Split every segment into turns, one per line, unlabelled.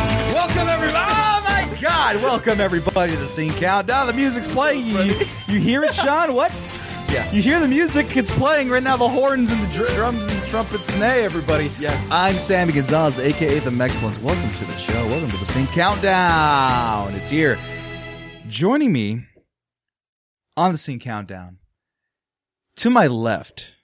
Oh, Welcome everybody to the Scene Countdown. The music's playing. You, you, you hear it, Sean? What?
Yeah.
You hear the music? It's playing right now. The horns and the dr- drums and trumpets and hey, everybody.
Yes.
I'm Sammy Gonzalez, aka The Mexcellence. Welcome to the show. Welcome to the Scene Countdown. It's here. Joining me on the Scene Countdown, to my left,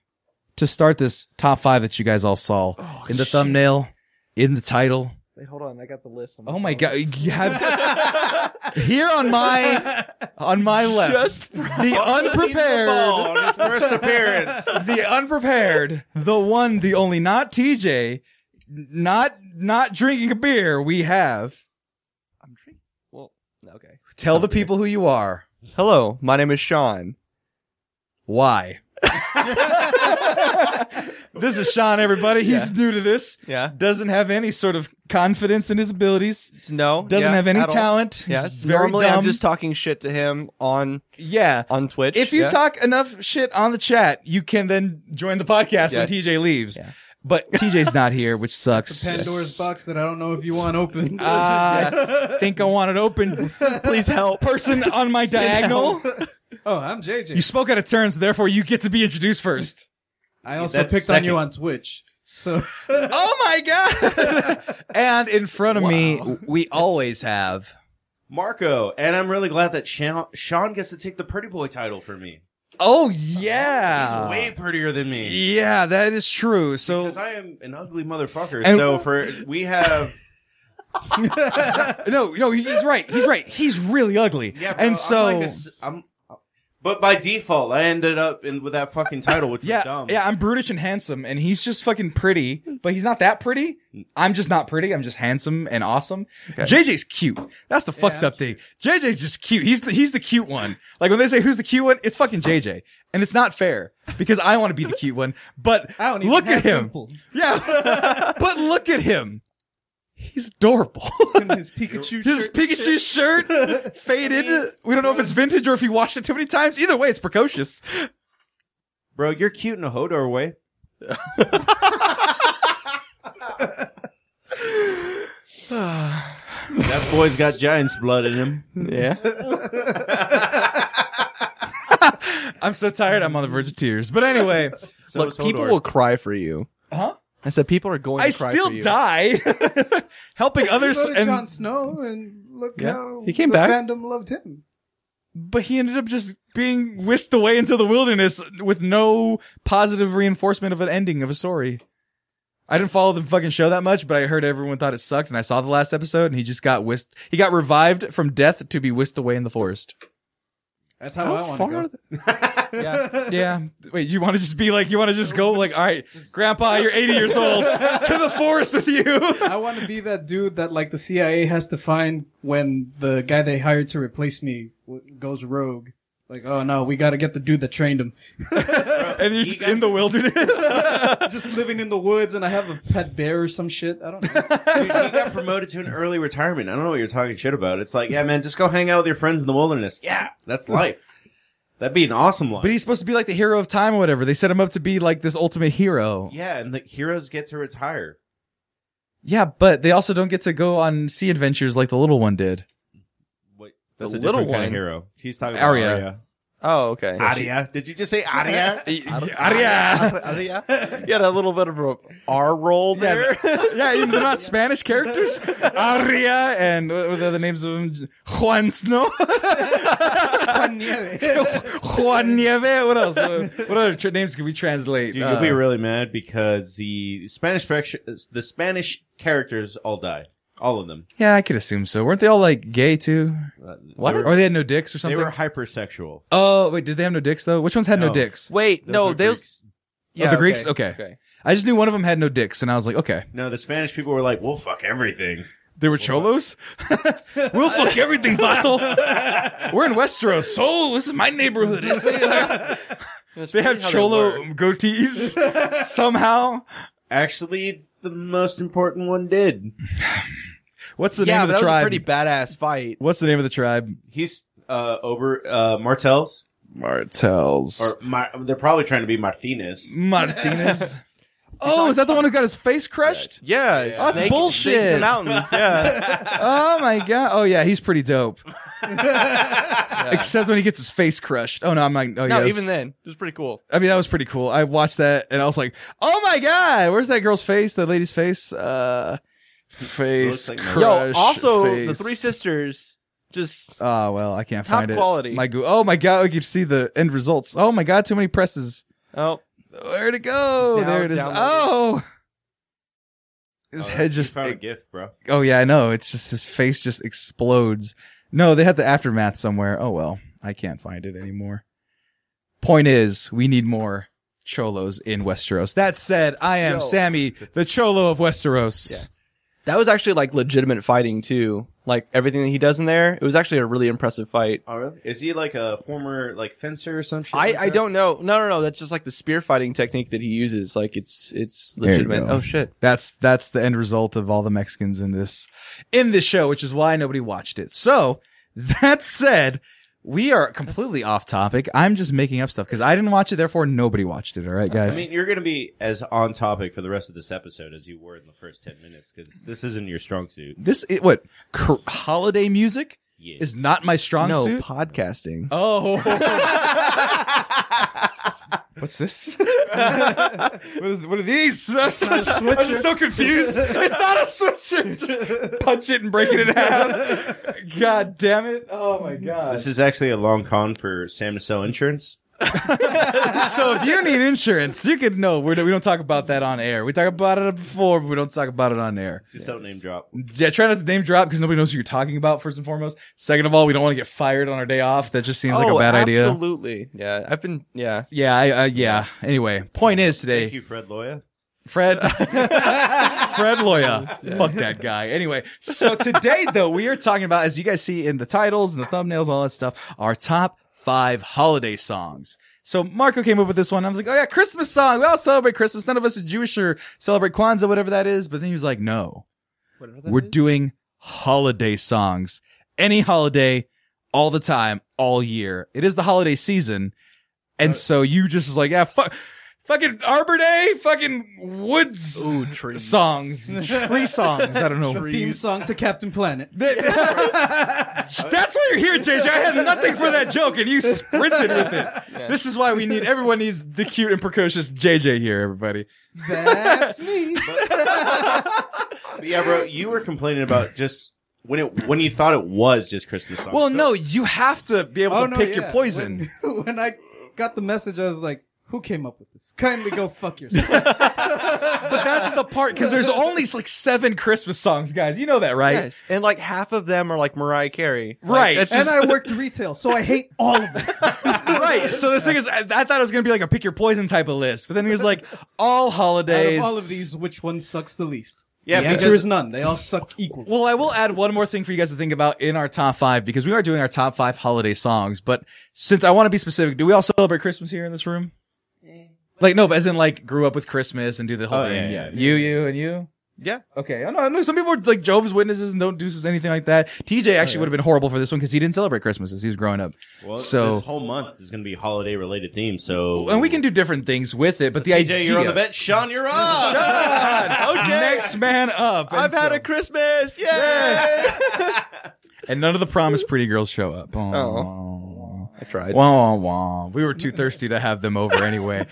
to start this top five that you guys all saw
Oh,
in the
shit.
thumbnail, in the title.
Wait, hold on. I got the list. on
Oh my
phone.
god! You have- here on my on my left, the unprepared,
his first appearance.
the unprepared, the one, the only, not TJ, not not drinking a beer. We have
I'm drinking. Well, okay.
tell the people who you are,
Hello, my name is Sean.
why. this is Sean, everybody. He's new to this.
Yeah.
Doesn't have any sort of confidence in his abilities.
It's- No.
Doesn't
yeah,
have any
at all.
talent. He's
Yes.
very
Normally, I'm
dumb.
just talking shit to him on
yeah.
on Twitch.
If you
yeah.
talk enough shit on the chat, you can then join the podcast when
Yes.
TJ leaves.
Yeah.
But TJ's not here, which sucks.
Pandora's box that I don't know if you want open.
I think I want it open.
please help.
Person on my diagonal.
oh, I'm JJ.
You spoke out of turn, so therefore you get to be introduced first.
I also
That's
picked on
second.
you on Twitch. So
oh my god! and in front of me,
Wow.
we always have.
Marco, and I'm really glad that Sha- Sean gets to take the pretty boy title for me.
Oh yeah,
He's way prettier than me.
Ah. yeah, that is true. So
Because I am an ugly motherfucker.
And-
so for we have
no, no, he's right. He's right. He's really ugly.
yeah, bro,
and so
I'm like a s- I'm but by default, I ended up in with that fucking title, which
Yeah,
was dumb.
yeah, I'm brutish and handsome, and he's just fucking pretty, but he's not that pretty. I'm just not pretty. I'm just handsome and awesome. JJ's cute. That's the fucked up thing. JJ's just cute. He's the he's the cute one. Like when they say who's the cute one, it's fucking JJ, and it's not fair because I want to be the cute one. But
I don't even
look
have
at him.
pimples.
Yeah, but look at him. He's adorable.
And his Pikachu
His
shirt.
Pikachu shirt faded. we don't know if it's vintage or if he washed it too many times. Either way, it's precocious.
Bro, you're cute in a Hodor way. That boy's got giant's blood in him.
yeah.
I'm so tired. I'm on the verge of tears. But anyway,
So
Look,
is
people
Hodor.
will cry for you.
Huh?
I said people are going.
I
to cry
still
for you.
die helping others.
So did
And
Jon Snow, and look
Yeah.
how
He came
the
back.
Fandom loved him.
but he ended up just being whisked away into the wilderness with no positive reinforcement of an ending of a story. I didn't follow the fucking show that much, but I heard everyone thought it sucked, and I saw the last episode, and he just got whisked. He got revived from death to be whisked away in the forest.
That's how,
How
I
far?
want to go.
Yeah. Wait, you want to just be like, you want to just go like, all right, Grandpa, you're 80 years old, to the forest with you.
I want to be that dude that like the CIA has to find when the guy they hired to replace me w- goes rogue. Like, oh no, we got to get the dude that trained him.
and you're just in the wilderness.
Just living in the woods, and I have a pet bear or some shit. I don't. know.
Dude, he got promoted to an early retirement. I don't know what you're talking shit about. It's like, yeah, man, just go hang out with your friends in the wilderness. Yeah, that's life. That'd be an awesome life.
But he's supposed to be like the hero of time or whatever. They set him up to be like this ultimate hero. Yeah,
yeah, and the heroes get to retire.
but they also don't get to go on sea adventures like the little one did.
Wait, that's
The
a
little
different kind of
one?
hero. He's talking about
Arya.
Arya.
Oh, okay.
Ah.
Arya. Did you just say Arya?
Yeah,
Aria. You had a little bit of a R roll there.
yeah, even they're not Spanish characters. Aria and what were the other names of them? Juan Snow, Juan Nieve. What else? Uh, What other tra- names can we translate?
Dude, you'll be
Uh,
really mad because the Spanish spec- the Spanish characters all die. All of them.
yeah, I could assume so. Weren't they all like gay too?
Uh, they
What?
were-
Or they had no dicks or
they
something?
were hypersexual.
oh wait, did they have no dicks though? Which ones had no,
No.
dicks?
Wait,
Those
no,
were
those.
Greeks.
Oh, the Greeks? Okay.
okay.
I just knew one of them had no dicks, and I was like, okay.
No, the Spanish people were like, "We'll fuck everything."
They were cholos. we'll fuck everything, Vato. We're in Westeros, so Oh, this is my neighborhood. It's-
That's
they
really
have
how
cholo
work.
goatees somehow.
Actually, the most important one did.
What's the
yeah,
name of the
but that was a
tribe?
pretty badass fight.
What's the name of the tribe?
He's uh, over uh, Martels,
Martels.
or Mar- they're probably trying to be Martinez.
Martinez. Oh, is that the one who got his face crushed?
Yeah,
That's
snake-
bullshit.
snake in the mountain. Yeah,
Oh my god. Oh yeah, he's pretty dope. Except when he gets his face crushed. Oh no, I'm like, oh
no,
yeah,
even
that.
then, it was pretty cool.
I mean, that was pretty cool. I watched that and I was like, oh my god, where's that girl's face? That lady's face? Uh, face
Looks like my-
crushed.
Yo,
Yo, also the
face.
three sisters just
Oh well, I can't
Top
find it.
quality.
My goo. Oh my god, we can see the end results. Oh my god, too many presses.
oh
Where'd it go?
Now
there it is.
downloaded.
Oh.
Oh,
His
you
head just
found a gift, bro.
Oh yeah, I know. It's just his face just explodes. No, they had the aftermath somewhere. Oh well, I can't find it anymore. Point is, we need more cholos in Westeros. That said, I am
Yo.
Sammy, the cholo of Westeros.
Yeah. that was actually like legitimate fighting too. Like everything that he does in there, it was actually a really impressive fight.
Oh, really? Is he like a former like fencer or some shit?
I,
like
I
that?
don't know. No, no, no. That's just like the spear fighting technique that he uses. Like it's it's
There you
legitimate.
go.
Oh shit.
That's that's the end result of all the Mexicans in this in this show, which is why nobody watched it. So that said, we are completely off topic. I'm just making up stuff because I didn't watch it, therefore nobody watched it. All right,
I
guys.
mean, you're going to be as on topic for the rest of this episode as you were in the first 10 minutes because this isn't your strong suit.
this i what cr- holiday music
Yeah.
is not my strong
no
suit.
podcasting.
Oh. What's this? what is? What are these? I'm so, I'm so confused. It's not a switcher. Just punch it and break it in half. God damn it! Oh my god.
this is actually a long con for Sam to sell insurance.
So if you need insurance, you could know we're, we don't talk about that on air. We talk about it before, but we don't talk about it on air.
Just don't name drop.
Yeah, try not to name drop because nobody knows who you're talking about. First and foremost. Second of all, we don't want to get fired on our day off. That just seems like a
Oh,
bad idea.
Absolutely. Yeah. I've been. Yeah.
Yeah, I, I, yeah. Anyway, point is today.
Thank you, Fred Loya.
Fred Fred Loya. Fuck that guy. Anyway, so today though, we are talking about, as you guys see in the titles and the thumbnails and all that stuff, our top five holiday songs. So Marco came up with this one. I was like, oh yeah, Christmas song. We all celebrate Christmas. None of us are Jewish or celebrate Kwanzaa, whatever that is. But then he was like, no, we're doing holiday songs. Any holiday, all the time, all year. It is the holiday season. And so you just was like, yeah, fuck. Fucking Arbor Day, fucking woods
Ooh, tree
songs, tree songs. I don't know.
The theme song to Captain Planet.
Th- th- That's why you're here, JJ. I had nothing for that joke, and you sprinted with it. This is why we need everyone needs the cute and precocious JJ here, everybody.
That's me.
But yeah, bro, you were complaining about just when it when you thought it was just Christmas songs.
Well,
So-
no, you have to be able to pick your
Oh, yeah.
poison.
When, when I got the message, I was like, "Who came up with this? Kindly go fuck yourself."
But that's the part because there's only like seven Christmas songs, guys. You know that, right?
Yes. And like half of them are like Mariah Carey. Like,
Right.
that's
and
just-
I worked retail, so I hate all of it.
right. So the thing is, I, I thought it was gonna be like a pick your poison type of list, but then he was like, all
Out
holidays.
of all of these, which one sucks the least?
Yeah,
the answer
because-
is none. They all suck equally.
Well, I will add one more thing for you guys to think about in our top five because we are doing our top five holiday songs. But since I want to be specific, do we all celebrate Christmas here in this room? Like no, but as in like grew up with Christmas and do the whole
Oh,
thing.
yeah, yeah, yeah.
You, you, and you.
Yeah.
Okay. I know. I know some people are like Jehovah's Witnesses and don't do anything like that. TJ actually would have been horrible for this one because he didn't celebrate Christmas as he was growing up.
Well,
so-
this whole month is going to be holiday related themes. So
And we can do different things with it, but the
TJ,
idea
you're on the bench. Sean, you're on.
God, next man up. And
I've had
so-
a Christmas. Yeah.
and none of the promised pretty girls show up.
Oh. I tried.
Wah, wah, wah. We were too thirsty to have them over anyway.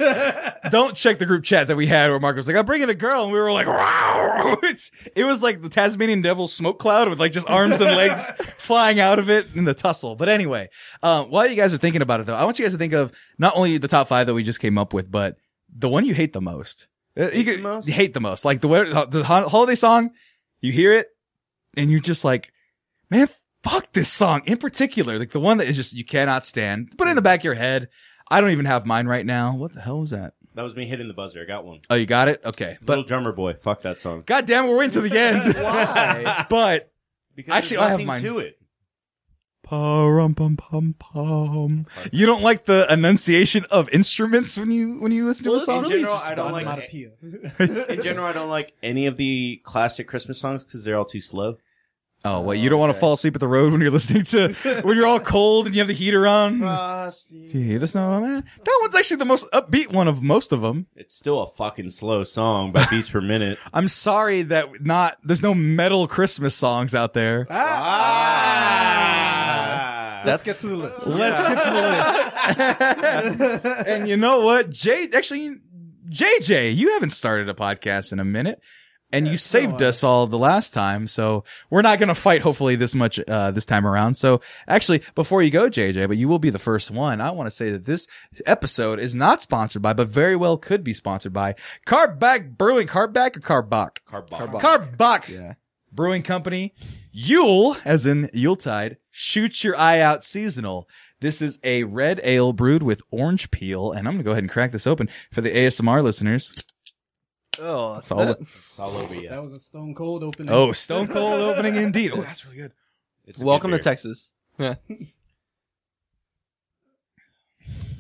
Don't check the group chat that we had where Mark was like, I'm bringing a girl. And we were like, wow. It's, it was like the Tasmanian devil smoke cloud with like just arms and legs flying out of it in the tussle. But anyway, um, while you guys are thinking about it though, I want you guys to think of not only the top five that we just came up with, but the one you hate the most. Uh, you
Hate the
could-
most?
you hate the most. Like the, weather- the ho- holiday song, you hear it and you're just like, man, fuck this song in particular. Like the one that is just you cannot stand. Put it in the back of your head. I don't even have mine right now. What the hell was that?
That was me hitting the buzzer. I got one.
Oh, you got it? Okay.
Little
But
drummer boy. Fuck that song.
God damn, we're into the end. Why? but
Because
Actually,
there's
I have
nothing
mine.
to it.
pum pum pum. You don't like the enunciation of instruments when you when you listen to
Well,
a
it's
song?
really general, I don't like-
Onomatopoeia.
In general, I don't like any of the classic Christmas songs because they're all too slow.
Oh, what? You don't want to fall asleep at the road when you're listening to when you're all cold and you have the heater on. Do you hear the snow on that? That one's actually the most upbeat one of most of them.
It's still a fucking slow song by beats per minute.
I'm sorry that not there's no metal Christmas songs out there.
Ah!
Ah!
Let's get to the list.
Let's get to the list. and you know what, Jay? Actually, JJ, you haven't started a podcast in a minute, and you saved
while.
us all the last time. So we're not going to fight. Hopefully, this much uh, this time around. So actually, before you go, JJ, but you will be the first one. I want to say that this episode is not sponsored by, but very well could be sponsored by Carbach Brewing. Carbach or Carbach?
Carbach.
Carbach.
Yeah.
Brewing Company. Yule, as in Yuletide, shoot your eye out seasonal. This is a red ale brewed with orange peel, and I'm gonna go ahead and crack this open for the ASMR listeners.
Oh, that's
all
all.
It's all over you.
That was a stone cold opening.
Oh, stone cold opening indeed. Oh, that's really good.
It's a
Welcome
good
to
beer.
Texas. Yeah.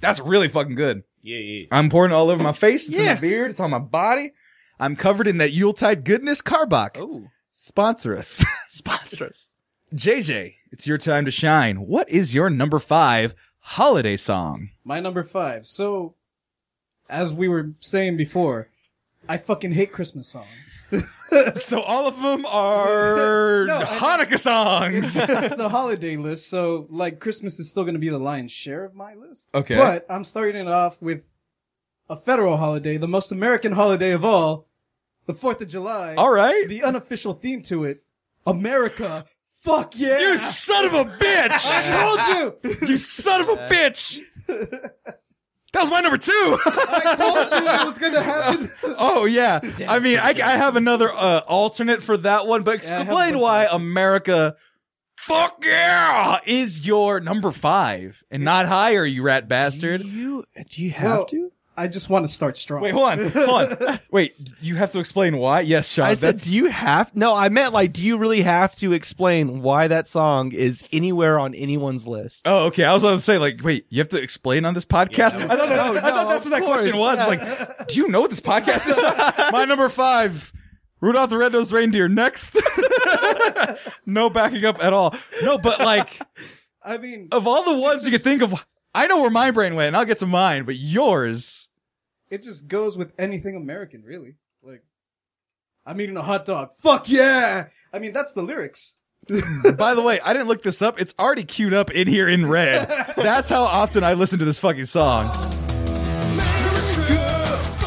That's really fucking good.
Yeah, yeah.
I'm pouring it all over my face. It's in
Yeah.
my beard. It's on my body. I'm covered in that Yuletide goodness. Carbach,
Oh,
sponsor us.
sponsor us.
JJ, it's your time to shine. What is your number five holiday song?
My number five. So, as we were saying before, I fucking hate Christmas songs.
So all of them are
No, I-
Hanukkah songs.
That's the holiday list, so like Christmas is still going to be the lion's share of my list.
Okay.
But I'm starting it off with a federal holiday, the most American holiday of all, the 4th of July.
all right.
The unofficial theme to it, America. Fuck yeah.
You son of a bitch!
I told you.
you son of a bitch! That was my number two.
I told you it was going to happen.
oh yeah. I mean, I, I have another uh, alternate for that one, but
Yeah, I have a bunch
explain
of
why America, fuck yeah, is your number five and not higher, you rat bastard.
you do you
Well, I just want to start strong.
Wait, hold on, hold on. Wait, you have to explain why. Yes, Sean.
I said,
that's-
do you have? No, I meant like, do you really have to explain why that song is anywhere on anyone's list?
Oh, okay. I was going to say, like, wait, you have to explain on this podcast?
Yeah.
I thought, that,
No,
I thought
no,
that's what
of
that question was.
course.
It's Like, do you know what this podcast is? My number five, Rudolph the Red-Nosed Reindeer. Next. no backing up at all. No, but like,
I mean,
of all the ones you could think of, I know where my brain went, and I'll get to mine, but yours.
it just goes with anything American, really. Like, I'm eating a hot dog. Fuck yeah! I mean, that's the lyrics.
By the way, I didn't look this up. It's already queued up in here in red. That's how often I listen to this fucking song.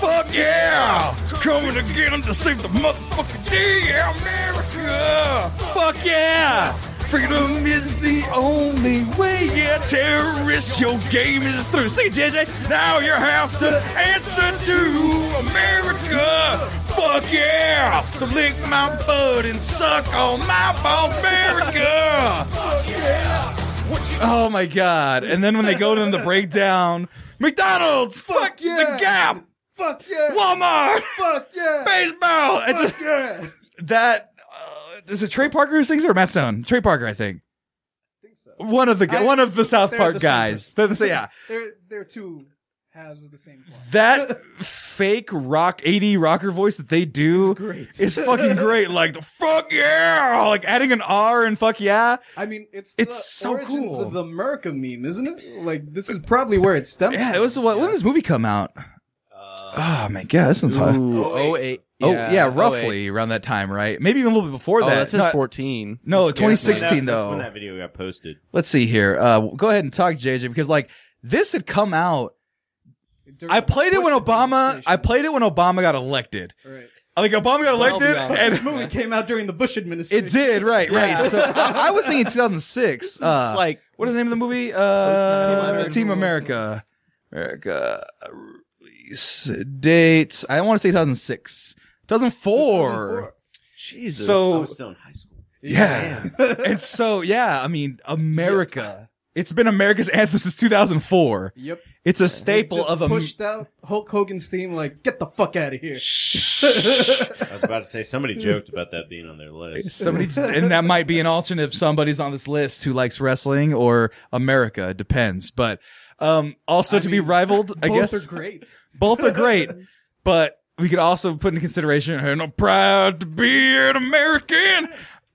Fuck yeah! Coming to get 'em to save the motherfucking day, America! Fuck yeah! Freedom is the only way, yeah, terrorists, your game is through. See, JJ, now you have to answer to America! Fuck yeah! So lick my butt and suck on my balls, America! Oh my god. And then when they go to the breakdown, McDonald's, fuck,
yeah.
the gap,
Fuck yeah!
Walmart,
Fuck yeah!
baseball. It's
Fuck
just,
yeah! I
that uh, is it Trey Parker who sings it or Matt Stone? Trey Parker, I think.
think so.
One of the
I-
gu- one of the South
they're
Park
the same
guys. They're the same, yeah.
They're, they're two halves of the same coin.
That fake rock 80 rocker voice that they do
It's great.
is fucking great. Like the fuck yeah, like adding an R and fuck yeah.
I mean, it's
It's
the
so
origins
cool.
of the America meme, isn't it? Like, this is probably where it stems
Yeah,
from.
it was what when did this movie come out?
Uh,
oh my god, this one's hot.
Ooh,
Oh,
oh eight.
Oh yeah,
oh, eight.
roughly around that time, right? Maybe even a little bit before
Oh,
that.
that says
Not-
fourteen.
No,
That's-
2016
That's- that's when
though.
that video got posted.
Let's see here. Uh, go ahead and talk JJ because like this had come out.
During
I
the
played it when
Bush
Obama. I
administration.
played it when Obama got elected.
Right.
Like Obama got
Well,
elected,
yeah.
This
and
movie came out during the Bush administration.
it did. Right,
Yeah.
right. So I, I was thinking 2006. Uh,
It's like
what is the name of the movie? Uh,
Post-
Team America. America release dates. I want to say 2006, 2004.
Jesus.
I
So
was still in high school.
Yeah. and so, yeah, I mean, America. It's been America's anthem since 2004.
Yep.
It's a staple
Just
of a.
pushed out Hulk Hogan's theme, like, get the fuck out of here.
I was about to say somebody joked about that being on their list.
Somebody, and that might be an alternate if somebody's on this list who likes wrestling or America. It depends, but um, also
I
to be
mean,
rivaled, I
Both
guess
are great.
both are great. But we could also put into consideration, and I'm proud to be an American.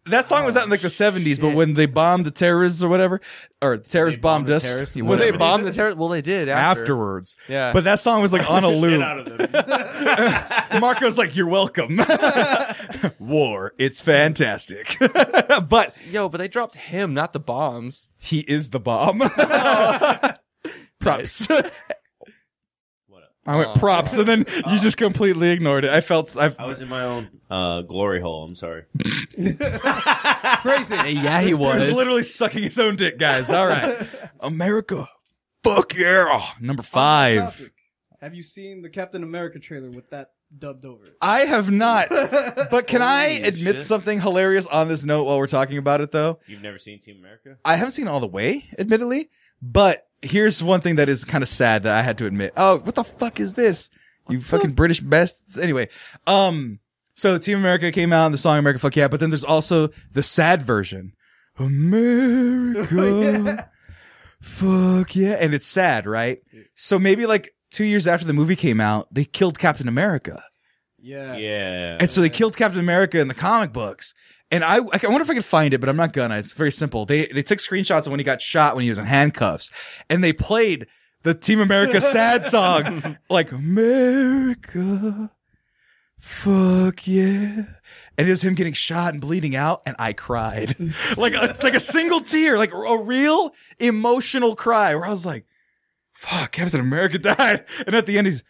that song was out in like the 70s, but when they bombed the terrorists or whatever, or the terrorists bombed,
bombed the
us,
terrorists?
you
Well,
whatever
they
it is,
bombed the terror. Well, they did after.
afterwards.
Yeah.
But that song was like on a
Get
loop.
out of them.
Marco's like, "You're welcome." War, it's fantastic, but
yo, but they dropped him, not the bombs.
he is the bomb. props.
What up?
I went props, and then you just completely ignored it. I felt I've,
I was in my own uh, glory hole. I'm sorry.
Crazy.
Yeah, he
He was literally sucking his own dick, guys. All right, America, fuck yeah, number five.
Topic. Have you seen the Captain America trailer with that dubbed over it?
I have not, but can I
Holy
admit
shit.
something hilarious on this note while we're talking about it, though?
You've never seen Team America?
I haven't seen all the way, admittedly, but here's one thing that is kind of sad that I had to admit. Oh, what the fuck is this? You fucking British bests. Anyway, um, so Team America came out and the song America Fuck Yeah, but then there's also the sad version. America.
Oh,
Fuck yeah. And it's sad, right? So maybe like two years after the movie came out, they killed Captain America.
Yeah.
Yeah.
And so they killed Captain America in the comic books. And I, I wonder if I could find it, but I'm not gonna. It's very simple. They they took screenshots of when he got shot when he was in handcuffs, and they played the Team America sad song, like America, fuck yeah, and it was him getting shot and bleeding out, and I cried, like a, it's like a single tear, like a real emotional cry, where I was like, fuck, Captain America died, and at the end he's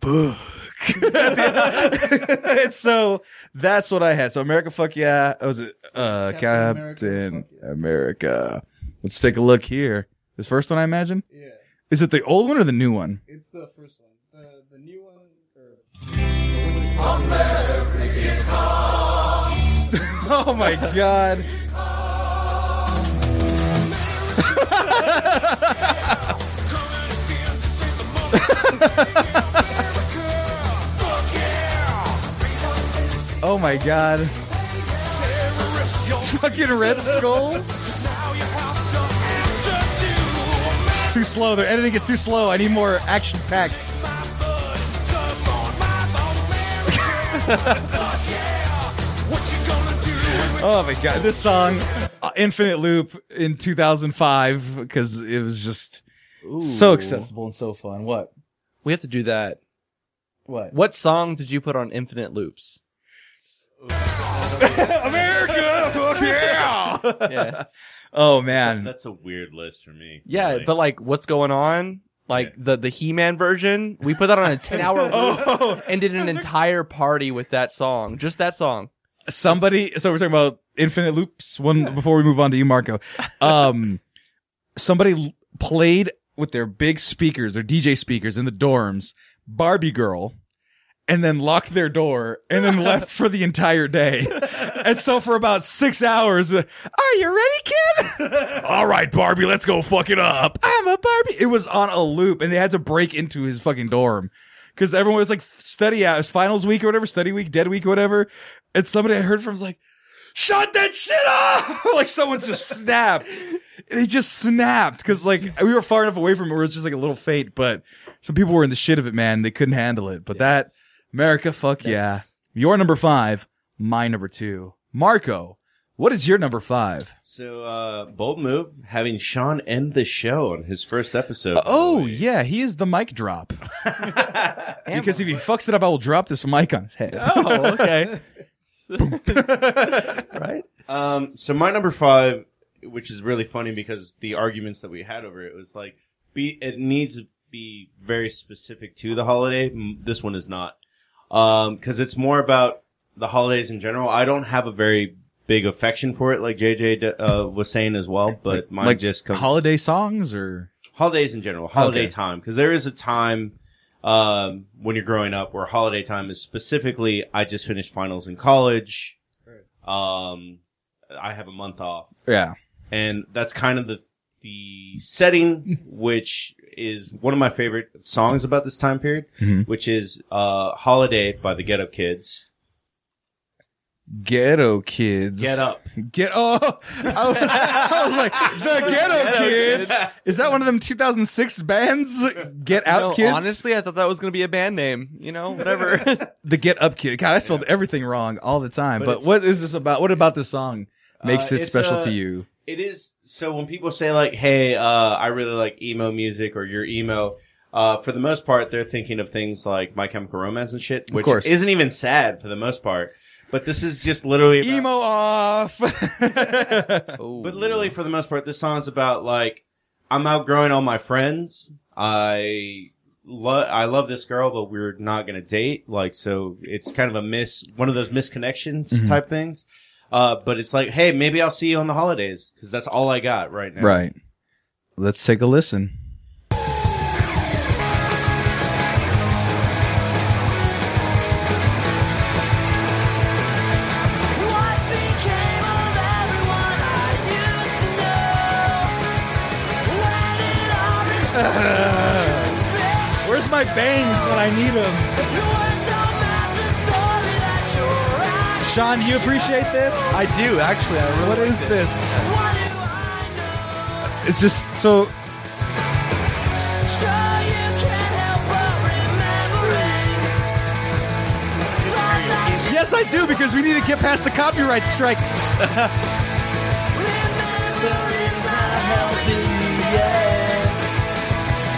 book. and so that's what I had. So America, fuck yeah. Oh, was it uh,
Captain
Captain
America,
America, Let's take a look here. This first one, I imagine.
Yeah.
Is it the old one or the new one?
It's the first one. The the new one or the one you saw.
Oh my god. oh my god. Fucking Red Skull? It's too slow. They're editing it too slow. I need more action packed. Oh my god, this song, uh, Infinite Loop in 2005, because it was just so accessible and so fun. What?
We have to do that.
What?
What song did you put on infinite loops?
America! Fuck yeah!
Yeah,
Oh man.
That's a weird list for me.
yeah,
Really.
but like, what's going on? Like
Yeah.
the the He Man version, we put that on a ten hour loop
Oh,
and did an entire party with that song, just that song.
somebody. So we're talking about Infinite Loops. One before we move on to you, Marco. Um, somebody l- played with their big speakers, their DJ speakers in the dorms, Barbie Girl, and then locked their door and then left for the entire day. And so for about six hours, uh, are you ready, kid? All right, Barbie, let's go fuck it up. I'm a Barbie. It was on a loop, and they had to break into his fucking dorm. Because everyone was like study out, it was finals week or whatever, study week, dead week, or whatever. And somebody I heard from was like, shut that shit off! like someone just snapped. They just snapped because like we were far enough away from it where it was just like a little faint, but some people were in the shit of it, man. They couldn't handle it. But that America, fuck yeah. Your number five, my number two. Marco, what is your number five?
So, uh, bold move having Sean end the show on his first episode.
Oh yeah, he is the mic drop. because if he fucks it up, I will drop this mic on his head.
Oh, okay, right.
Um, so my number five, which is really funny because the arguments that we had over it was like, be it needs to be very specific to the holiday. M- This one is not, um, because it's more about the holidays in general. I don't have a very big affection for it, like JJ d- uh, was saying as well. But mine
like
just comes
holiday songs or
holidays in general, holiday
Okay.
time, because there is a time um, when you're growing up where holiday time is specifically. I just finished finals in college. Um, I have a month off
yeah.
and that's kind of the the setting, which is one of my favorite songs about this time period,
Mhm.
which is uh, "Holiday" by the Get Up Kids.
Ghetto Kids.
Get up.
Get oh, I was, I was like the Ghetto, Kids. Is that one of them 2006 bands? Get Out
No,
Kids.
Honestly, I thought that was going to be a band name. You know, whatever.
the Get Up Kid. God, I spelled everything wrong all the time.
But
But,
it's-
what is this about? What about this song makes
Uh,
it
it's
special
a-
to you?
It is so when people say like, "Hey, uh, I really like emo music" or "You're emo," uh, for the most part, they're thinking of things like My Chemical Romance and shit, which
course.
isn't even sad for the most part. But this is just literally about-
Emo off.
Oh.
But literally, for the most part, this song's about like I'm outgrowing all my friends. I love I love this girl, but we're not gonna date. Like, so it's kind of a miss one of those misconnections
Mhm.
type things. Uh, but it's like, hey, maybe I'll see you on the holidays because that's all I got right now.
right. Let's take a listen.
What became of everyone I used to know? Where did all this
Where's my bangs when I need them?
You were so mad the story that you write.
Sean, do you appreciate this?
I do actually. I really
What is this?
What do I know?
It's just so
Sure you can't help but remembering. But that you
Yes, I do because we need to get past the copyright strikes.
remembering's not helping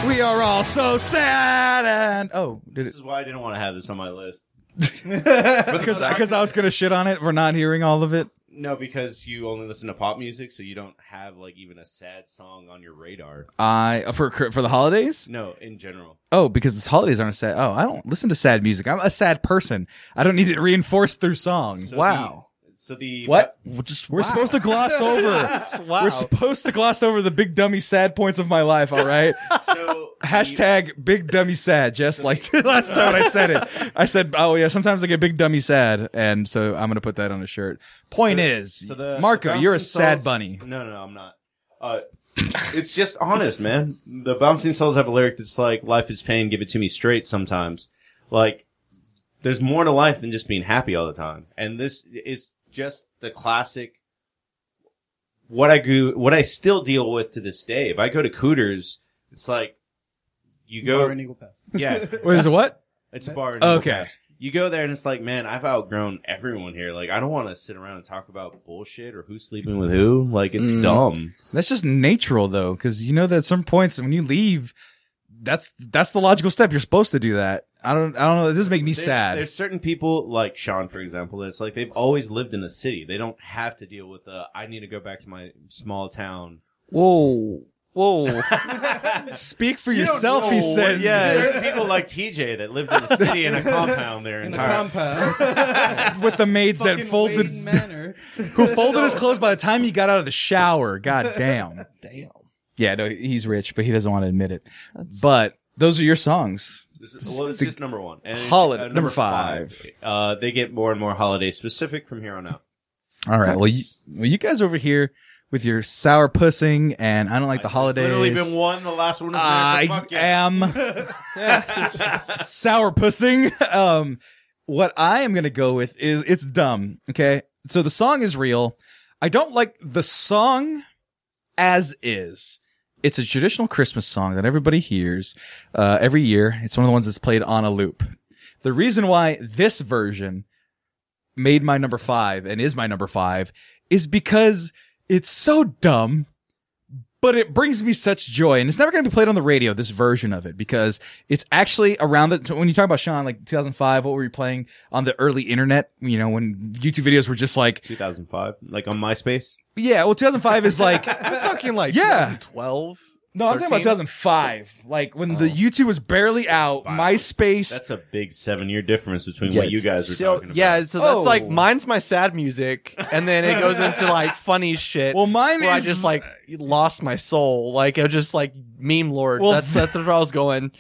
We are all so sad and oh, did
This
it?
is why I didn't want to have this on my list.
Because because I was gonna shit on it for not hearing all of it.
No, because you only listen to pop music, so you don't have like even a sad song on your radar.
I uh, for for the holidays.
No, in general.
Oh, because the holidays aren't sad. Oh, I don't listen to sad music. I'm a sad person. I don't need it reinforced through song.
So
Wow.
The, so the
We're just we're supposed to gloss over.
wow.
We're supposed to gloss over the big dummy sad points of my life. All right.
So the-
Hashtag big dummy sad, just like the last time I said it. I said, oh yeah, sometimes I get big dummy sad, and so I'm gonna put that on a shirt. Point is,
So the
Marco,
the
you're a
Bouncing
sad
Souls-
bunny.
No, no, no, I'm not. Uh, it's just honest, man. The Bouncing Souls have a lyric that's like, "Life is pain, give it to me straight." Sometimes, like, there's more to life than just being happy all the time. And this is just the classic. What I grew, what I still deal with to this day. If I go to Cooters, it's like you
Go
go,
an Eagle Pass.
yeah,
What is it? What?
it's a bar. in
Okay.
Belfast. You go there and it's like, man, I've outgrown everyone here. Like, I don't want to sit around and talk about bullshit or who's sleeping with who. Like, it's
Mm.
dumb.
That's just natural though, because you know that at some points when you leave, that's that's the logical step. You're supposed to do that. I don't I don't know. It does make me
There's,
sad.
There's certain people like Sean, for example, that's like they've always lived in a city. They don't have to deal with the I need to go back to my small town.
Whoa. Whoa.
Speak for
You don't
yourself, he
know.
says.
Yes.
Certain people like TJ that lived in a city in a compound their
In the
entire
compound.
With the maids that
Fucking
folded
Wayne Manor.
who folded his clothes by the time he got out of the shower. God damn.
Damn.
Yeah, no, he's rich, but he doesn't want to admit it. But those are your songs.
This is, well, it's
The-
just number one. And it's,
Holiday-
uh,
number five.
Uh, they get more and more holiday specific from here on out.
All right. Well, you,
That's-
well, you guys over here with your sour pussing and I don't like the
It's
holidays.
Literally been one. The last one was
I
America. Fuck yeah.
am sour pussing. Um, what I am gonna go with is it's dumb. Okay, so the song is real. I don't like the song as is. It's a traditional Christmas song that everybody hears uh, every year. It's one of the ones that's played on a loop. The reason why this version made my number five and is my number five is because it's so dumb but it brings me such joy and it's never going to be played on the radio this version of it because it's actually around the when you talk about sean like 2005 what were you playing on the early internet you know when youtube videos were just like
2005, like on MySpace.
yeah well 2005 is like
I was talking like
Yeah.
12.
no i'm talking about
13?
2005 like when the
Oh.
youtube was barely out
Wow.
myspace
That's a big seven-year difference between
Yes.
what you guys were
So
talking about.
yeah, so that's
Oh.
like mine's my sad music, and then it goes into like funny shit.
well mine
where I
is
just like lost my soul, like I just like meme lord.
Well-
that's that's where I was going.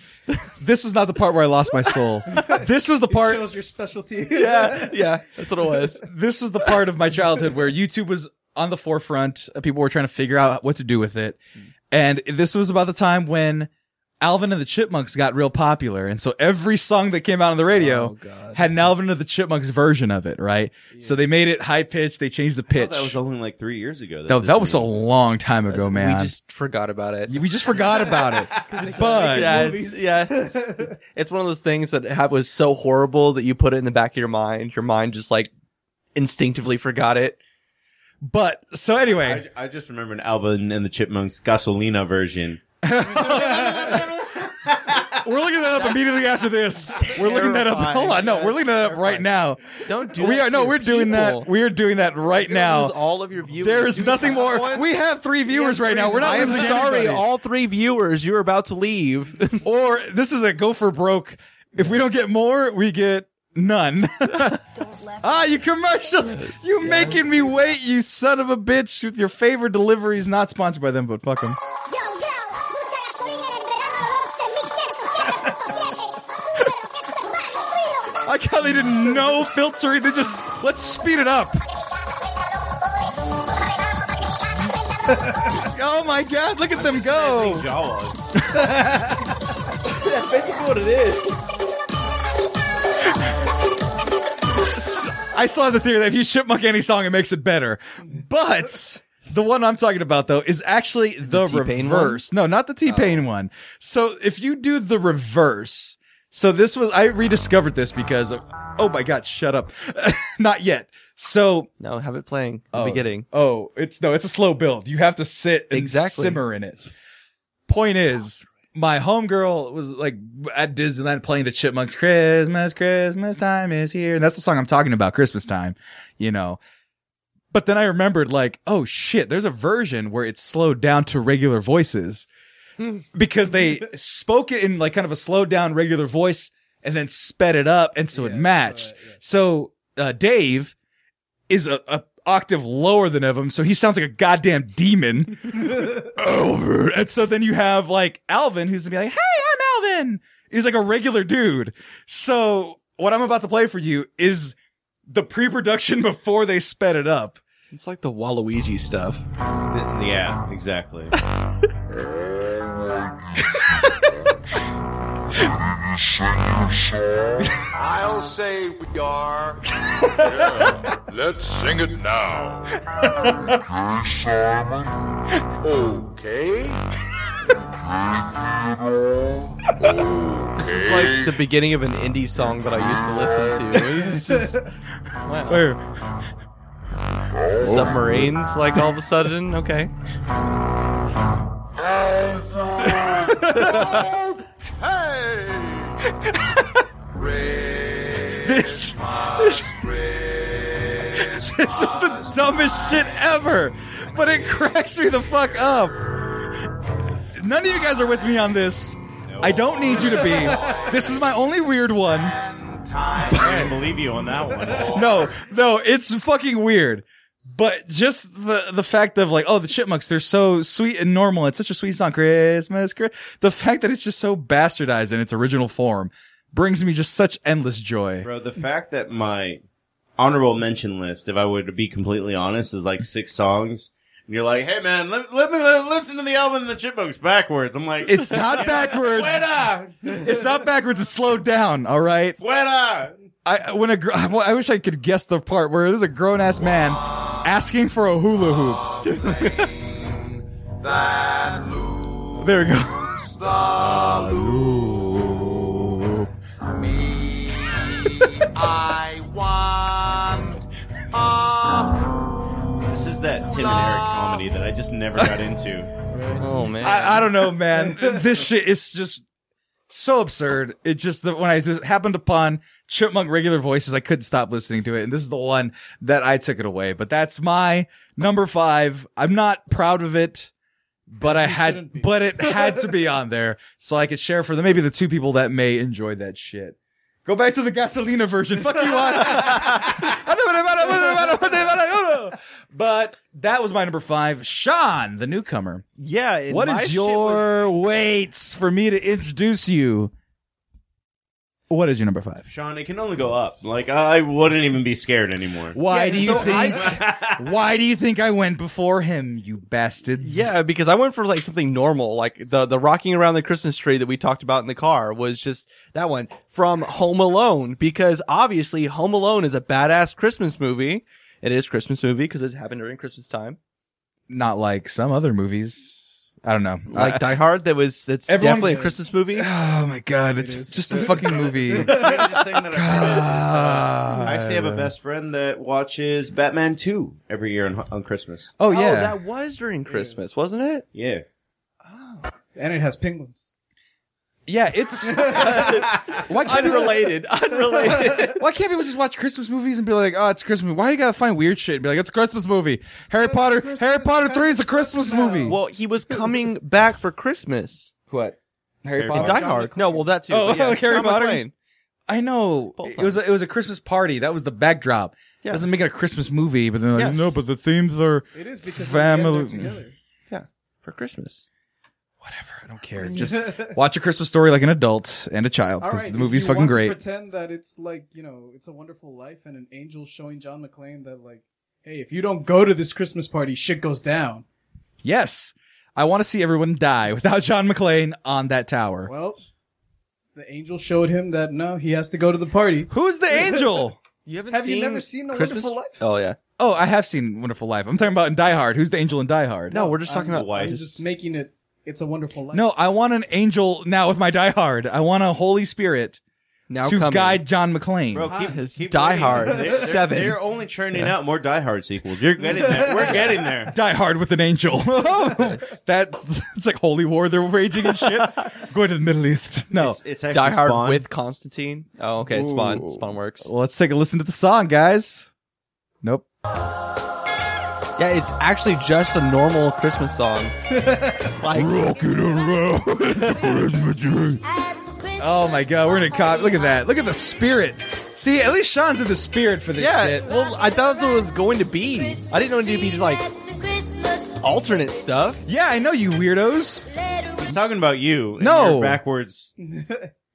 this was not the part where i lost my soul this was the
You
part
chose your specialty.
Yeah, yeah, that's what it was.
this was the part of my childhood where YouTube was on the
Mm.
forefront. Uh, People were trying to figure out what to do with it. And this was about the time when Alvin and the Chipmunks got real popular, and so every song that came out on the radio
God.
had an Alvin and the Chipmunks version of it, right? So they made it high pitched. They changed the
I
pitch.
thought That was only like three years ago.
that,
this
that was a
one-
long time ago, man.
We just forgot about it.
we just forgot about it. but
yeah, it's, yeah, it's- it's one of those things that ha- was so horrible that you put it in the back of your mind. Your mind just like instinctively forgot it.
but so anyway,
I, I just remember an Alvin and the Chipmunks Gasolina version.
we're looking that up immediately after this. We're looking that up.
terrifying.
Hold on, no, we're looking that up right now.
Don't do.
We
that
are
to
no,
your
we're doing
people.
that. We are doing that right
You're gonna lose
now.
all of your viewers.
There is
doing
nothing
that
more.
one.
We have three viewers right now. We're not
I am
losing
sorry,
anybody.
all three viewers. You're about to leave.
or this is a go for broke. If we don't get more, we get none. ah, you commercials. You making me wait, you son of a bitch, with your favorite deliveries not sponsored by them, but fuck them. I like how they didn't know filtering. They just, let's speed it up. Oh my god, look at them go.
Jawas.
I still have the theory that if you chipmunk any song, it makes it better. But the one I'm talking about though is actually the,
T-Pain one? Oh.
reverse. No, not the T Pain one. So if you do the reverse, so this was I rediscovered this because of, oh my god, shut up, not yet. So
no, have it playing. in
Oh.
The beginning.
Oh, it's no, it's a slow build. You have to sit and
Exactly.
simmer in it. Point is, my homegirl was like at Disneyland playing the Chipmunks Christmas, Christmas time is here. And that's the song I'm talking about, Christmas time, you know. But then I remembered, like, oh shit, there's a version where it's slowed down to regular voices because they spoke it in like kind of a slowed down regular voice and then sped it up. And so it
Yeah,
matched.
right, yeah.
So uh, Dave is a, a octave lower than Evan, so he sounds like a goddamn demon. Over. And so then you have like Alvin, who's gonna be like, "Hey, I'm Alvin." He's like a regular dude. So what I'm about to play for you is the pre-production before they sped it up.
It's like the Waluigi stuff.
Th- Yeah, exactly.
I'll say we are. Let's sing it now. Okay.
It's like the beginning of an indie song that I used to listen to. It's just
Wait,
submarines, like all of a sudden. Okay.
Okay.
this, this, this is the dumbest shit ever, but it cracks me the fuck up. None of you guys are with me on this. I don't need you to be. This is my only weird one.
I believe you on that one.
no, no, it's fucking weird. But just the the fact of like, oh, the chipmunks, they're so sweet and normal. It's such a sweet song, Christmas. Chri-" The fact that it's just so bastardized in its original form brings me just such endless joy.
Bro, the fact that my honorable mention list, if I were to be completely honest, is like six songs. And you're like, hey man, let, let me li- listen to the album and the Chipmunks backwards. I'm like,
It's not backwards.
fuera,
It's not backwards. It's slowed down. All right.
fuera.
I when a gr- I wish I could guess the part where there's a grown ass man asking for a hula hoop. there we go.
I want a
This is that Tim and Eric comedy that I just never got into.
Oh man.
I, I don't know, man. this shit is just so absurd. It just that when I just happened upon Chipmunk regular voices, I couldn't stop listening to it, and this is the one that I took it away. But that's my number five. I'm not proud of it, but I had,
shouldn't be.
but it had to be on there so I could share for the maybe the two people that may enjoy that shit. Go back to the Gasolina version. Fuck you, on. But that was my number five, Sean, the newcomer.
yeah. and
What
my shit
is
was-
your waits for me to introduce you? What is your number five?
Sean, it can only go up. Like I wouldn't even be scared anymore.
Why
Yeah,
do you
so
think? why do you think I went before him, you bastards?
Yeah, because I went for like something normal, like the the rocking around the Christmas tree that we talked about in the car was just that one from Home Alone because obviously Home Alone is a badass Christmas movie. It is Christmas movie because it happened during Christmas time.
not like some other movies. I don't know.
Like
I-
Die Hard, that was that's
Everyone-
definitely a Christmas movie.
oh my god, it's
is.
just a fucking movie.
Weirdest thing that I've heard
God.
is, uh, I actually have a best friend that watches Batman 2 every year on, on Christmas.
Oh
Oh,
yeah,
that was during Christmas, wasn't it?
Yeah.
and it has penguins.
yeah. It's why can't people,
Unrelated, unrelated.
why can't people just watch Christmas movies and be like, oh, it's Christmas? Why do you gotta find weird shit and be like, it's a Christmas movie? Harry Potter,
Christmas
Harry Potter three is a Christmas
now.
movie.
well, he was coming back for Christmas.
what? Harry,
Harry
Potter.
And Die Hard. No, well that too.
Oh,
but yeah,
like Harry
John
Potter?
McClane.
I know.
Both
It was a,
times.
it was a Christmas party. That was the backdrop.
Yeah.
Doesn't make it a Christmas movie, but then like,
Yes.
no, but the themes are
It is because
Family-
family together.
for Christmas.
whatever. I don't care. Just watch a Christmas story like an adult and a child
All
because
right,
the
if
movie's
you
fucking
want to
great.
pretend that it's like you know, it's a wonderful life, and an angel showing John McClane that like, hey, if you don't go to this Christmas party, shit goes down.
Yes. I want to see everyone die without John McClane on that tower.
Well, the angel showed him that no, he has to go to the party.
Who's the angel?
You haven't
Have you seen never seen A Christmas- Wonderful Life?
Oh yeah.
oh, I have seen Wonderful Life. I'm talking about in Die Hard. Who's the angel in Die Hard?
No, we're just talking about
Why?
I'm just making it. It's a wonderful life.
No, I want an angel now with my Die Hard. I want a Holy Spirit
now
to
coming.
guide John McClane.
Bro, keep,
his
keep
Die
waiting.
Hard
They're,
seven.
They're, they're only churning out more Die Hard sequels. You're getting there. We're getting there.
Die Hard with an angel. That's it's like holy war. They're raging and shit. Going to the Middle East. No.
It's, it's actually
Die Hard
Spawn.
with Constantine. Oh, okay. Spawn.
Ooh.
Spawn works.
Well, let's take a listen to the song, guys. Nope.
Yeah, it's actually just a normal Christmas song. like,
Oh my god, we're gonna cop. Look at that. Look at the spirit. See, at least Sean's in the spirit for this
yeah.
shit.
Well, I thought that's what it was going to be. I didn't know it needed to be like alternate stuff.
Yeah, I know you weirdos.
He's talking about you. and
No.
your backwards.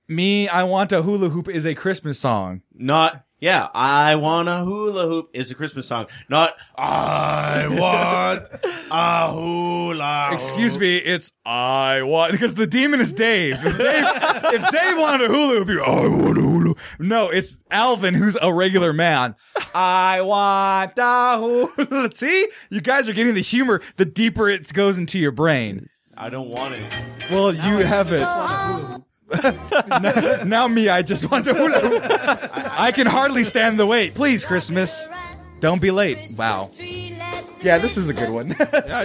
Me, I want a hula hoop is a Christmas song.
Not. Yeah, I want a hula hoop is a Christmas song. Not I want a hula.
Excuse me, it's I want because the demon is Dave. If Dave, if Dave wanted a hula hoop, he'd be, I want a hula. hoop." No, it's Alvin who's a regular man. I want a hula. See, you guys are getting the humor. The deeper it goes into your brain.
I don't want it.
Well, you have it. now, now me, I just want to hula hoop. I can hardly stand the wait. Please, Christmas, don't be late. Wow. Yeah, this is a good one.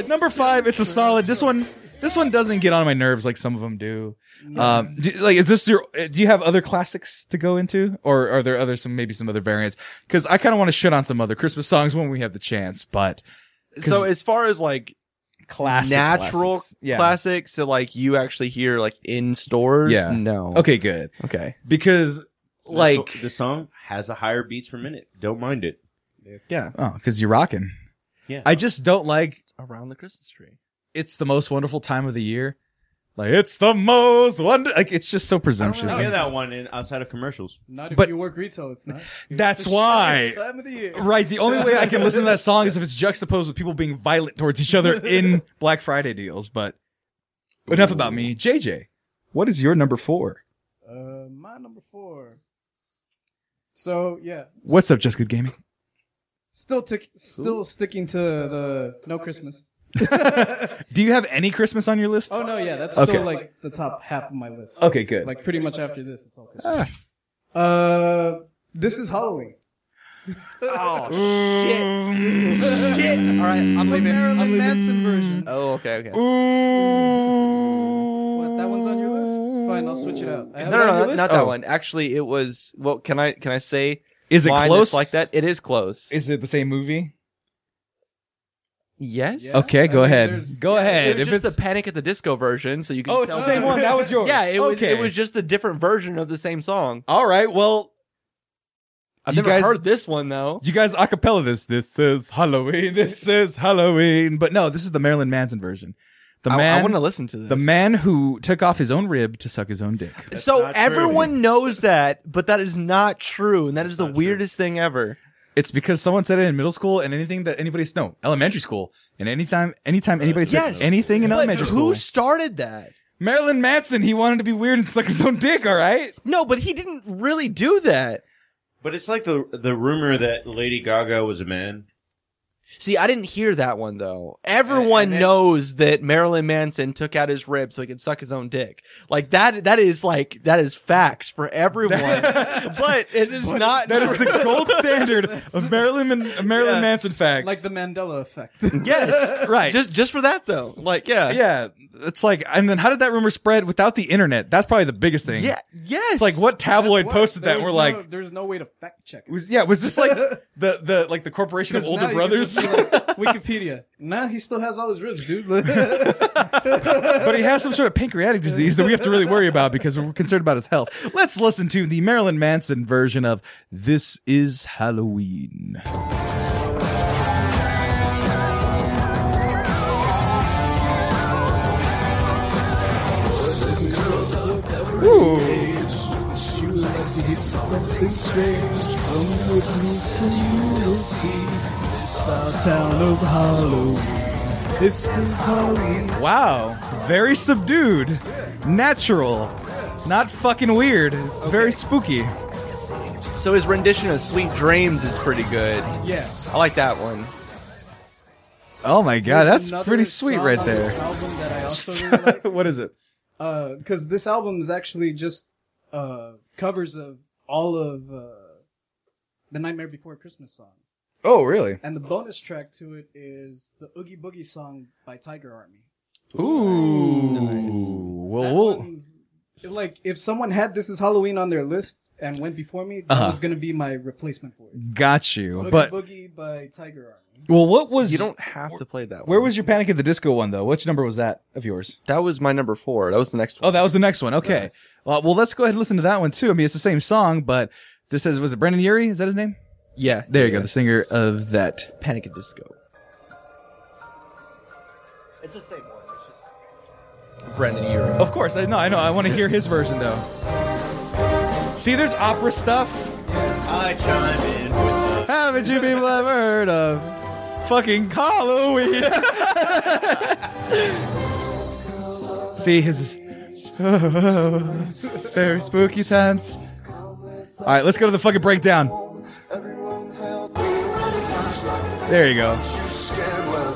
Number five, it's a solid. This one, this one doesn't get on my nerves like some of them do. Um, do- like, is this your? uh, Do you have other classics to go into, or are there other some maybe some other variants? Because I kind of want to shit on some other Christmas songs when we have the chance. But
So as far as like
classic,
natural
classics. yeah.
classics that like you actually hear like in stores,
Yeah.
no.
Okay, good.
Okay.
Because like,
the, song has a higher beats per minute. Don't mind it.
Yeah.
oh, because you're rocking.
Yeah.
I just don't like
Around the Christmas tree.
it's the most wonderful time of the year. Like it's the most wonder. Like it's just so
I
presumptuous.
don't hear that one in outside of commercials.
not if
but-
you work retail. It's not. It's
That's
the
why.
shittiest Time of the year.
Right. The only way I can listen to that song is if it's juxtaposed with people being violent towards each other in Black Friday deals. But enough about me. JJ, what is your number four?
Uh, my number four. So yeah,
What's up, Just Good Gaming?
still tick, still sticking to the no Christmas.
Do you have any Christmas on your list?
Oh no, yeah, that's
Okay.
still like the top half of my list.
Okay, Ah. good.
Like pretty much after this, it's all Christmas. Uh, this is Halloween.
shit. shit.
Oh, All right, I'm leaving.
Marilyn Manson version.
Oh, okay, okay.
What, that one's on your list? Fine, I'll switch it out. I
No, no,
have it on
no,
your
not
list.
that
Oh.
one. Actually, it was. Well, can I can I say?
Is it
mine that's
close?
Like that? It is close.
Is it the same movie?
yes.
Yeah.
Okay, go
I mean,
ahead.
there's-
Go
It
ahead.
was
If
just
it's
the Panic at the Disco version, so you can.
oh, it's
tell
the same one. That was yours.
Yeah, it was.
okay.
It was just a different version of the same song.
All right. Well,
I've
You
never
guys-
heard this one though.
you guys acapella this. This is Halloween. This is Halloween. But no, this is the Marilyn Manson version. The
I-
man.
I, want to listen to this.
The man who took off his own rib to suck his own dick.
So
not true.
everyone knows that, but that is not true, and that is the weirdest thing ever.
It's because someone said it in middle school and anything that anybody no elementary school and anytime anytime anybody said
Yes.
anything in
But
elementary school.
who started that?
Marilyn Manson, he wanted to be weird and suck his own dick. All right.
No, but he didn't really do that.
But it's like the the rumor that Lady Gaga was a man.
See, I didn't hear that one though. Everyone
and then-
knows that Marilyn Manson took out his rib so he could suck his own dick. Like that. That is like that is facts for everyone. but it is not.
That is
true.
the gold standard of Marilyn of Marilyn
Yes.
Manson facts.
Like the Mandela effect.
yes,
Right.
Just just for that though. Like yeah,
yeah, it's like, and then how did that rumor spread without the internet? That's probably the biggest thing.
yeah, yes.
it's like what tabloid
What?
posted that?
There's
And we're
no-
like,
there's no way to fact check. it.
was yeah, was this like the the like the corporation of
'Cause
older
now you can
brothers?
just be like, Wikipedia. Nah, he still has all his ribs, dude.
but he has some sort of pancreatic disease that we have to really worry about because we're concerned about his health. Let's listen to the Marilyn Manson version of "This Is Halloween." Wow, very subdued, natural, not fucking weird. It's very spooky.
So his rendition of "Sweet Dreams" is pretty good.
yeah.
I like that one.
Oh my god,
There's
that's
another
pretty sweet
song
right
on this
there.
album that I also really like.
what is it?
because this album is actually just uh, covers of all of uh, the Nightmare Before Christmas songs,
Oh, really?
and the bonus track to it is the Oogie Boogie song by Tiger Army.
Ooh.
That
Well, we'll
one's- like if someone had This Is Halloween on their list and went before me, that
Uh-huh.
was gonna be my replacement for it.
got you.
Oogie
But
Boogie by Tiger Army.
well, what was
You don't have to play that. One.
Where was your Panic at the Disco one though? Which number was that of yours?
that? Was my number four? That was the next
Oh,
one.
that was the next one. Okay. Well, well, let's go ahead and listen to that one too. I mean, it's the same song, but this is was it Brandon Urie? Is that his name?
yeah.
There you go, the singer of that.
Panic at Disco. It's the same one. It's just Brendan Urie.
Of course, I know, I know. I want to hear his version though. See, there's opera stuff.
I chime in with the
Haven't you people ever heard of fucking Halloween? See, his is very spooky times. All right, let's go to the fucking breakdown. There you go.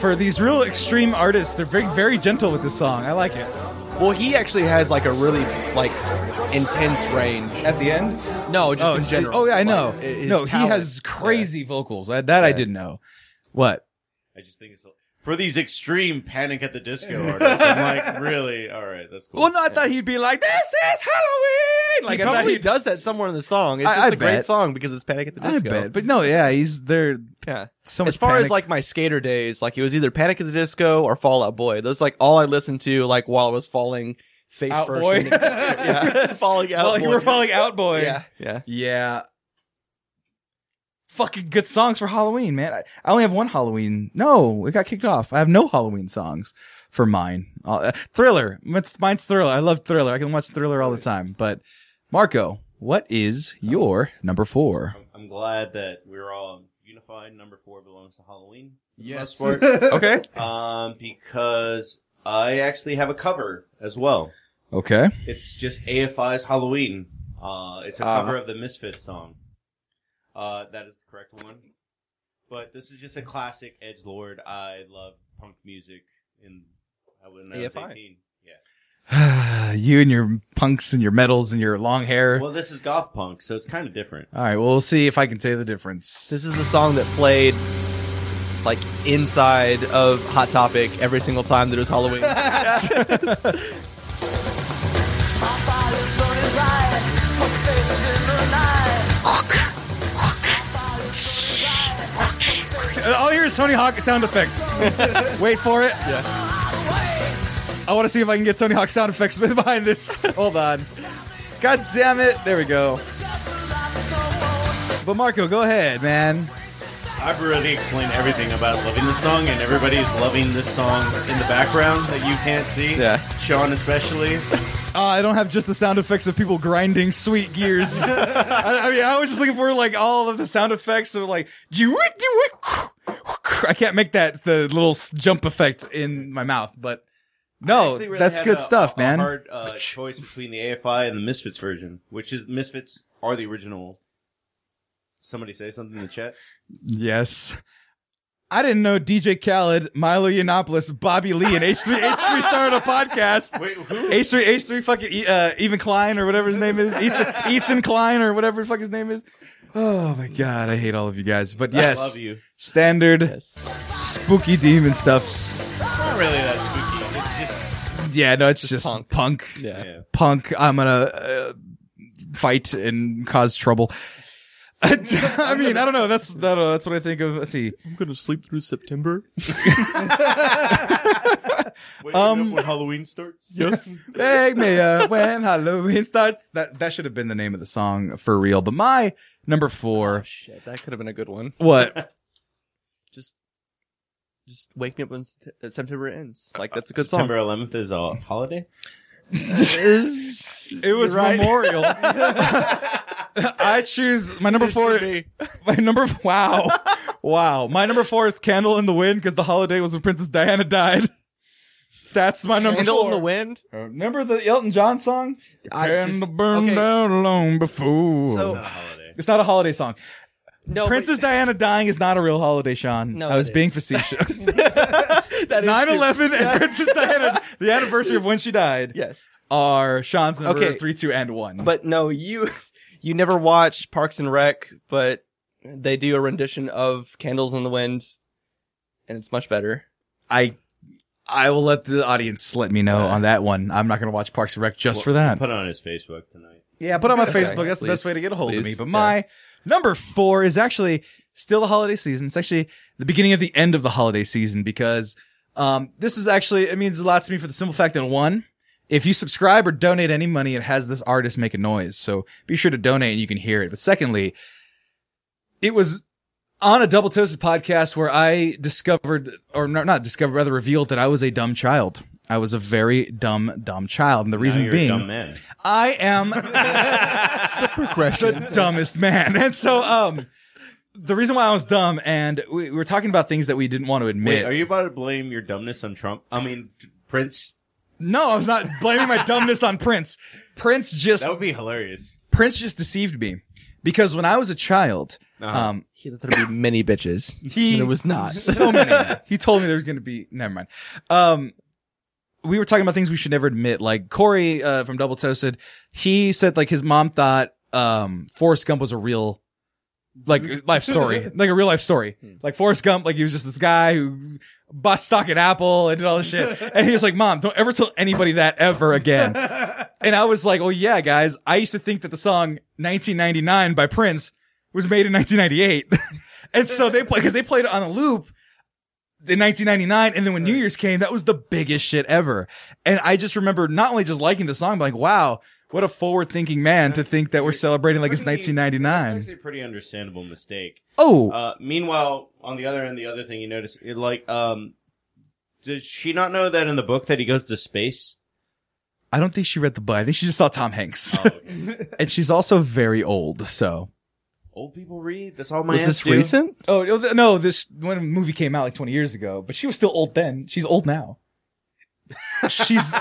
For these real extreme artists, they're very, very gentle with this song. I like it.
Well, he actually has like a really like intense range.
At the end,
No, just
oh,
in
it's-
general.
oh yeah, I
Like,
know.
i- his
no, he
talent.
has crazy vocals. I, that I did know. What?
I just think it's for these extreme Panic at the Disco artists. I'm like, really? All right, that's cool.
Well, no, I thought he'd be like, "This is Halloween."
Like,
Like,
he
I thought
probably
he'd-
does that somewhere in the song. It's
I-
just
I
a great
bet.
song because it's Panic at the
I
Disco.
bet, but no, yeah, he's there.
Yeah.
So much
as far
panic.
as like my skater days, like it was either Panic at the Disco or Fallout Boy. Those like all I listened to like while I was falling face
Out
first.
Boy.
into- yeah, falling out.
Well, you
boy.
were falling out, boy.
Yeah, yeah.
yeah. Fucking good songs for Halloween, man. I, I only have one Halloween. No, it got kicked off. I have no Halloween songs for mine. Uh, thriller. Mine's, mine's Thriller. I love Thriller. I can watch Thriller all the time. But Marco, what is your number four?
I'm, I'm glad that we're all unified. Number four belongs to Halloween.
Yes.
Sport.
Okay.
um, because I actually have a cover as well.
Okay.
It's just AFI's Halloween. Uh, it's a
Ah.
cover of the Misfits song. Uh, that is the correct one. But this is just a classic Edge Lord. I love punk music in when I was
AFI.
18. Yeah.
you and your punks and your medals and your long hair.
Well, this is goth punk, so it's kind of different.
All right, well, we'll see if I can say the difference.
This is the song that played like inside of Hot Topic every single time that it was Halloween.
all here is Tony Hawk sound effects. Wait for it. Yeah. I want to see if I can get Tony Hawk sound effects behind this. Hold on. God damn it. There we go. But Marco, go ahead, man.
I've already explained everything about loving the song, and everybody's loving this song in the background that you can't see.
Yeah.
Sean especially.
Uh, I don't have just the sound effects of people grinding sweet gears. I, I mean, I was just looking for like all of the sound effects of like, I can't make that the little s- jump effect in my mouth, but no,
Actually really
Oh, that's
had
good
a-
stuff,
a
man.
Hard uh, choice between the AFI and the Misfits version, which is Misfits are the original. Somebody say something in the chat.
Yes. I didn't know DJ Khaled, Milo Yiannopoulos, Bobby Lee, and H3 H3 started a podcast.
Wait, who?
H3 H3 fucking E- uh, Even Klein or whatever his name is, Ethan, Ethan Klein or whatever the fuck his name is. Oh my god, I hate all of you guys, but yes,
I love you.
standard
Yes.
spooky demon stuffs.
It's not really that spooky. It's just
Yeah, no, it's just,
punk.
punk. punk.
Yeah.
yeah.
Punk, I'm gonna uh, fight and cause trouble. I mean, I don't know. That's that, uh, that's what I think of. Let's see.
I'm gonna sleep through September.
Wait,
Um,
when Halloween starts.
Yes.
Beg me up when Halloween starts. That that should have been the name of the song for real. But my number four.
Shit, that could have been a good one.
What?
Just, just wake me up when Sept- uh, September ends. Like that's a good
September 11th is a holiday.
song. it
It was Memorial. I choose my number four. My number wow, wow. My number four is Candle in the Wind because the holiday was when Princess Diana died. That's my number
Handle in
four.
the wind.
Uh, Remember the Elton John song?
I
Candle
just-
burned
okay.
down long before.
It's not
So
a holiday.
it's not a holiday song.
no,
Princess Diana dying is not a real holiday, Sean.
No,
I was
it
being
is.
facetious.
That is
9
true.
11 and Princess Diana, the anniversary of when she died,
Yes,
are Sean's number
Okay.
three, two, and one.
but no, you you never watch Parks and Rec, but they do a rendition of Candles in the Wind, and it's much better.
I. I will let the audience let me know on that one. I'm not going to watch Parks and Rec just
Well,
for that.
Put it on his Facebook tonight.
yeah, put it on my
Okay,
Facebook. That's the best
please,
way to get a hold of me.
please,
But my
yeah.
number four is actually still the holiday season. It's actually the beginning of the end of the holiday season because um, this is actually it means a lot to me for the simple fact that one, if you subscribe or donate any money, it has this artist make a noise. So be sure to donate and you can hear it. But secondly, it was on a double toasted podcast where I discovered or no- not discovered, rather revealed that I was a dumb child. I was a very dumb, dumb child. And the
Now
reason
you're a
being,
dumb man.
I am the dumbest man. And so, um, the reason why I was dumb, and we, we were talking about things that we didn't want to admit.
Wait, are you about to blame your dumbness on Trump? I mean, Prince.
no, I was not blaming my dumbness on Prince. Prince just
That would be hilarious.
Prince just deceived me because when I was a child,
Uh-huh.
um,
He thought there'd be many bitches.
He-
and it was not.
so many. he told me there was going to be. Never mind. Um, we were talking about things we should never admit. Like Corey uh, from Double Toasted, he said like his mom thought um, Forrest Gump was a real like life story, like a real life story.
Hmm.
Like Forrest Gump, like he was just this guy who bought stock at Apple and did all this shit. And he was like, "Mom, don't ever tell anybody that ever again." and I was like, "Oh yeah, guys, I used to think that the song 1999 by Prince was made in 1998." and so they play because they played it on a loop in 1999 and then when new year's came that was the biggest shit ever and i just remember not only just liking the song but like wow what a forward thinking man to think that we're celebrating like it's
Pretty- That's
1999
actually a pretty understandable mistake.
oh
Uh, meanwhile, on the other end, the other thing you notice, it, like, um, does she not know that in the book that he goes to space?
i don't think she read the book i think she just saw tom hanks
Oh, okay.
and she's also very old so
Old people read. That's all my.
was
ass
this
do.
recent?
oh no, th- no this when the movie came out like 20 years ago but she was still old then she's old now she's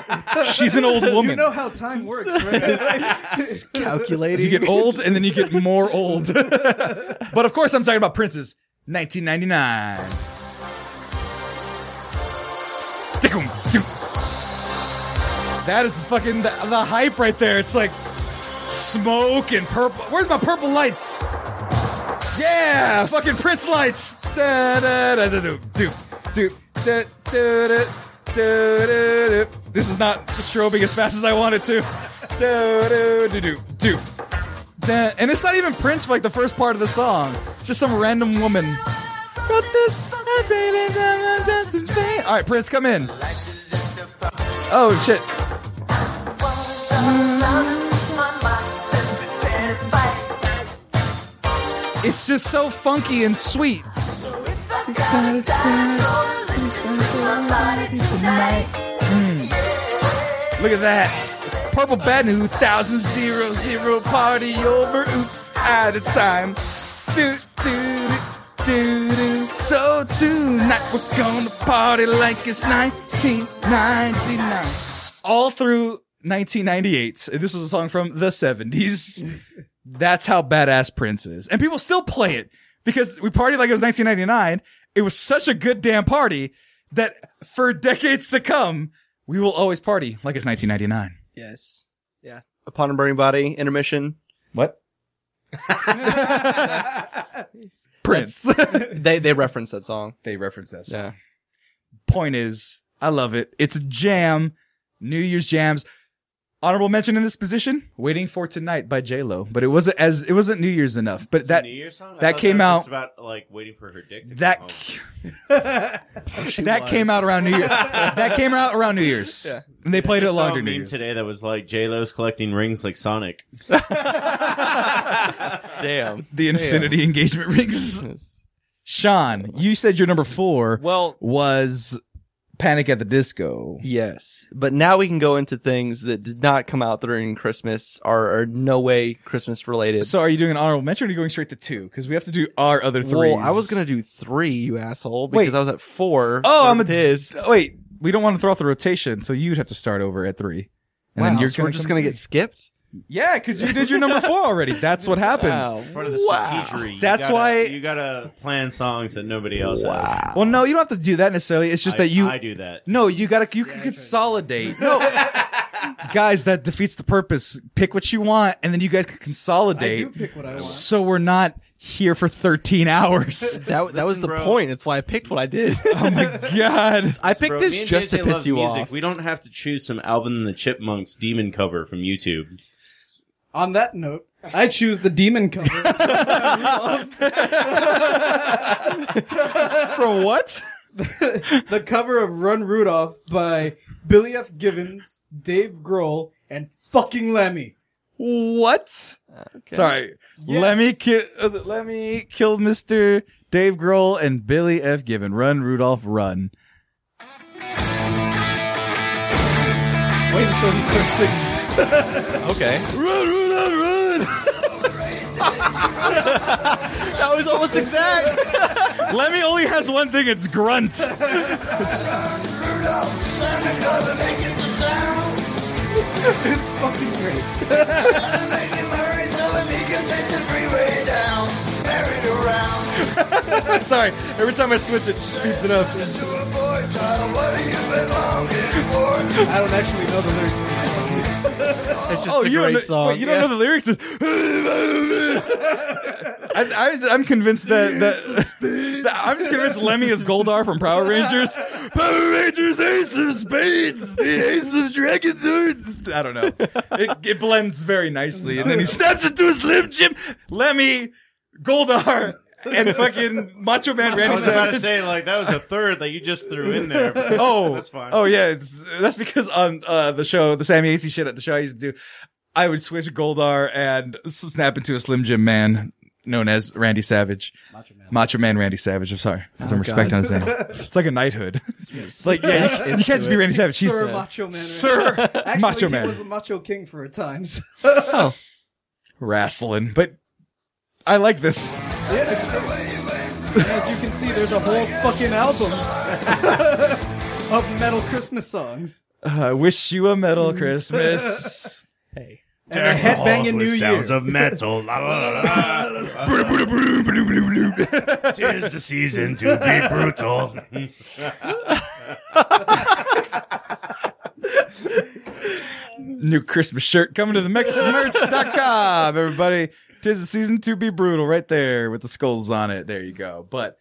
she's an old woman
You know how time works, right?
Calculating.
You get old and then you get more old. but of course, I'm talking about Prince's 1999. Dickum, doo. That is fucking the, the hype right there. It's like smoke and purple. Where's my purple lights? Yeah, fucking Prince lights. Da, da, da, da, do, do, do, da, do, da, do, do, do. This is not strobing as fast as I wanted to. Do, do, do, do, do. Da, and it's not even Prince for like the first part of the song. It's Just some random woman. Got this. All right, Prince, come in. Oh shit! It's just so funky and sweet. Mm. Look at that. Purple Bad New thousand zero zero party over. Oops, out of time. Do do do do do. So tonight we're gonna party like it's 1999. All through 1998. This was a song from the 70s. That's how badass Prince is, and people still play it because we partied like it was 1999. It was such a good damn party that for decades to come, we will always party like it's 1999.
Yes.
Upon a burning body, intermission.
What? Prince.
They they reference that song.
they reference that. song.
Yeah.
Point is, I love it. It's a jam. New Year's jams. Honorable mention in this position: "Waiting for Tonight" by J Lo. But it wasn't as it wasn't New Year's enough. But
It's
that
a New Year's song? I
that
thought
came
was
out-
just about like waiting for her dick to
that
come home.
that came out around New Year. that came out around New Year's.
Yeah.
And they played it
I
a
saw
lot
a
during New
meme
Year's.
today that was like J Lo's collecting rings like Sonic.
Damn.
The Infinity Engagement Rings. Sean, you said your number four
Well,
was Panic at the Disco.
yes, but now we can go into things that did not come out during Christmas or are no way Christmas related.
So are you doing an honorable mention or are you going straight to two? Because we have to do our other three.
well, I was gonna do three, you asshole, because
Wait.
I was at four.
Oh, I'm a-
his.
Wait, we don't want to throw out the rotation, so you'd have to start over at three. And then you're
so we're
gonna
just
come
gonna
through.
get skipped.
Yeah, because you did your number four already. That's what happens.
It's part of the
Wow.
strategery. You
That's
gotta-
why-
you gotta plan songs that nobody else has.
Well, no, you don't have to do that necessarily. It's just that
I,
you
I do that.
No, you gotta you can consolidate. No, guys, that defeats the purpose. Pick what you want, and then you guys can
I do
consolidate.
pick what I want.
So we're not here for 13 hours.
That that was
Listen,
the
bro.
point. That's why I picked what I did.
oh my god!
I picked
Bro, me
this
and
just to
JJ
piss
love
you
music.
off.
We don't have to choose some Alvin and the Chipmunks demon cover from YouTube.
On that note, I choose the demon cover.
From what?
the cover of Run Rudolph by Billy F. Givens, Dave Grohl, and fucking Lemmy.
What? Sorry,
Yes.
let me kill. Let me kill Mr. Dave Grohl and Billy F. Gibbon. Run, Rudolph, run.
Wait until he starts singing.
Okay.
Run, Rudolph, run.
That was almost exact.
Lemmy only has one thing. It's grunt.
It's fucking great.
Sorry, every time I switch it, speeds it up.
I don't actually know the lyrics. to this song.
It's just
Oh,
a
you
great
don't know,
song.
wait, you don't
Yeah.
know the lyrics? It's- I, I, I'm convinced that, that, that- I'm just convinced Lemmy is Goldar from Power Rangers. Power Rangers Ace of Spades, the Ace of Dragon Swords. I don't know. It, it blends very nicely, and then he snaps into a slim Jim. Lemmy, Goldar, and fucking Macho Man
I
Randy
was about to
Savage.
say like that was a third that you just threw in there. but
Oh,
that's fine.
Oh yeah, it's, that's because on uh, the show, the Sammy Acey shit at the show I used to do, I would switch Goldar and s- snap into a Slim Jim man known as Randy Savage, Macho Man, Randy Savage. I'm sorry, Put
Oh,
some respect on his name. It's like a knighthood. It's like yeah, you, you can't just be Randy Savage. He's
Sir Macho Man.
Sir
Actually,
Macho
he
Man
was the Macho King for a time. so-
wrestling, but. I like this.
As you can see, there's a whole fucking album of metal Christmas songs
Uh, wish you a metal
Mm.
Christmas.
and a headbanging New Year.
of metal. La, la, la, la, la. Tis the season to be brutal.
New Christmas shirt coming to the MexisMerch.com, everybody. Tis the season to be brutal, right there with the skulls on it. There you go. But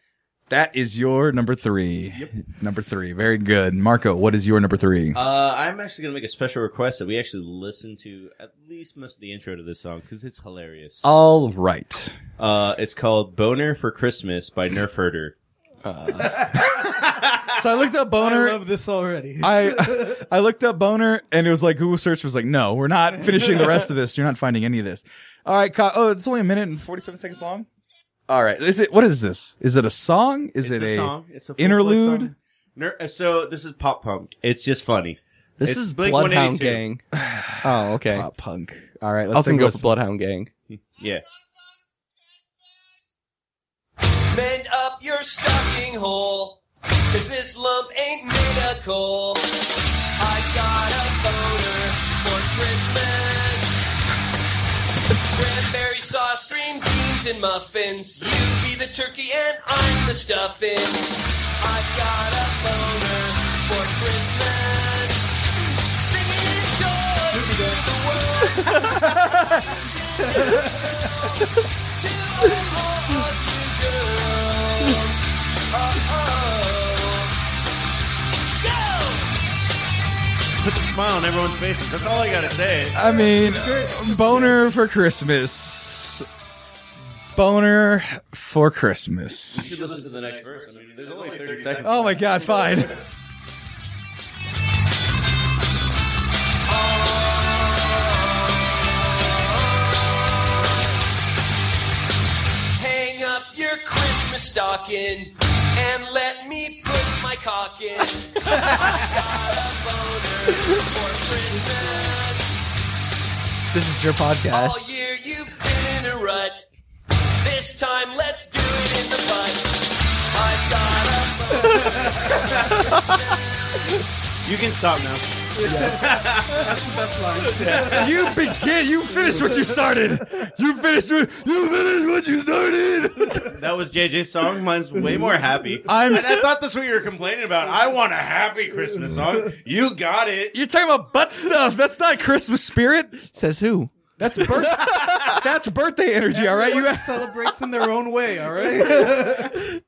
that is your number three. Yep. Number three. Very good. Marco, what is your number three?
Uh, I'm actually gonna make a special request that we actually listen to at least most of the intro to this song because it's hilarious.
All right.
Uh, it's called "Boner for Christmas" by Nerf Herder.
So I looked up
I
Boner.
love this already.
I I looked up Boner and it was like Google search was like, no, we're not finishing the rest of this. You're not finding any of this. All right, Kyle. Oh, it's only a minute and 47 seconds long. All right. Is it what is this? Is it a song? Is
it's
it a,
song. It's a full-fledged
interlude?
song. Ner- uh, so this is pop punk. It's just funny.
This
It's
is
Blink
Bloodhound
182.
Gang. Oh, okay.
pop punk? All right.
I'll
Let's
soon
take a
go for
listen.
Bloodhound Gang.
Yeah.
Mend up your stocking hole, cause this lump ain't made of coal. I got a boner for Christmas. Cranberry sauce, green beans, and muffins. You be the turkey and I'm the stuffing. I got a boner for Christmas. Singing and joy to the world. To all of you girls. Uh-oh. Go!
Put the smile on everyone's face. That's all I gotta say.
I mean, boner for Christmas. Boner for Christmas.
You should listen to the next verse. I mean, there's only 30 seconds.
Oh my God! Fine.
Hang up your Christmas stocking and let me put my cock in. I got a boner for Christmas.
This is your podcast.
All year you've been in a rut. This time let's do it in the butt. I've got a boner.
You can stop now.
you begin. You finished what you started. You finished. What, you finished what you started.
That was JJ's song. Mine's way more happy.
I'm
And I
s-
thought that's what you were complaining about. I want a happy Christmas song. You got it.
You're talking about butt stuff. That's not Christmas spirit.
Says who?
That's birth. that's birthday energy. All right. You.
Everyone celebrates in their own way. All right.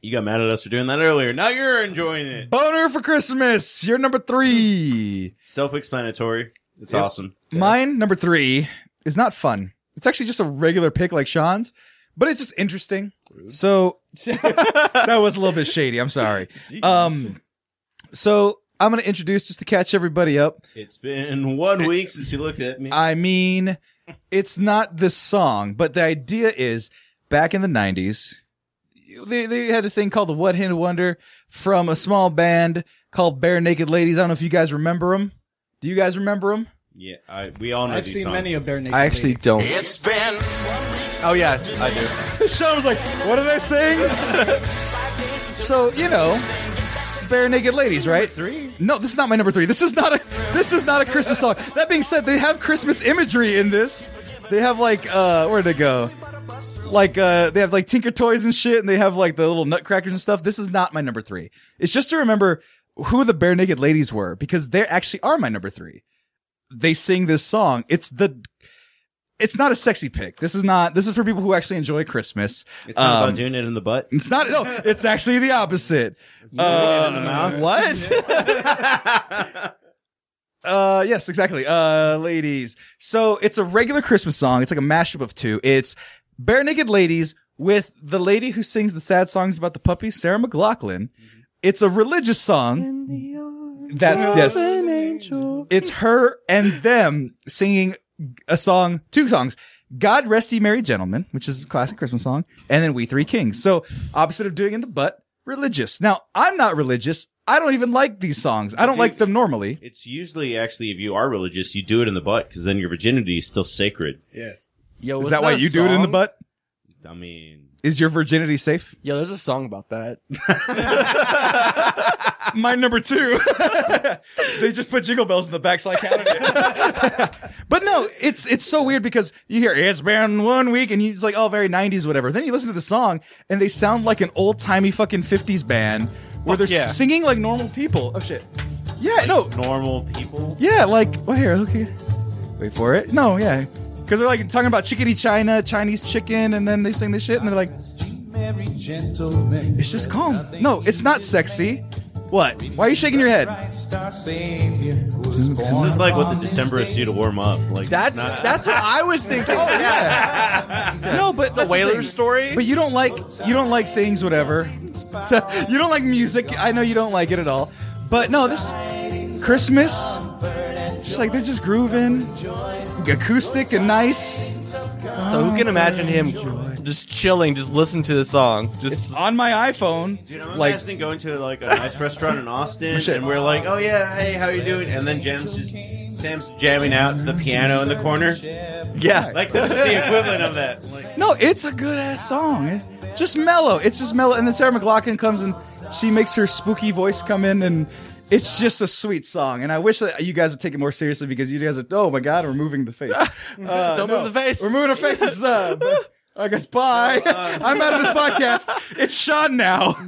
You got mad at us for doing that earlier. Now you're enjoying it.
Boner for Christmas. You're number three.
Self-explanatory. It's awesome.
Mine number three is not fun. It's actually just a regular pick like Sean's, but it's just interesting. So that was a little bit shady. I'm sorry. Um, so I'm gonna introduce just to catch everybody up.
It's been one week since you looked at me.
I mean, it's not this song, but the idea is back in the 90s, they, they had a thing called the What Hit Wonder from a small band called Bare Naked Ladies. I don't know if you guys remember them. Do you guys remember them?
Yeah, I, we all know
I've
these
seen
songs.
many of Bare Naked.
I actually
Lady.
don't.
It's been
Oh yes, I do.
Sean was like, What are they saying? so, you know, Bare Naked Ladies, right?
three.
No, this is not my number three. This is not a this is not a Christmas song. That being said, they have Christmas imagery in this. They have like uh where'd it go? Like uh they have like Tinker Toys and shit, and they have like the little nutcrackers and stuff. This is not my number three. It's just to remember who the bare naked ladies were, because they actually are my number three. They sing this song. It's the it's not a sexy pick. This is not this is for people who actually enjoy Christmas.
It's not
Um,
about doing it in the butt.
It's not no, it's actually the opposite. Uh,
What?
Uh, yes, exactly. Uh, ladies. So it's a regular Christmas song. It's like a mashup of two. It's bare naked ladies with the lady who sings the sad songs about the puppies, Sarah McLaughlin. It's a religious song. That's yes. It's her and them singing a song, two songs. God Rest Ye Merry Gentlemen, which is a classic Christmas song, and then We Three Kings. So opposite of doing in the butt, religious. Now, I'm not religious. I don't even like these songs. I don't like them normally.
It's usually actually, if you are religious, you do it in the butt because then your virginity is still sacred.
Yo,
Is
wasn't
that why
a
you do it in the
song?
butt?
I mean,
Is your virginity safe?
Yo, there's a song about that.
My number two. they just put jingle bells in the back, so I counted it. but no, it's it's so weird because you hear it's been one week, and he's like, oh, very '90s, whatever. Then you listen to the song, and they sound like an old timey fucking '50s band where they're
yeah.
singing like normal people. Oh shit. Yeah, no,
normal people.
yeah, like well, here, okay. Wait for it. Eh, No, yeah, because they're like talking about chickadee China, Chinese chicken, and then they sing this shit, and they're like,
It's
It's just calm. No, it's not sexy. What? Why are you shaking your head?
This is like what the Decemberists do to warm up. Like
That's
it's not-
that's what I was thinking. oh
No, but that's the
Whaler
thing.
story.
But you don't like you don't like things, whatever. you don't like music. I know you don't like it at all. But no, this Christmas, just like they're just grooving, acoustic and nice.
So who can imagine him just chilling, just listening to the song? Just
It's on my iPhone.
You know, I'm
Like-
imagining going to like a nice restaurant in Austin, and we're like, "Oh yeah, hey, how you doing?" And then Jam's just Sam's jamming out to the piano in the corner.
yeah,
Like this is the equivalent of that. Like,
No, it's a good ass song. It's Just mellow. It's just mellow. And then Sarah McLaughlin comes and she makes her spooky voice come in, and it's just a sweet song. And I wish that you guys would take it more seriously because you guys are. Oh my God, we're moving the face. Uh,
Don't move the face.
We're moving our faces. Uh, but I guess bye. I'm out of this podcast. It's Sean now.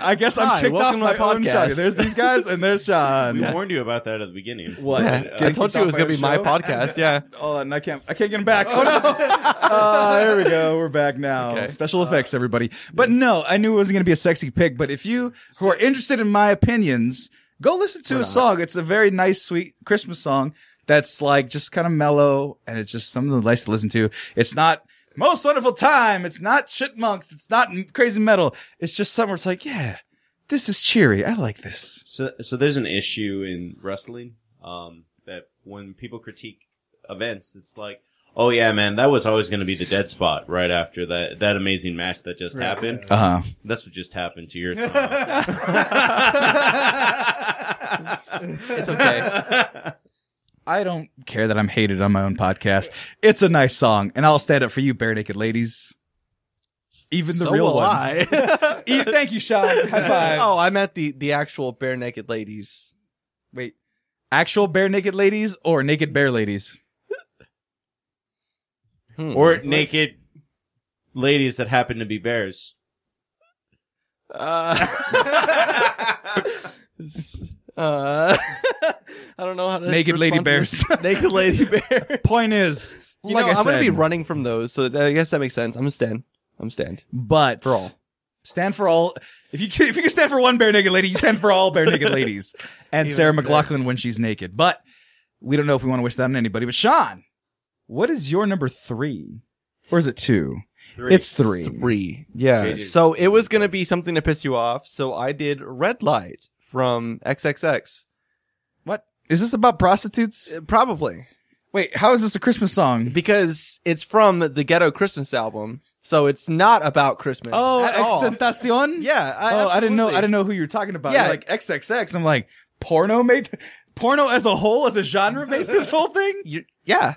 I guess I'm
Hi,
kicked off
welcome
my,
to my
own
podcast.
podcast. There's these guys and there's Sean.
we warned you about that at the beginning.
What?
Yeah, I
Getting
told
kicked
you it
off
was gonna
own
be my
show?
podcast. Yeah,
Oh, and I can't, I can't get him back. Oh no! uh, there we go. We're back now.
Okay.
Special effects, everybody. But no, I knew it wasn't going to be a sexy pick. But if you who are interested in my opinions, go listen to a song. It's a very nice, sweet Christmas song that's like just kind of mellow, and it's just something nice to listen to. It's not most wonderful time. It's not chipmunks. It's not m- crazy metal. It's just somewhere. It's like, yeah, this is cheery. I like this.
So, so there's an issue in wrestling um, that when people critique events, it's like, oh yeah, man, that was always going to be the dead spot right after that that amazing match that just happened.
Uh huh.
That's what just happened to your song.
it's okay.
I don't care that I'm hated on my own podcast. It's a nice song, and I'll stand up for you, bare naked ladies. Even the
So
real
will
ones.
I.
E- Thank you, Sean. High five.
oh, I meant the the actual bare naked ladies.
Wait, actual bare naked ladies or naked bare ladies?
Hmm.
or naked ladies that happen to be bears.
Uh, uh, I don't know how to
Naked lady
respond to
bears.
this. naked lady bear.
Point is,
You
like
know,
I
I'm
said,
gonna be running from those, so I guess that makes sense. I'm a stand. I'm a stand.
but
For all.
stand for all. If you can, if you can stand for one bare naked lady, you stand for all bare naked ladies. And Sarah McLaughlin when she's naked. But we don't know if we want to wish that on anybody. But Sean, what is your number three, or is it two?
Three.
It's three.
Three. Yeah.
Okay, dude.
So it was gonna be something to piss you off. So I did red light from XXX.
What is this about prostitutes?
Uh, Probably
Wait, how is this a Christmas song?
because it's from the Ghetto Christmas album. So it's not about Christmas. at all.
Oh, Extentacion.
Yeah.
oh, I didn't know. I
absolutely.
didn't know who you were talking about.
Yeah.
You're like XXX. I'm like porno made. Porno as a whole, as a genre, made this whole thing.
You- yeah.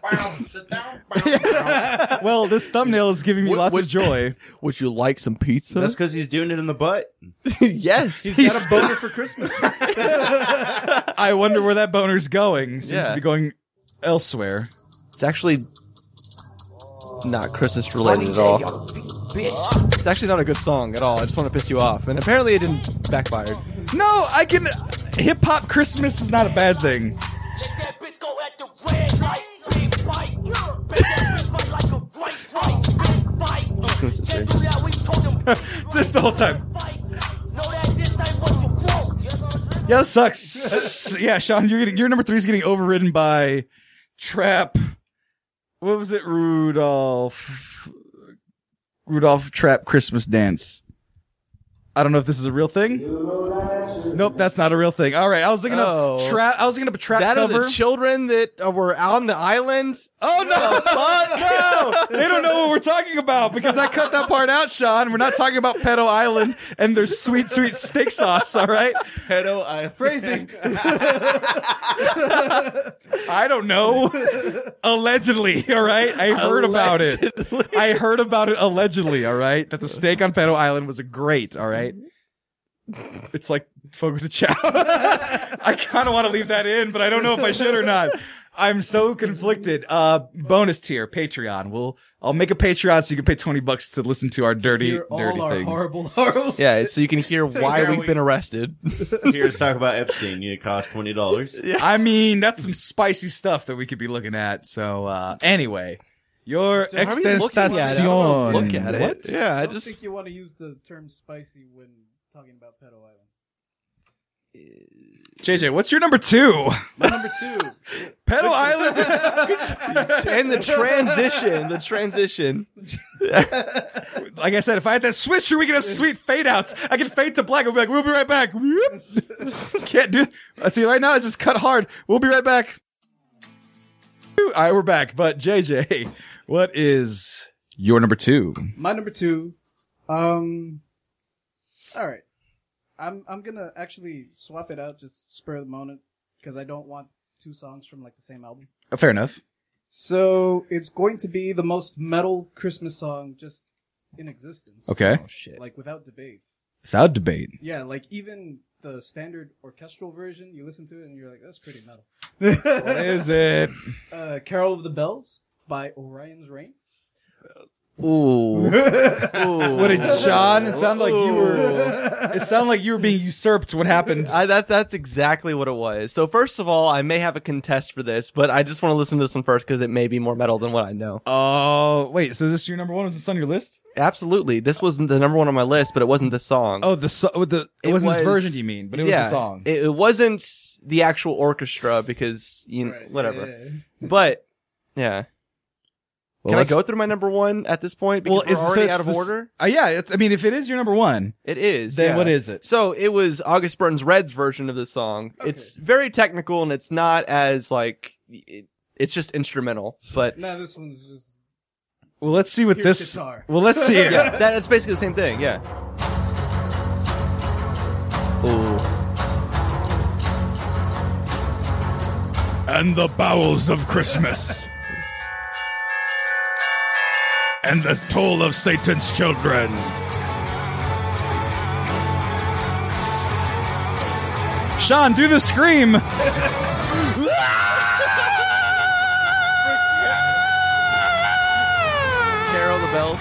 Well, this thumbnail is giving me
Wh-
lots
which-
of joy.
Would you like some pizza?
That's because he's doing it in the butt.
yes.
got a boner for Christmas.
I wonder where that boner's going. Seems
Yeah.
to be going elsewhere.
It's actually not Christmas related at all. It's actually not a good song at all. I just want to piss you off. And apparently it didn't backfire.
No, I can. Hip hop Christmas is not a bad thing.
Let that bitch go at the red light, big bite. Bet that bitch fight like a right, right, fist fight. Can't do that, we told them.
Just the whole time.
Fight. Know that this ain't what you want. Yes, I'm
Yeah, that sucks. yeah, Sean, you're getting your number three is getting overridden by Trap. What was it, Rudolph? Rudolph Trap Christmas Dance. I don't know if this is a real thing. Nope, that's not a real thing. All right, I was thinking
Oh.
of trap. I was thinking of a trap
That are
cover.
the children that uh, were out on the island.
oh no! no, they don't know what we're talking about because I cut that part out, Sean. We're not talking about Pedo Island and their sweet, sweet steak sauce. All right,
Pedo I phrasing.
I don't know. allegedly, all right? I heard about it. I heard about it allegedly, all right? That the steak on Pedo Island was a great, all right? It's like Fogo de Chao. I kind of want to leave that in, but I don't know if I should or not. I'm so conflicted. Uh, bonus tier, Patreon. We'll, I'll make a Patreon so you can pay 20 bucks to listen to our dirty,
You're
dirty
all our
things.
horrible, horrible.
Yeah, so you can hear why
There
we've
we-
been arrested.
Here's talk about Epstein. You cost twenty dollars.
I mean, that's some spicy stuff that we could be looking at. So, uh, anyway, your
How are you looking at it? I don't wanna
extension.
Look at it.
What?
Yeah,
I
I
don't
just
think you want to use the term spicy when talking about Pedo Island.
JJ, what's your number two?
My number two.
Pedal Island.
and the transition, the transition.
like I said, if I had that switcher, we could have sweet fade outs. I could fade to black. We'll be like, we'll be right back. Whoop. Can't do. I See, right now it's just cut hard. We'll be right back. All right, we're back. But JJ, what is your number two?
My number two. Um. All right. I'm I'm gonna actually swap it out just spur of the moment because I don't want two songs from like the same album.
Uh, Fair enough.
So it's going to be the most metal Christmas song just in existence.
Oh,
Okay.
Like without debate.
Without debate.
Yeah, like even the standard orchestral version, you listen to it and you're like, that's pretty metal.
What is it?
Uh, Carol of the Bells by Orion's Reign.
Ooh.
What did John? It sounded like you were. It sounded like you were being usurped. What happened?
I, that that's exactly what it was. So first of all, I may have a contest for this, but I just want to listen to this one first because it may be more metal than what I know.
Oh wait, so is this your number one? Was this on your list?
Absolutely, this wasn't the number one on my list, but it wasn't the song.
Oh, the so- oh, the it,
It
wasn't this
was-
version. Do you mean? But it was the song.
It, it wasn't the actual orchestra because you know,
Right,
whatever.
yeah, yeah, yeah.
But yeah,
Well,
can I
let's-
go through my number one at this point? Because we're
so
already
it's
out of
this-
order.
Uh, yeah, it's, I mean, if it is your number one,
It is.
then
yeah.
what is it?
So it was August Burns Red's version of the song. It's very technical and it's not as like it, it's just instrumental, but
Nah, this one's just.
Well, let's see what
Here's
this.
guitar.
Well, let's see.
yeah, that, that's basically the same thing. Yeah. Ooh.
and the bowels of Christmas. And the toll of Satan's children.
Sean, do the scream.
Carol the bells.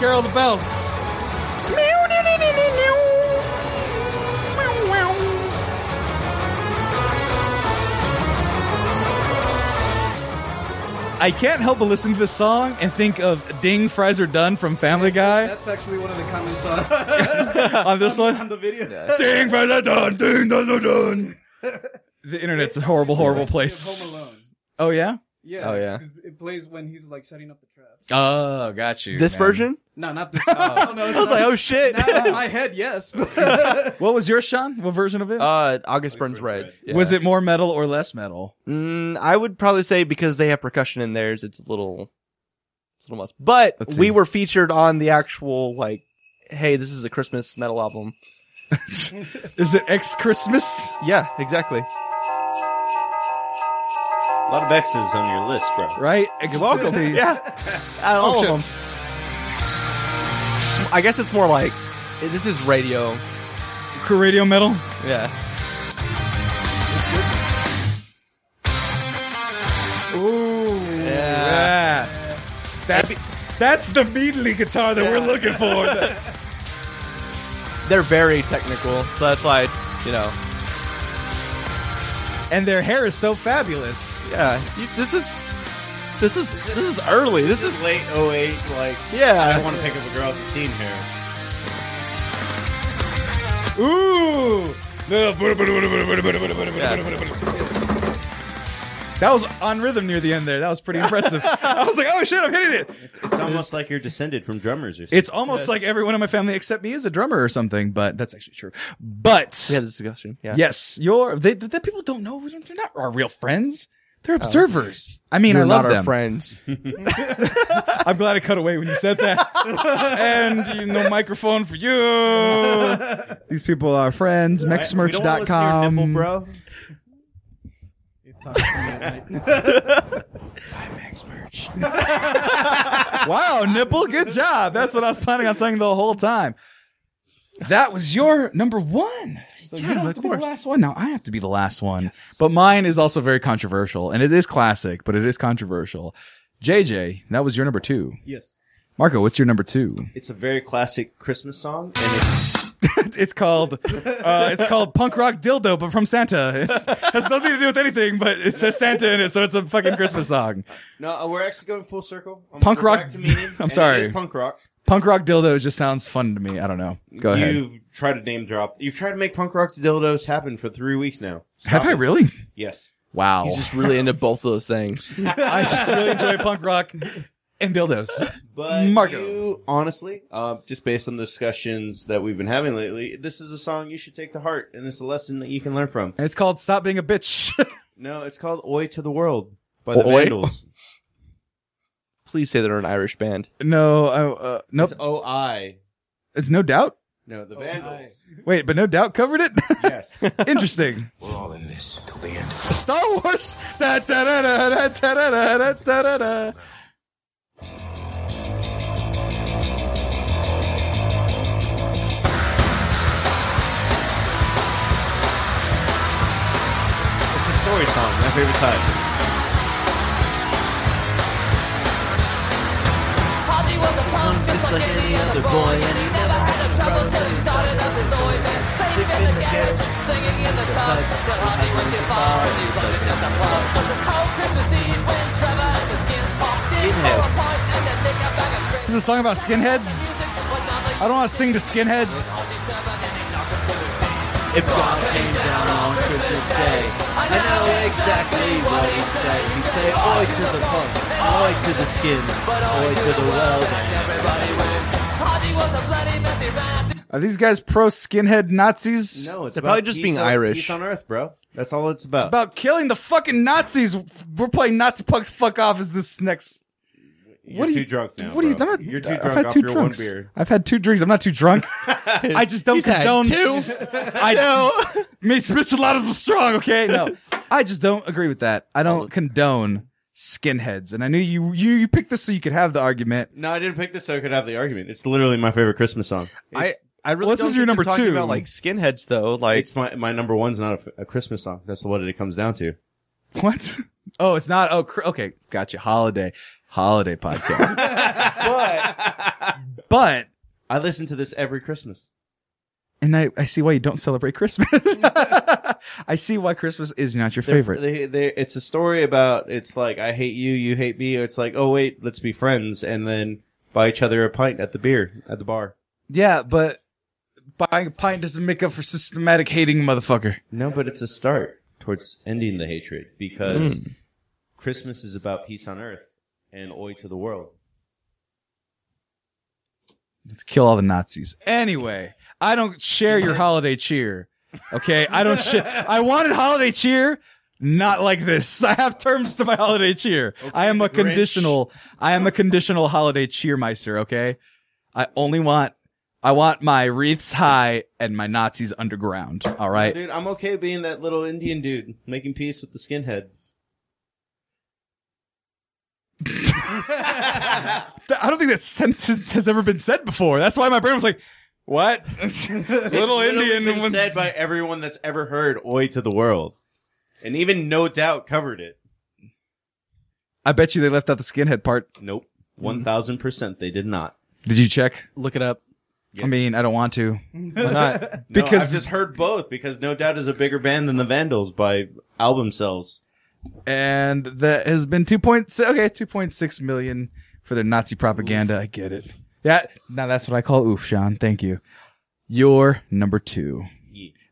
Carol the bells. I can't help but listen to this song and think of Ding Frizer Dunn from Family Guy
That's actually one of the comments on,
on this
on
one.
the video.
Ding for the dun, ding dun dun dun.
The internet's a horrible, horrible
Of Home Alone.
place. Oh yeah.
Yeah.
Oh, yeah.
'cause It plays when he's like setting up the traps.
Oh, got you.
This
man.
version?
No, not this. oh, no,
I was like, oh shit.
in my head, yes.
What was yours, Sean? What version of it?
Uh, August Burns Reds. yeah.
Was it more metal or less metal?
Mm, I would probably say because they have percussion in theirs, it's a little, it's a little must. But
Let's see.
we were featured on the actual like, hey, this is a Christmas metal album.
Is it X Christmas?
Yeah, exactly.
A lot of X's on your list, bro.
Right? Ex-
welcome.
the-
yeah, Out of all
Oh, shit.
of them. I guess it's more like this is radio.
Crew radio metal?
Yeah.
Ooh.
Yeah.
Yeah. That's that's the meatly guitar Oh, that we're looking for.
They're very technical, so that's why, you know,
and their hair is so fabulous.
yeah. You, this is, this is, this is early. This is,
late 08, like, I
yeah.
want to pick up a girl off the scene here.
Ooh. That was on rhythm near the end there. That was pretty impressive. I was like, oh shit, I'm hitting it.
It's almost like you're descended from drummers or something.
It's almost like everyone in my family except me is a drummer or something, but that's actually true. But
Yeah, this discussion. Yeah.
yes, you're they, that people don't know. we don't- They're not our real friends.
Oh.
They're observers. I mean, I
You're
love
not our
them.
friends.
I'm glad I cut away when you said that. and you no microphone for you. These people are friends.
We don't wanna listen to your
Mexmerch.com.
nipple, bro.
Wow, nipple, good job. That's what I was planning on saying the whole time. That was your number one. So you don't have to be the last one. Now I have to be the last one. But mine is also very controversial, and it is classic, but it is controversial. JJ, that was your number two.
yes.
Marco, what's your number two?
It's a very classic Christmas song, and it's
it's called uh, it's called punk rock dildo, but from Santa. It has nothing to do with anything, but it says Santa in it, so it's a fucking Christmas song.
no, uh, we're actually going full circle. I'm
Punk
gonna go
rock-
back to meaning,
I'm
and it
sorry.
is punk rock.
Punk rock dildo just sounds fun to me. I don't know. Go ahead.
You've tried to name drop. You've tried to make punk rock dildos happen for three weeks now. Stop
Have I
it.
really?
Yes.
Wow.
He's just really into both of those things.
I just really enjoy punk rock and dildos.
But
Marco.
you, honestly, uh, just based on the discussions that we've been having lately, this is a song you should take to heart, and it's a lesson that you can learn from.
And it's called Stop Being a Bitch.
No, it's called "Oi to the World" by the
Oi?
Vandals.
Please say they're an Irish band.
no, I, uh, nope.
It's O I.
It's no doubt.
No,
Oh,
the Vandals.
Wait, but no doubt covered it?
Yes.
Interesting.
We're all in this till the end.
Star Wars. Da, da, da, da, da, da, da, da, da, da, da.
It's a story song, my favorite type.
Ozzy was a punk just like any other boy, and he never had a trouble till he started up his oil band. Safe in the garage, singing in the tub, but Ozzy went too far and he wrote it as a plug. It was a cold Christmas Eve when Trevor and the Skins popped in for a pint and then pick up bag of crisps.
This is a song about skinheads.
Music was not the
I don't want to sing to skinheads.
Ozzy Turban and he knocked him to his knees.
If God came down on Christmas Day, I know exactly what he'd say. He'd say, Oi to the punks, oi to the skins, oi to the world.
Ozzy was a bloody mess, he ran
Are these guys pro skinhead Nazis?
No, it's
They're
about
probably just
peace
being
on-
Irish.
Peace on Earth, bro. That's all it's about.
It's about killing the fucking Nazis. We're playing Nazi punks. Fuck off. Is this next?
You're
what are
too
you-
drunk now.
what are you?
bro.
I'm not-
You're too
I've
drunk
had
off
two
your
drinks.
one beer.
I've had two drinks. I'm not too drunk. I just don't
He's had
condone.
two.
I know. Me, Micheladas was strong. Okay, no, I just don't agree with that. I don't condone skinheads. And I knew you. You you picked this so you could have the argument.
No, I didn't pick this so I could have the argument. It's literally my favorite Christmas song.
I,
It's,
I really
Well, this
don't
is your
think
number
they're talking
two.
about like skinheads though. Like
it's my my number one's not a, a Christmas song. That's what it comes down to.
What? Oh, it's not. Oh, cr- okay, gotcha. Holiday, holiday podcast. but but
I listen to this every Christmas.
and I, I see why you don't celebrate Christmas. I see why Christmas is not your
They're-
favorite.
They, they, it's a story about it's like I hate you, you hate me. It's like oh wait, let's be friends, and then buy each other a pint at the beer at the bar.
yeah, but buying a pint doesn't make up for systematic hating, motherfucker.
No, but it's a start towards ending the hatred because Christmas is about peace on earth and oi to the world.
Let's kill all the Nazis. Anyway, I don't share your holiday cheer. Okay, I don't. Sh- I wanted holiday cheer, not like this. I have terms to my holiday cheer. I am a conditional. I am a conditional holiday cheermeister. Okay, I only want. I want my wreaths high and my Nazis underground. All right.
Dude, I'm okay being that little Indian dude making peace with the skinhead.
Th- I don't think that sentence has- has ever been said before. That's why my brain was like, "What?" Little
It's literally
Indian
been
was-
said by everyone that's ever heard "Oi to the world," and even no doubt covered it.
I bet you they left out the skinhead part.
Nope, one thousand percent they did not.
Did you check?
look it up.
I mean, I don't want to.
Why not?
No,
Because-
I've just heard both. Because no doubt is a bigger band than the Vandals by album sales.
and that has been two point okay two point six million for their Nazi propaganda. I get it. Yeah, now that's what I call oof, Sean. Thank you. Your number two.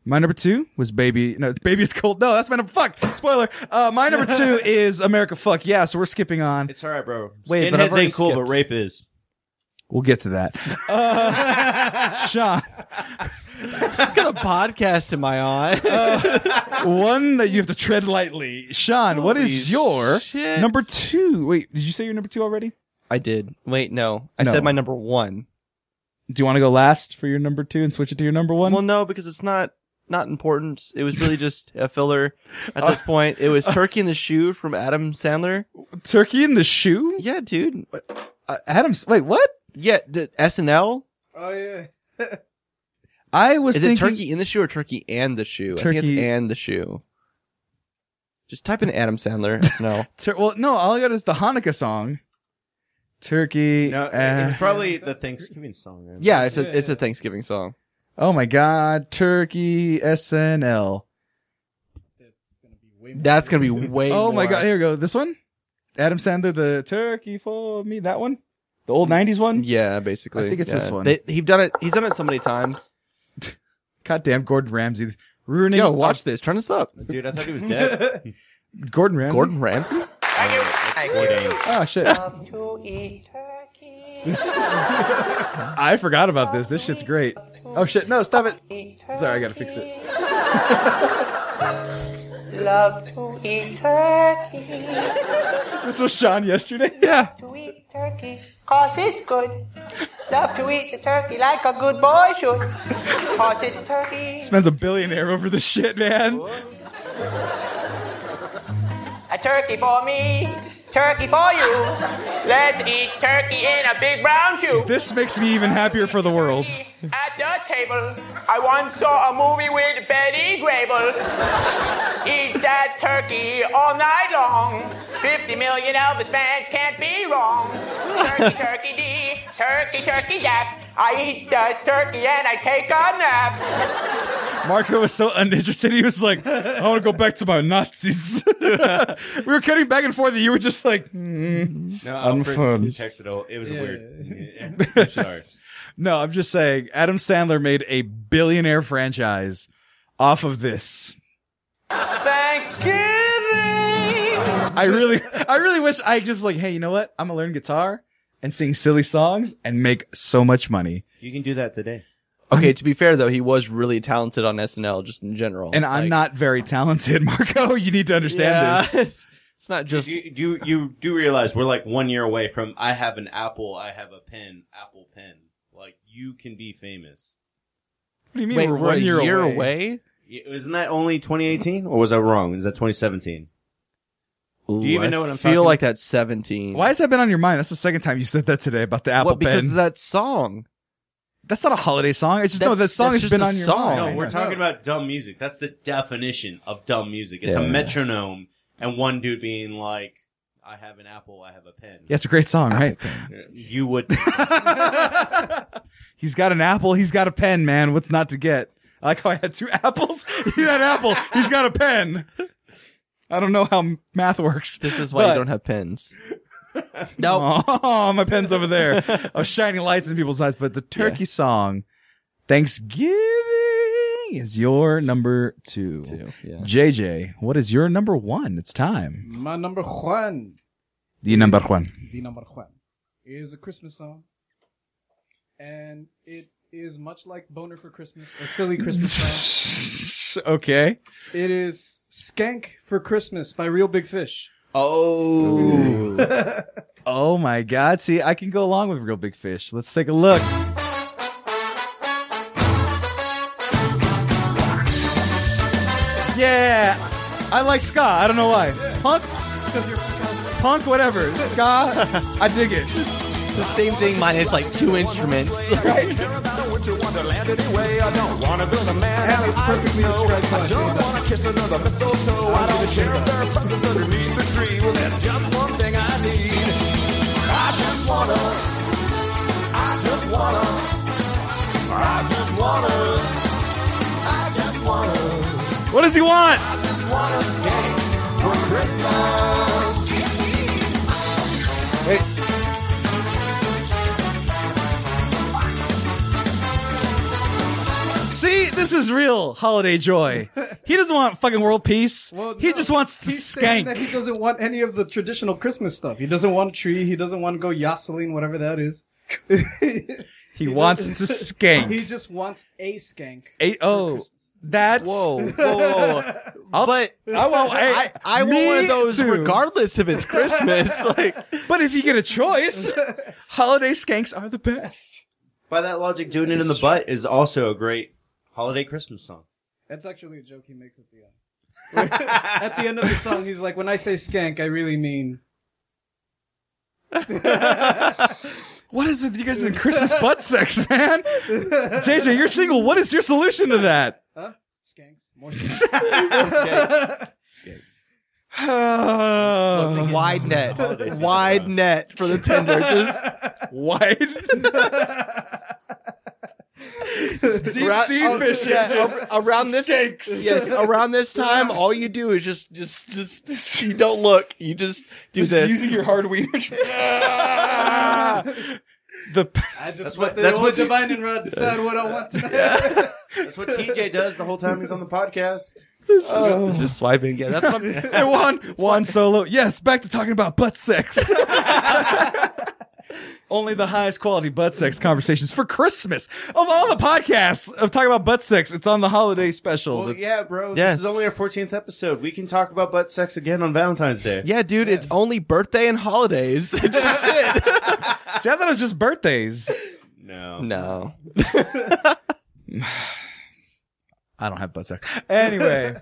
My number two was baby. No, baby is cold. No, that's my number. Fuck. Spoiler. Uh, my number two is America. Fuck yeah. So we're skipping on.
It's all right, bro.
Wait, but I've
Skinheads
already
ain't cool,
skipped.
but rape is.
We'll get to that. Uh, Sean,
What kind of podcast am I on?
Uh, one that you have to tread lightly. Sean, what
Holy
is your
shit.
number two? Wait, did you say your number two already?
I did. Wait, no. I
No.
said my number one.
Do you want to go last for your number two and switch it to your number one?
Well, no, because it's not not important. It was really just a filler at this point. It was Turkey in the Shoe from Adam Sandler.
Turkey in the shoe?
Yeah, dude.
Uh, Adams, wait, what?
Yeah, the SNL.
Oh yeah.
I was
Is it
thinking
Turkey in the Shoe or Turkey and the Shoe? I think it's
Turkey-
and the Shoe. Just type in Adam Sandler SNL.
Tur- well, no, all I got is the Hanukkah song. Turkey.
No,
uh,
it's probably the Thanksgiving song. man.
Yeah, it's a
Yeah,
it's a
yeah.
Thanksgiving song.
oh my God, Turkey SNL.
That's gonna be way. More
That's gonna be way.
oh my
more.
God, here we go. This one, Adam Sandler, the Turkey for me. That one. The old '90s one.
Yeah, basically.
I think it's
Yeah.
this one.
They, he've done it. He's done it so many times.
God damn, Gordon Ramsay ruining.
Yo, watch this. Turn this up.
Dude, I thought he was dead.
Gordon Ramsay.
Gordon Ramsay.
Oh shit. I forgot about this. This shit's great. Oh shit! No, stop it. Sorry, I gotta fix it.
Love to eat turkey,
This was Sean yesterday. Yeah.
to eat turkey, cause it's good. Love to eat the turkey like a good boy should, cause it's turkey.
Spends a billionaire over this shit, man.
A turkey for me, turkey for you. Let's eat turkey in a big brown shoe.
This makes me even happier for the world.
At the table, I once saw a movie with Betty Grable. Eat that turkey all night long. 50 million Elvis fans can't be wrong. Turkey, turkey D, turkey, turkey yap. I eat the turkey and I take a nap.
Marco was so uninterested. He was like, "I want to go back to my Nazis." we were cutting back and forth, and you were just like,
No,
Alfred Unfun.
texted. all- It was
Yeah.
weird. Yeah. Sorry.
No, I'm just saying Adam Sandler made a billionaire franchise off of this. Thanksgiving. I really I really wish I just was like, hey, you know what? I'm gonna learn guitar and sing silly songs and make so much money.
You can do that today.
Okay, to be fair though, he was really talented on SNL just in general.
And I'm
Like,
not very talented, Marco. You need to understand
yeah,
this.
It's, it's not just
You, you you do realize we're like one year away from I have an apple, I have a pen, Apple Pen. Like you can be famous.
What do you mean
wait,
we're one year, away?
away.
Y- Isn't that only 2018, or was I wrong? Is that 2017? Do you even
I
know what I'm
feel
talking
like that's 17.
Why has that been on your mind? That's the second time you said that today about the Apple
What, because
Pen.
of that song.
that's not a holiday song. I just know that
That's-
song
that's
has
just
been
a
on your
song.
mind.
No, we're talking about dumb music. That's the definition of dumb music. It's
Yeah.
a metronome, and one dude being like, "I have an apple, I have a pen."
yeah, it's a great song, right?
You would.
He's got an apple. He's got a pen, man. What's not to get? I like how I had two apples. he had an apple. He's got a pen. I don't know how m- math works.
This is why you don't have pens. no,
Oh, my pen's over there. I was shining lights in people's eyes. But the turkey song, Thanksgiving, is your number two.
yeah.
JJ, what is your number one? It's time.
My number one.
The number one.
The number one is a Christmas song, and it is much like "Boner for Christmas," a silly Christmas song.
okay.
It is "Skank for Christmas" by Real Big Fish.
oh,
Oh my God. See, I can go along with Real Big Fish. Let's take a look. Yeah. I like Ska. I don't know why. Punk. Punk, whatever. Ska. I dig it.
it's the same thing. Mine is like two instruments.
What does he want? See, this is real holiday joy. He doesn't want fucking world peace.
Well,
he
no,
just wants to
he's saying That
skank.
he doesn't want any of the traditional Christmas stuff. He doesn't want a tree. He doesn't want to go yostling, whatever that is.
He wants to
He
skank.
just wants a skank.
Eight, oh, that's
Whoa, whoa, whoa, whoa. but
I want.
I, I want
me
one of those
too.
regardless if it's Christmas. like
But if you get a choice, holiday skanks are the best.
by that logic, doing it in the butt is also a great holiday Christmas song.
That's actually a joke he makes at the end. at the end of the song, he's like, "When I say skank, I really mean."
What is with you guys in Christmas butt sex, man? JJ, you're single. What is your solution to that?
Huh? Skanks. More skanks.
wide net,
Holiday
wide
season.
net for the tender. Just
Why? deep
Ra-
sea
oh,
fishing.
yeah,
just-
ar- around this yes, around this time, all you do is just, just, just. You don't look. You just do
just
this.
using your hard wiener. the
I just
That's
that's
what-
what, the
that's
old
what-
divining rod decide what I want tonight.
That's what TJ does the whole time he's on the podcast.
Just, just swiping. Yeah, that's what I'm-
and Juan Juan Solo. Yes, back to talking about butt sex. Only the highest quality butt sex conversations for Christmas of all the podcasts of talking about butt sex. It's on the holiday special.
Well, yeah, bro.
Yes.
This is only our 14th episode. We can talk about butt sex again on Valentine's Day.
Yeah, dude, it's only birthday and holidays.
See, I thought it was just birthdays.
No.
no.
I don't have butt sex. Anyway,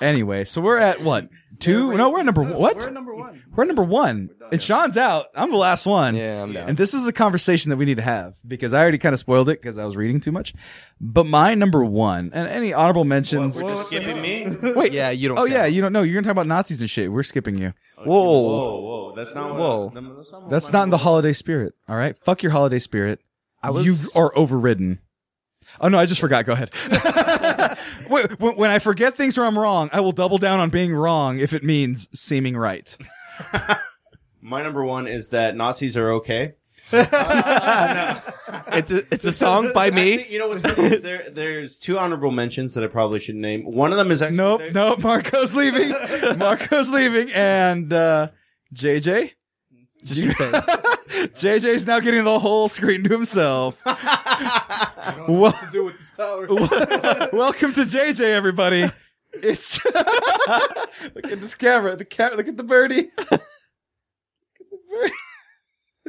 anyway, so we're at what two? no, we're at number what?
We're number one.
We're at number one, and Sean's out. I'm the last one.
Yeah, I'm down.
And this is a conversation that we need to have because I already kind of spoiled it because I was reading too much. But my number one, and any honorable mentions?
We're just skipping me?
Wait,
Yeah, you don't.
Oh
count.
yeah, you don't know. You're gonna talk about Nazis and shit. We're skipping you.
Whoa.
Whoa, whoa. That's not what
Whoa.
That's not, what
That's
my-
not in the holiday spirit. All right, fuck your holiday spirit.
Oh I was-
You are overridden. Oh no, I just forgot. Go ahead. when, when- when I forget things or I'm wrong, I will double down on being wrong if it means seeming right.
My number one is that Nazis are okay.
It's a, it's a song by me.
Actually, you know what's funny? is There, there's two honorable mentions that I probably should name. One of them is actually.
Nope,
there-
nope. Marco's leaving. Marco's leaving, and uh, JJ.
Just your face.
JJ's now getting the whole screen to himself.
I don't know what to do with this power.
Welcome to JJ, everybody. It's look at this camera. The cat. Look at the birdie. Look at the birdie.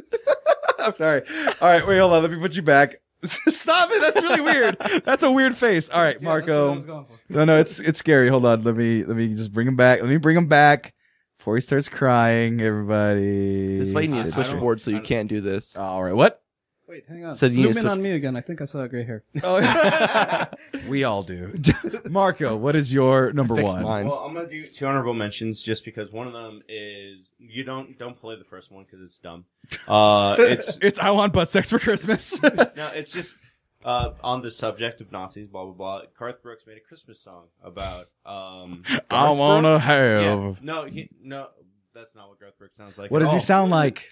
I'm sorry. All right, wait, hold on. Let me put you back. Stop it. That's really weird. That's a weird face. All right,
Yeah, that's what I
Marco.
was going for.
No, no, it's it's scary. Hold on. Let me let me just bring him back. Let me bring him back before he starts crying. Everybody.
This way you need to
I
switch
don't-
boards so
I
you
don't- Uh,
can't do this.
All right. What?
Wait, hang on.
Said you
Zoom
need
in
to-
on me again. I think I saw gray hair.
Oh. we all do. Marco, what is your number
Fix
one?
mine.
Well, I'm gonna do two honorable mentions just because one of them is you don't don't play the first one because it's dumb. Uh, it's
It's I want butt sex for Christmas.
no, it's just uh, on the subject of Nazis. Blah blah blah. Garth Brooks made a Christmas song about um.
I wanna have.
Yeah, no, he, no, that's not what Garth Brooks sounds like.
What
at
does he
all.
sound like?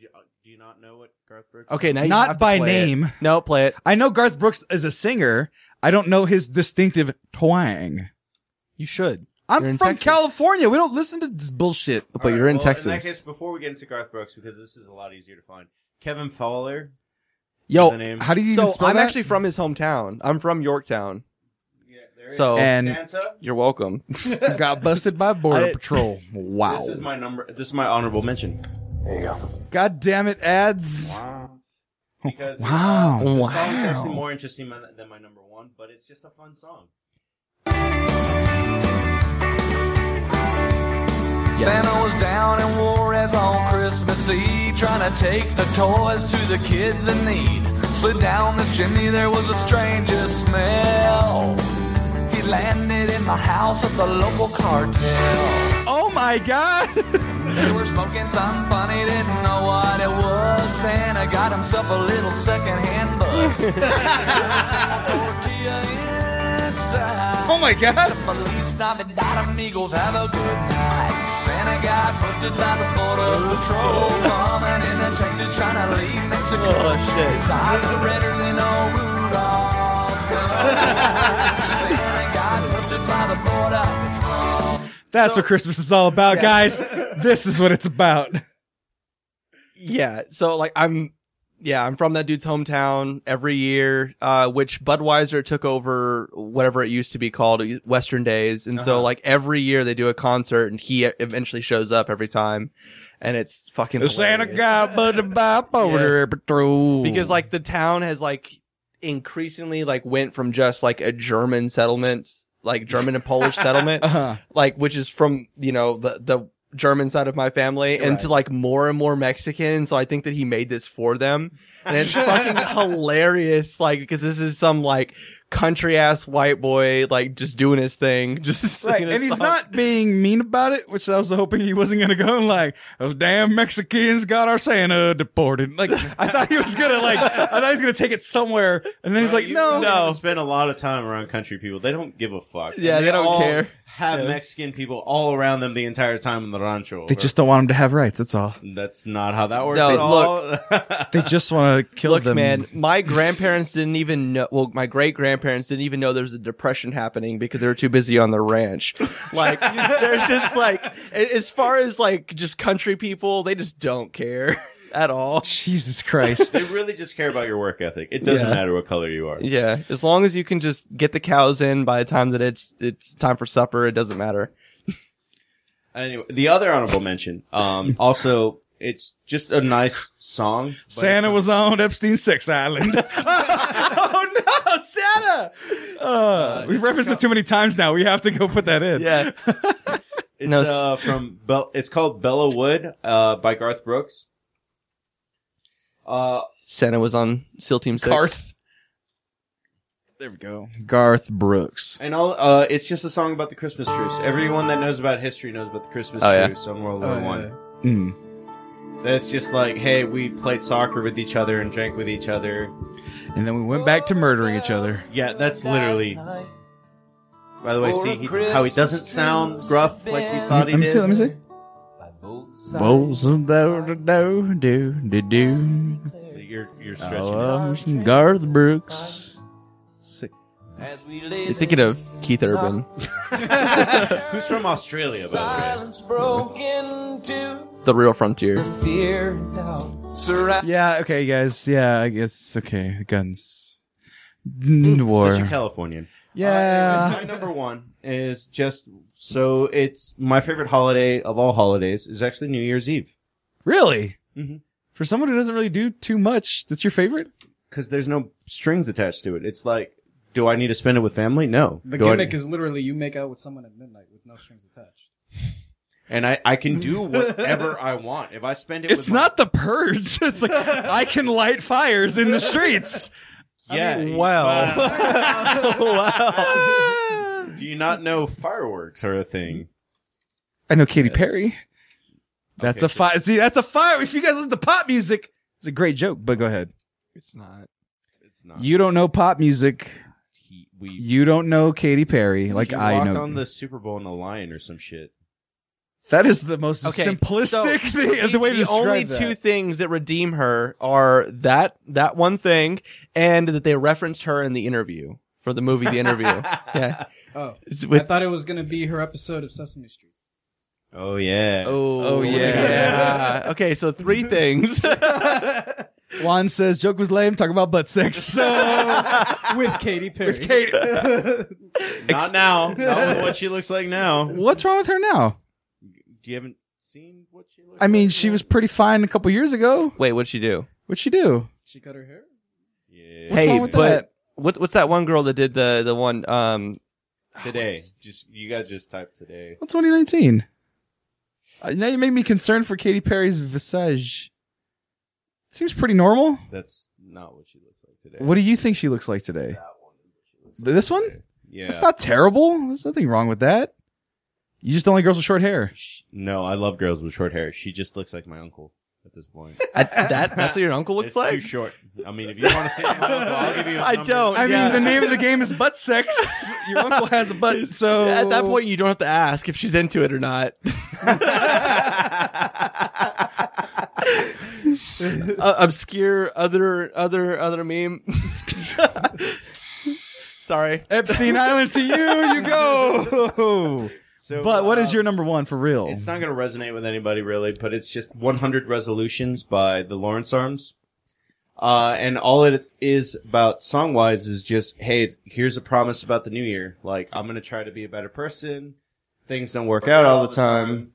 You- uh, Do you not know what Garth Brooks?
Okay, now you
Not
have to
by
play it.
name.
No, play it.
I know Garth Brooks is a singer. I don't know his distinctive twang.
You should.
I'm
You're in
from
Texas.
California. We don't listen to this bullshit.
But you're in
well,
Texas.
In that case, before we get into Garth Brooks, because this is a lot easier to find, Kevin Fowler.
Yo,
the name.
How do you
so
even spell
I'm
that?
actually from his hometown. I'm from Yorktown.
Yeah, there is
So-
And-
Santa.
You're welcome.
got busted by border
I-
patrol. Wow.
This is my number. This is my honorable mention
There you go.
God damn it, ads.
because uh,
Wow.
the
Wow.
song's actually more interesting than than my number one, but it's just a fun song.
Santa was down in Juarez on Christmas Eve, trying to take the toys to the kids in need. Slid down the chimney, there was the strangest smell. He landed in the house of the local cartel.
Oh my god.
They were smoking something funny, didn't know what it was. Santa got himself a little secondhand buzz. There was a tortilla inside.
Oh my god.
Feliz Navidad, amigos. Have a good night. Santa got busted by the border patrol. Bombing in the Texas, trying to leave Mexico. His eyes are redder than old Rudolph's. Santa got busted by the border patrol.
That's what Christmas is all about, guys. This is what it's about.
Yeah. So like I'm yeah, I'm from that dude's hometown every year, uh, which Budweiser took over whatever it used to be called uh, Western Days. And so
Uh-huh.
like every year they do a concert and he eventually shows up every time and it's fucking
Santa
hilarious.
got busted by border patrol.
because like the town has like increasingly like went from just like a German settlement, like German and Polish settlement,
uh-huh.
like which is from you know the the German side of my family, and to like more and more Mexican. And so I think that he made this for them, and it's fucking hilarious. Like because this is some like country ass white boy, like just doing his thing, just
Right,
singing his
and he's
song.
not being mean about it, which I was hoping he wasn't going to go and like, those damn Mexicans got our Santa deported. Like, I thought he was going to like, I thought he was going to take it somewhere, and then he's like, no,
no. Spend a lot of time around country people. They don't give a fuck.
Yeah,
And
they don't
all
care.
Have
Yeah.
Mexican people all around them the entire time in the rancho.
They just don't want him to have rights. That's all.
That's not how that works.
No,
at
look.
all.
They just want to kill
Look,
them.
man, my grandparents didn't even know. Well, my great grandparents didn't even know there was a depression happening because they were too busy on their ranch. Like, they're just like, a- as far as like just country people, they just don't care at all.
Jesus Christ.
they really just care about your work ethic. It doesn't
Yeah.
matter what color you are.
Yeah, as long as you can just get the cows in by the time that it's it's time for supper, it doesn't matter.
Anyway, the other honorable mention. Um, also, it's just a nice song. but
Santa
it's-
was on Epstein's sex island. oh no, Santa! Uh, we referenced it too many times now. We have to go put that in.
Yeah,
It's
No, s-
uh, from Bel- it's called Bella Wood uh, by Garth Brooks. Uh,
Santa was on SEAL Team Six.
Garth. There we go. Garth Brooks.
and all uh, it's just a song about the Christmas truce. Everyone that knows about history knows about the Christmas
Oh, yeah.
truce on World
Oh,
War
yeah,
One.
yeah.
Mm.
That's just like, hey, we played soccer with each other and drank with each other.
And then we went back to murdering each other.
Yeah, that's literally. By the way, see he, how he doesn't sound gruff like we thought he
Let me
did.
see. Let me see. Bowls of do do do do do.
You're you're stretching.
Oh.
it.
Um, Garth Brooks. Sick.
As we
You're
lay
thinking of Keith Urban,
Who's from Australia, by the way?
silence broke into
the real frontier.
fear and doubt. Surround
Yeah. Okay, guys. Yeah, I guess. Okay, guns. Mm, War.
Such a Californian. Uh,
yeah.
my number one is just so it's my favorite holiday of all holidays is actually New Year's Eve
Really?
Mhm.
For someone who doesn't really do too much, that's your favorite?
because there's no strings attached to it. It's like, do I need to spend it with family? No.
The
Do I-
gimmick is literally you make out with someone at midnight with no strings attached.
and I I can do whatever I want if I spend it.
It's
with my-
not the purge. It's like I can light fires in the streets.
yeah.
Wow. wow.
do you not know fireworks are a thing?
I know Katy Perry. That's
Okay,
a fire. See, that's a fire. If you guys listen to pop music, it's a great joke. But go ahead.
It's not.
It's not.
You don't know pop music.
He- we
You don't know Katy Perry, like
he
I
walked
know.
on the Super Bowl in a lion or some shit.
that is the most
Okay,
simplistic
so
thing. The, way to
the
describe
only
that.
two things that redeem her are that that one thing and that they referenced her in the interview for the movie The Interview. yeah,
Oh,
It's with
I thought it was gonna be her episode of Sesame Street.
Oh yeah.
oh,
yeah.
yeah. okay, so three things.
Juan says joke was lame. Talk about butt sex. So
with Katy Perry.
with Katy,
Not now. Not with what she looks like now.
what's wrong with her now?
Do you haven't seen what she looks
I mean,
like
she
yet?
was pretty fine a couple years ago.
Wait, what'd she do?
What'd she do?
She cut her hair.
Yeah.
What's
Hey,
wrong with
but-
that?
What, what's that one girl that did the the one? Um,
today. Just you gotta just type today.
Well, 2019. Uh, now you make me concerned for Katy Perry's visage. Seems pretty normal.
That's not what she looks like today.
What do you think she looks like today?
That one is what she looks like
This one?
today. Yeah.
That's not terrible. There's nothing wrong with that. You just don't like girls with short hair.
Sh- no, I love girls with short hair. She just looks like my uncle at this point.
I, that that's what your uncle looks
it's
like.
too short. I mean, if you want to say my uncle, I'll give you. his
I
number.
don't.
I
Yeah.
mean, the name of the game is butt sex. Your uncle has a butt, so
At that point, you don't have to ask if she's into it or not. uh, obscure other other other meme. Sorry.
Epstein Island to you, you go.
So,
But what is
uh,
your number one for real?
It's not going to resonate with anybody really, but it's just 100 Resolutions by the Lawrence Arms. Uh, and all it is about song wise is just, hey, here's a promise about the new year. Like, I'm going to try to be a better person. Things don't work out all the time,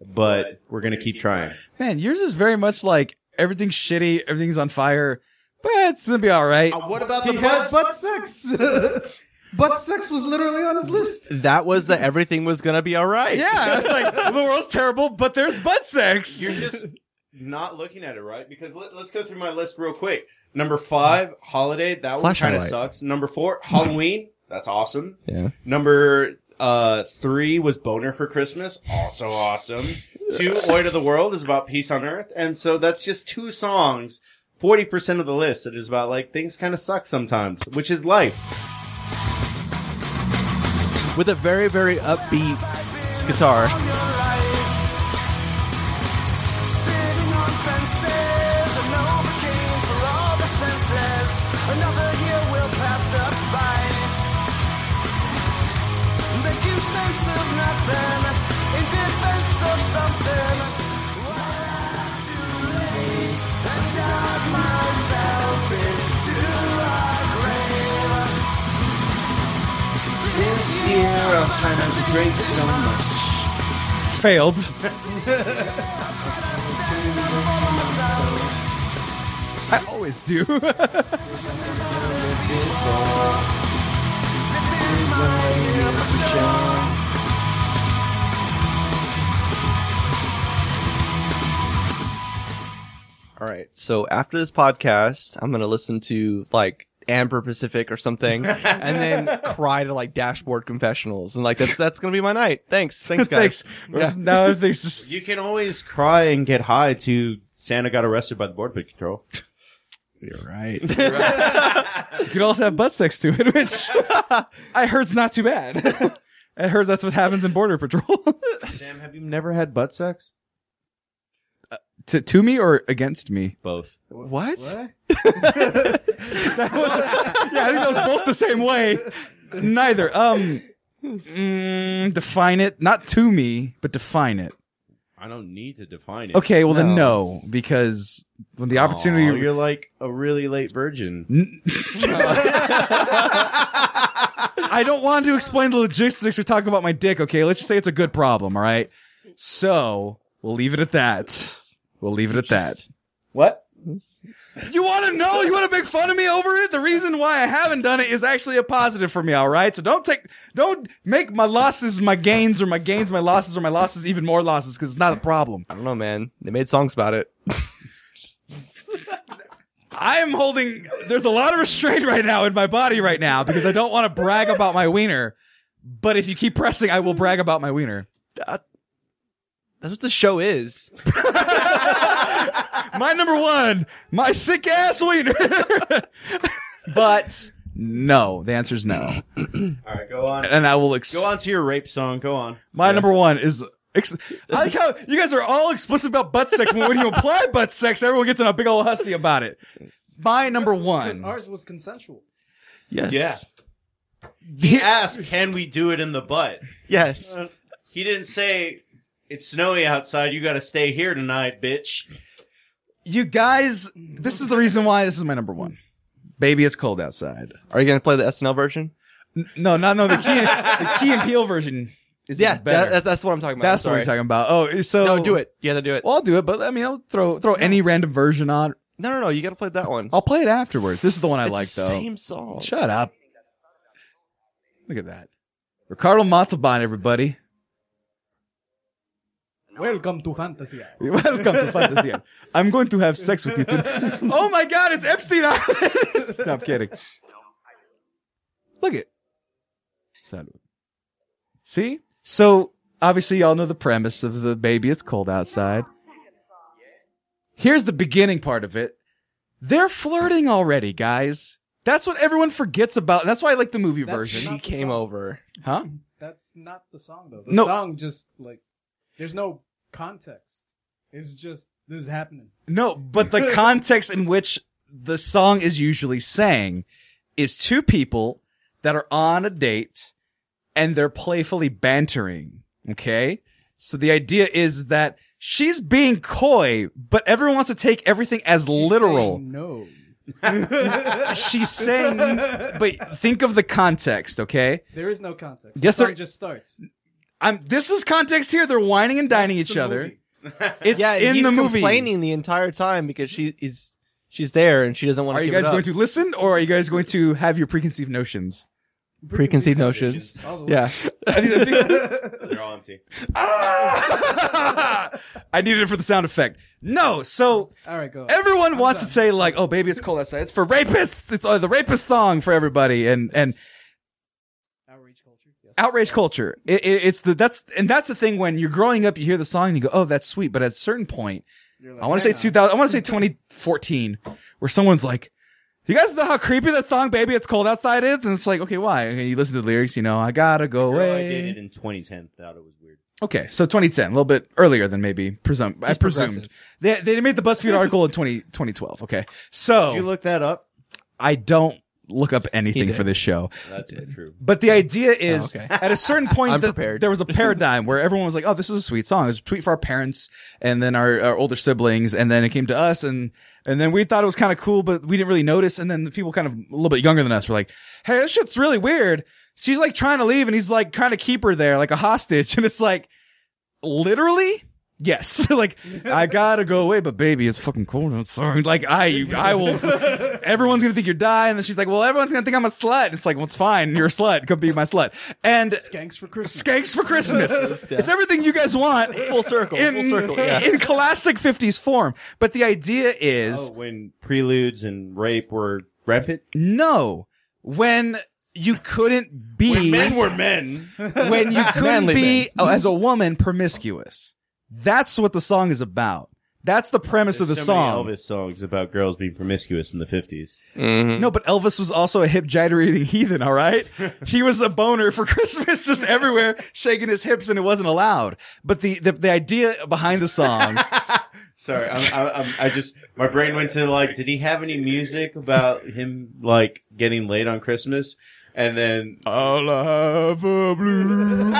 but we're going to keep trying.
Man, yours is very much like everything's shitty, everything's on fire, but it's gonna be all right.
Uh, what about
He had butt sex. butt sex was literally on his list.
That was that everything was gonna be all right.
Yeah, it's like the world's terrible, but there's butt sex.
You're just not looking at it right because let, let's go through my list real quick. Number five, Holiday. That one
Flashlight
kind of
light.
sucks. Number four, Halloween. That's awesome.
Yeah.
Number uh, three was Boner for Christmas. Also awesome. Two, Oi to the World is about peace on earth. And so that's just two songs, 40% of the list that is about like things kind of suck sometimes, which is life.
with a very very upbeat guitar.
Another year will pass us by. Make you sense of nothing in defense of something.
This year I'll try not to drink so much.
Failed. I always do.
All right. So after this podcast, I'm gonna listen to like Amber Pacific or something, and then cry to like Dashboard Confessionals, and like that's that's gonna be my night. Thanks, thanks guys.
Thanks.
Yeah.
Now everything's just
You can always cry and get high to Santa got arrested by the Border Patrol.
You're right. you could also have butt sex to it, which I heard's not too bad. I heard that's what happens in Border Patrol.
Sam, have you never had butt sex?
to, to me or against me?
Both.
What?
That was, yeah, I think that was both the same way. Neither. Um, mm, define it. Not to me, but define it.
I don't need to define it.
Okay, well then
No.
no, because when the
Opportunity.
opportunity.
you're like a really late virgin.
N- I don't want to explain the logistics or talk about my dick, okay? Let's just say it's a good problem, all right? So, we'll leave it at that. We'll leave it at that. What? You want to know? You want to make fun of me over it? The reason why I haven't done it is actually a positive for me, all right? So don't take, don't make my losses my gains or my gains my losses or my losses even more losses because it's not a problem.
I don't know, man. They made songs about it.
I am holding. There's a lot of restraint right now in my body right now because I don't want to brag about my wiener. But if you keep pressing, I will brag about my wiener.
That- that's what the show is.
My number one, my thick ass wiener. but no, the answer is no,
All right, go on.
and I will. Ex-
Go on to your rape song. Go on.
My number one is. Ex- I like how you guys are all explicit about butt sex. When, when you apply butt sex, everyone gets in a big old hussy about it. My number
Because
one.
ours was consensual.
Yes.
Yeah. He asked, "Can we do it in the butt?"
Yes.
He didn't say, "It's snowy outside. You got to stay here tonight, bitch."
You guys, this is the reason why this is my number one. Baby, it's cold outside.
Are you gonna play the SNL version?
No, not no. The key, the key and peel version is
Yeah,
better.
that, that's, that's what I'm talking about.
That's what
I'm
we're talking about. Oh, so
No, do it. You have to do it.
Well, I'll do it, but I mean, I'll throw throw any random version on.
No, no, no. You gotta play that one.
I'll play it afterwards. This is the one I
oh, It's
like,
the
though.
Same song.
Shut up. Look at that, Ricardo Montalban, everybody.
Welcome to Fantasy Hour.
Welcome to Fantasy. Island. I'm going to have sex with you. Too. Oh my God, it's Epstein Island. no, I'm kidding. Look it. Salud. See? So obviously, y'all know the premise of the baby. It's cold outside. Here's the beginning part of it. They're flirting already, guys. That's what everyone forgets about. That's why I like the movie
That's
version.
She
not the
came
song.
over.
Huh?
That's not the song though. The
No.
song just like there's no context. It's just this is happening.
No, but the context in which the song is usually sang is two people that are on a date and they're playfully bantering. Okay. So the idea is that she's being coy, but everyone wants to take everything as
She's
literal.
saying No.
She's saying, but think of the context. Okay.
There is no context.
Yes,
the
there-
song just starts.
I'm, this is context here. They're whining and dining
It's
each
a
other.
movie.
It's
yeah, and
in
he's
the movie.
complaining the entire time because she is she's there and she doesn't want to.
Are you
give it
guys
up.
going to listen or are you guys going to have your preconceived notions?
preconceived notions.
All the way.
Yeah.
They're all empty.
I needed it for the sound effect. No, so
All right, go.
everyone wants to say like, "Oh, baby, it's cold outside." It's for rapists. It's uh, the rapist song for everybody, and and
Outrage culture. Yes.
outrage culture. It, it, it's the that's and that's the thing when you're growing up, you hear the song and you go, "Oh, that's sweet," but at a certain point,
You're like,
I want to say
hang on.
2000. I want to say 2014, where someone's like, "You guys know how creepy that song "Baby It's Cold Outside" is," and it's like, "Okay, why?" Okay, you listen to the lyrics, you know, "I gotta go
Girl I dated
away."
in 2010 thought it was weird.
Okay, so 2010, a little bit earlier than maybe presum- I
He's
presumed. They, they made the BuzzFeed article in 20, 2012. Okay, so
Did you look that up?
I don't look up anything
did.
for this show.
That's true.
But the idea is,
Oh, okay.
at a certain point,
I'm
the-
prepared.
there was a paradigm where everyone was like, "Oh, this is a sweet song. It's a tweet for our parents, and then our, our older siblings, and then it came to us, and and then we thought it was kind of cool, but we didn't really notice. And then the people kind of a little bit younger than us were like, "Hey, this shit's really weird." She's like trying to leave, and he's like trying to keep her there like a hostage, and it's like, literally. Yes, like I gotta go away, but baby, it's fucking cold outside. Like I, I will. Everyone's gonna think you're dying. And then she's like, "Well, everyone's gonna think I'm a slut." It's like, "Well, it's fine. You're a slut. Come be my slut." And
skanks for Christmas.
skanks for Christmas. It's everything you guys want
Full circle.
in
full circle. Yeah.
in classic '50s form. But the idea is,
Oh, when preludes and rape were rampant.
no, when you couldn't be
When men were men.
when you couldn't
Manly
be oh, as a woman promiscuous. That's what the song is about. That's the premise of the
so
song.
Many Elvis songs about girls being promiscuous in the 50s.
Mm-hmm. No, but Elvis was also a hip gyrating heathen, all right? he was a boner for Christmas just everywhere, shaking his hips and it wasn't allowed. But the the, the idea behind the song
Sorry, I'm, I, I'm, I just my brain went to like, did he have any music about him like getting laid on Christmas? And then
I'll have a blue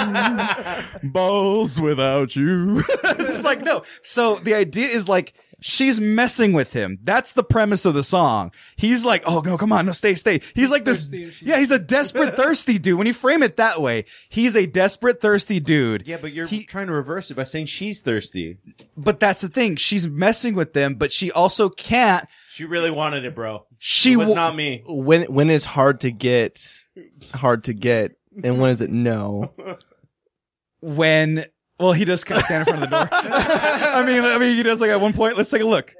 balls without you. it's like no. So the idea is like she's messing with him. That's the premise of the song. He's like, oh no, come on, no, stay, stay. He's like this.
Thirsty and she-
Yeah, he's a desperate thirsty dude. When you frame it that way, he's a desperate thirsty dude.
yeah, but you're
He-
trying to reverse it by saying she's thirsty.
But that's the thing. She's messing with them, but she also can't.
She really wanted it, bro.
She
it was
wa-
not me.
When when is hard to get hard to get and when is it no?
when well he does kind of stand in front of the door. I mean, I mean he does like at one point. Let's take a look.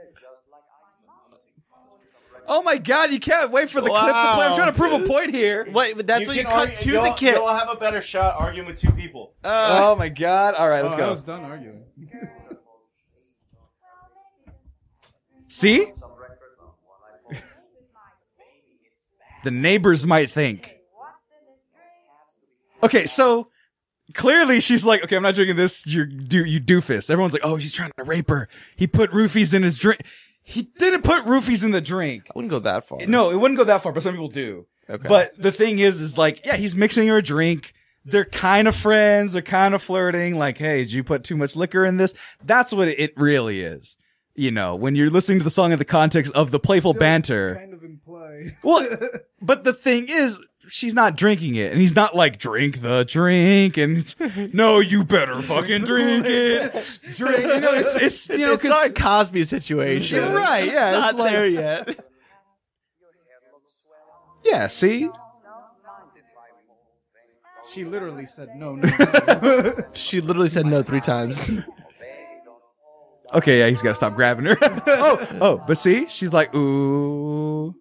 Oh my god, you can't wait for the clip to play. I'm
Wow.
trying to prove a point here.
Wait, but that's
can argue- you'll- You'll have a better shot arguing with two people.
Uh,
oh my god. All right, let's
Oh, I
go.
was done arguing.
See? the neighbors might think. Okay, so clearly she's like, okay, I'm not drinking this. You do you doofus. Everyone's like, oh, he's trying to rape her. He put roofies in his drink. He didn't put roofies in the drink.
I wouldn't go that far.
No, it wouldn't go that far, but some people do.
Okay.
But the thing is, is like, yeah, he's mixing her a drink. They're kind of friends. They're kind of flirting. Like, hey, did you put too much liquor in this? That's what it really is. You know, when you're listening to the song in the context of the playful banter.
Kind of imply.
Well, but the thing is, she's not drinking it, and he's not like drink the drink, and it's, no, you better fucking drink it. Drink, you know, it's it's you know,
it's not a
because
Cosby situation.
You're right, yeah,
It's
it's
not
like-
there yet.
yeah, see,
She literally said no, no, no.
She literally said no three times.
Okay, yeah, he's got to stop grabbing her. oh, oh, but see, she's like, ooh.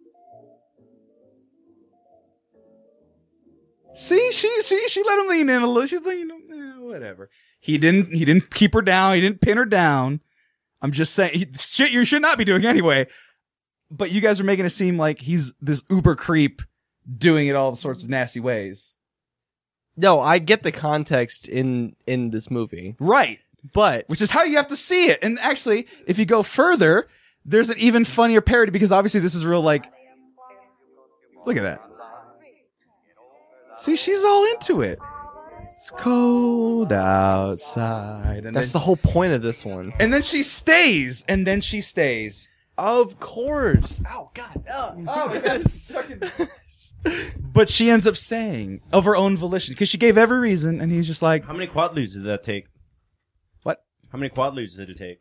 See, she, see, she let him lean in a little. She's like, you know, eh, whatever. He didn't, he didn't keep her down. He didn't pin her down. I'm just saying, he, shit, you should not be doing anyway. But you guys are making it seem like he's this uber creep doing it all sorts of nasty ways.
No, I get the context in in this movie,
Right.
but
which is how you have to see it. And actually, if you go further, there's an even funnier parody because obviously this is real. Like, look at that. See, she's all into it. It's cold outside, and
that's the
then,
whole point of this one.
and then she stays, and then she stays.
Of course. Oh God.
Oh my god, But she ends up staying of her own volition because she gave every reason, and he's just like,
How many quad ludes did that take?
What?
How many quad ludes did it take?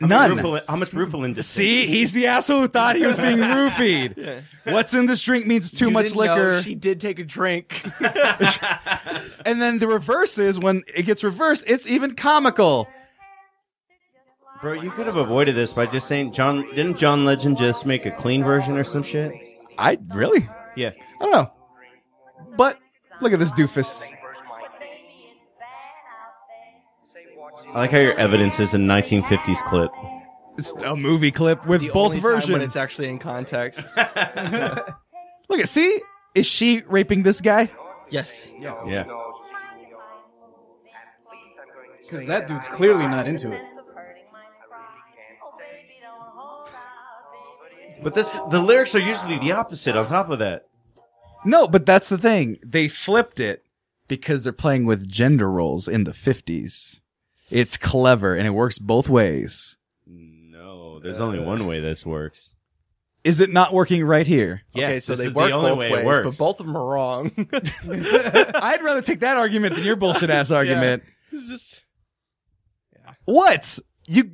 None.
Rufalin, how much Rufalin did
See, he's the asshole who thought he was being roofied. What's in this drink means too
You
much
didn't know
liquor.
she did take a drink.
And then the reverse is when it gets reversed, it's even comical.
Bro, you could have avoided this by just saying John. Didn't John Legend just make a clean version or some shit?
I really?
Yeah.
I don't know. But look at this doofus.
I like how your evidence is a 1950s clip.
It's a movie clip with
The
both
only time
versions.
when it's actually in context.
Look at see, is she raping this guy?
yes.
Yeah.
Because that dude's clearly not into it.
But this, the lyrics are usually the opposite. On top of that,
No, but that's the thing. They flipped it because they're playing with gender roles in the 50s. It's clever and it works both ways.
no, there's only one way this works.
Is it not working right here?
Yeah,
okay, so
this
they
is
work
the only
both
way
ways,
it works.
but both of them are wrong.
I'd rather take that argument than your bullshit ass argument.
It's just
What? You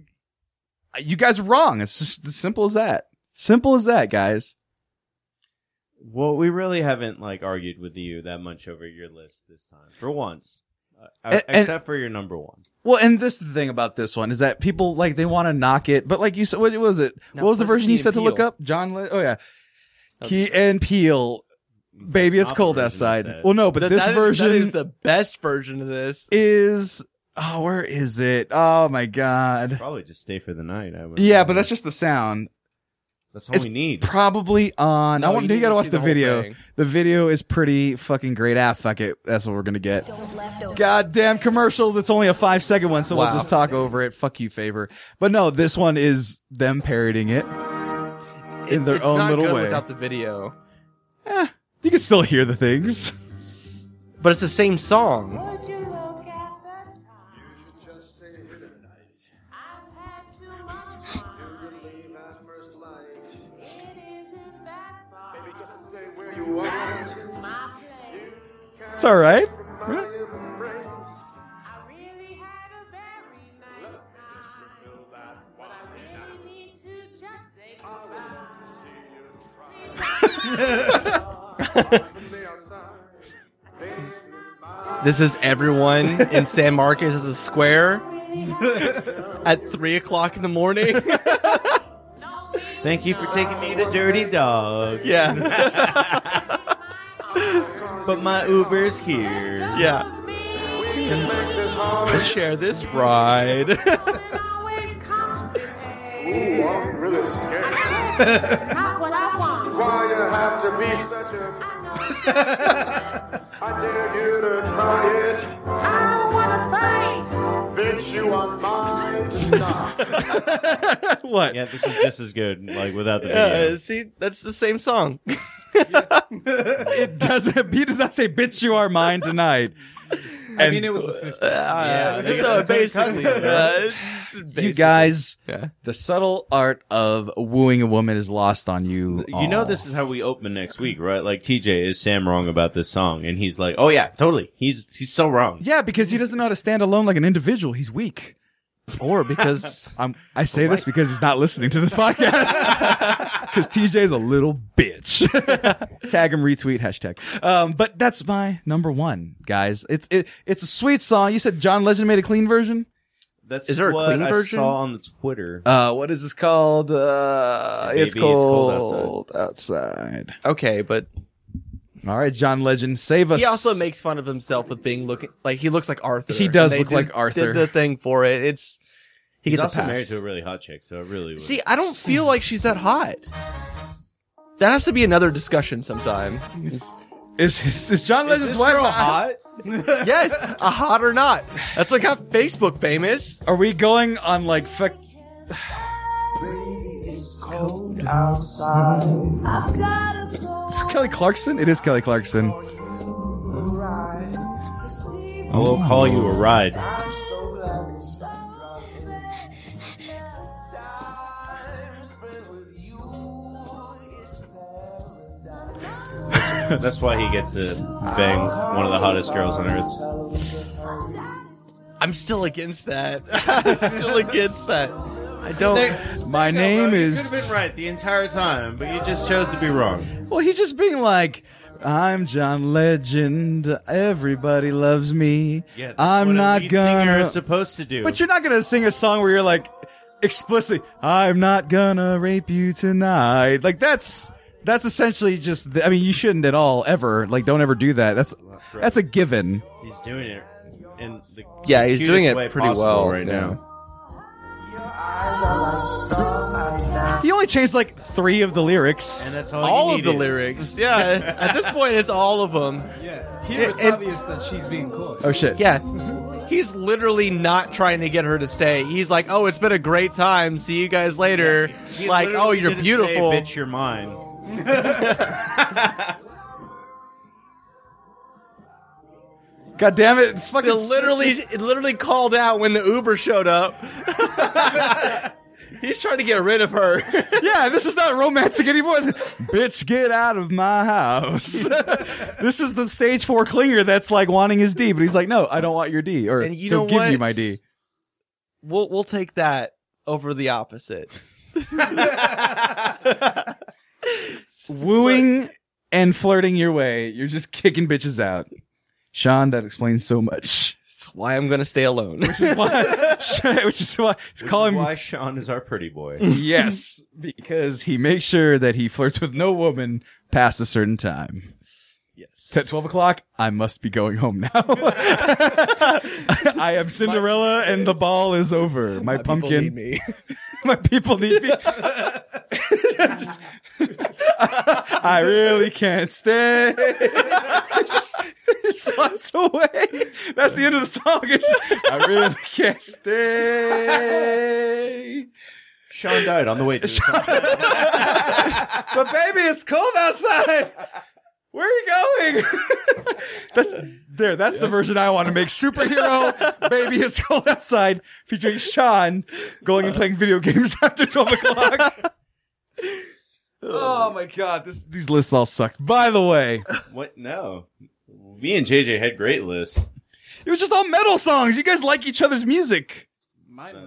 you guys are wrong. It's just as simple as that. Simple as that, guys.
Well, we really haven't like argued with you that much over your list this time, for once, uh,
And- and-
except for your number one.
Well, and this is the thing about this one is that people like they want to knock it, but like you said, what was it?
Now,
what was the
play the
version you
Key and
said to look
Peele.
up? John. Le- oh yeah, Key and Peel. Baby,
That's
it's
not
cold
the version I
outside.
said.
Well, no, but
That-
this
that is-
version
that
is,
is the best version of this.
oh, where is it? Oh my god.
Probably just stay for the night. I would
Yeah, but that's just the sound.
that's all
it's
we need.
Probably on. I
No,
want
you
you,
need
gotta
to
watch
see
the,
the whole
video.
thing.
The video is pretty fucking great. Ah, fuck it. That's what we're gonna get. Goddamn commercial. That's only a five second one, so we'll
Wow.
just talk over it. Fuck you, favor. But no, this one is them parodying it in their
it's
own
not
little
good
way.
without the video.
you can still hear the things.
But it's the same song.
It's all right.
This is everyone in San Marcos at the square at three o'clock in the morning.
Thank you for taking me to Dirty Dog.
yeah,
But my Uber's here.
yeah. Let's share this ride.
Not what I want. I don't wanna fight.
what?
Yeah, this was just as good, like without the
Yeah,
video.
Uh, see, that's the same song. Uh,
It doesn't. He does not say, "Bitch, you are mine tonight." uh,
I mean, it was the 50s.
yeah,
they
so
got the
basically,
cousin, bro.
uh, it's basically-
You guys,
Yeah.
the subtle art of wooing a woman is lost on you.
You know this is how we open next week, right? Like TJ is Sam wrong about this song, and he's like, "Oh yeah, totally. He's he's so wrong."
Yeah, because he doesn't know how to stand alone like an individual. He's weak.
or because
I'm, I say this because he's not listening to this podcast. Because TJ's a little bitch. Tag him, retweet, hashtag. Um, but that's my number one, guys. It's it, it's a sweet song. You said John Legend made a clean version.
That's
Is there a
what
clean
I
version?
saw on the Twitter.
Uh, what is this called? Uh,
Baby,
it's
It's Cold
cold,
Outside.
outside.
okay, but
All right, John Legend, save us.
he also makes fun of himself with being looking like he looks like Arthur.
He does
And they
look like
just
Arthur.
Did the thing for it. It's he
he's
gets
also
a pass.
married to a really hot chick, so it really was.
See, I don't feel like she's that hot. That has to be another discussion sometime.
is is, is John Legend's wife hot?
yes, a hot or not. That's what got Facebook famous.
Are we going on like fuck? It's Kelly Clarkson. It is Kelly Clarkson.
I will call you a ride. That's why he gets to bang one of the hottest girls on earth.
I'm still against that. I'm still against that. I don't.
My name
Could
is.
have been right the entire time, but you just chose to be wrong.
Well, he's just being like, I'm John Legend. Everybody loves me.
Yeah, that's
I'm
what a
not
lead
gonna.
singer is supposed to do.
But you're not gonna sing a song where you're like explicitly, "I'm not gonna rape you tonight." Like that's that's essentially just. The, I mean, you shouldn't at all ever. Like, don't ever do that. That's
right.
that's a given.
He's doing it. In the
Yeah, he's doing
cutest
it
way
pretty
possible
well
right
yeah.
now.
He only changed like three of the lyrics.
And that's all,
All
you
of the
needed.
lyrics. Yeah. At this point, it's all of them.
Yeah. Here it's
and-
obvious that she's being coy.
Oh shit!
Yeah. He's literally not trying to get her to stay. He's like, "Oh, it's been a great time. See you guys later."
He
like, "Oh,
literally
you're
didn't
beautiful."
Say, Bitch, you're mine.
God damn it! It's fucking
It literally, it literally called out when the Uber showed up. He's trying to get rid of her.
yeah, this is not romantic anymore. Bitch, get out of my house. this is the stage four clinger that's like wanting his D, but he's like, no, I don't want your D, or
And you know
don't give
what?
me my D.
we'll we'll take that over the opposite.
Wooing and flirting your way, you're just kicking bitches out. Sean, that explains so much.
That's why I'm gonna stay alone.
Which is why, which is why, call
Which
him
is why Sean is our pretty boy.
yes, because he makes sure that he flirts with no woman past a certain time. Yes. At 12 o'clock, I must be going home now. I am Cinderella and the ball is over. My, pumpkin.
me.
My people need me. Just- I really can't stay. It's just- it just flies away. That's the end of the song. It's just, I really can't stay.
Sean died on the way to the top.
but baby, it's cold outside. Where are you going? that's there. That's the version I want to make. Superhero, baby, it's cold outside, featuring Sean going and playing video games after twelve o'clock. oh my god, this, these lists all suck. By the way,
What? No. Me and JJ had great lists.
it was just all metal songs. You guys like each other's music.
Mine was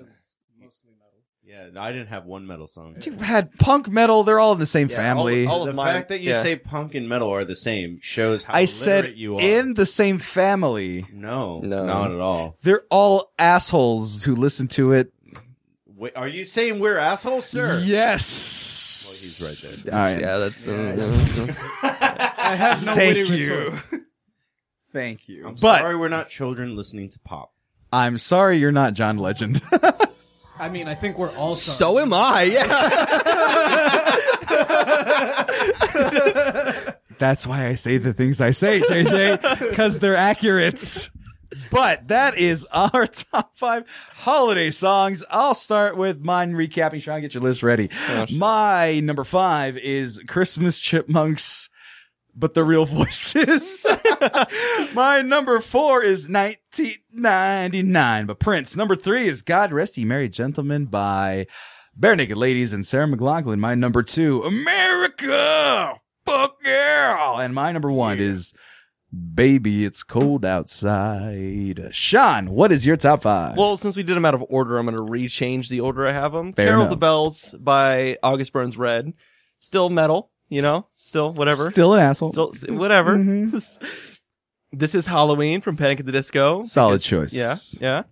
mostly metal.
Yeah, no, I didn't have one metal song.
You had punk metal. They're all in the same family.
all-
the
of mine-
fact that you
yeah.
say punk and metal are the same shows how
I
illiterate
said
you are.
in the same family.
no,
No.
not at all.
They're all assholes who listen to it
Wait, are you saying we're assholes, sir?
Yes.
Well, he's right
All right.
Yeah, that's. uh,
I have no
Thank
witty
you.
retorts.
Thank you.
I'm
but
sorry we're not children listening to pop.
I'm sorry you're not John Legend.
I mean, I think we're all
so am
Ah,
I. Yeah.
That's why I say the things I say, JJ, because they're accurate. But that is our top five holiday songs. I'll start with mine recapping. Sean, get your list ready. My number five is Christmas Chipmunks, but the real voices. My number four is 1999 by Prince. Number three is God Rest Ye Merry Gentlemen by Bare Naked Ladies and Sarah McLaughlin. My number two, America! Fuck yeah! And my number one is Baby, It's Cold Outside. Sean, what is your top five?
well, since we did them out of order, I'm gonna rechange the order I have them.
Fair
Carol
enough.
of the Bells by August Burns Red. Still metal, you know. Still whatever.
Still an asshole.
Still, whatever.
Mhm.
this is Halloween from Panic at the Disco.
Solid choice.
Yeah, yeah.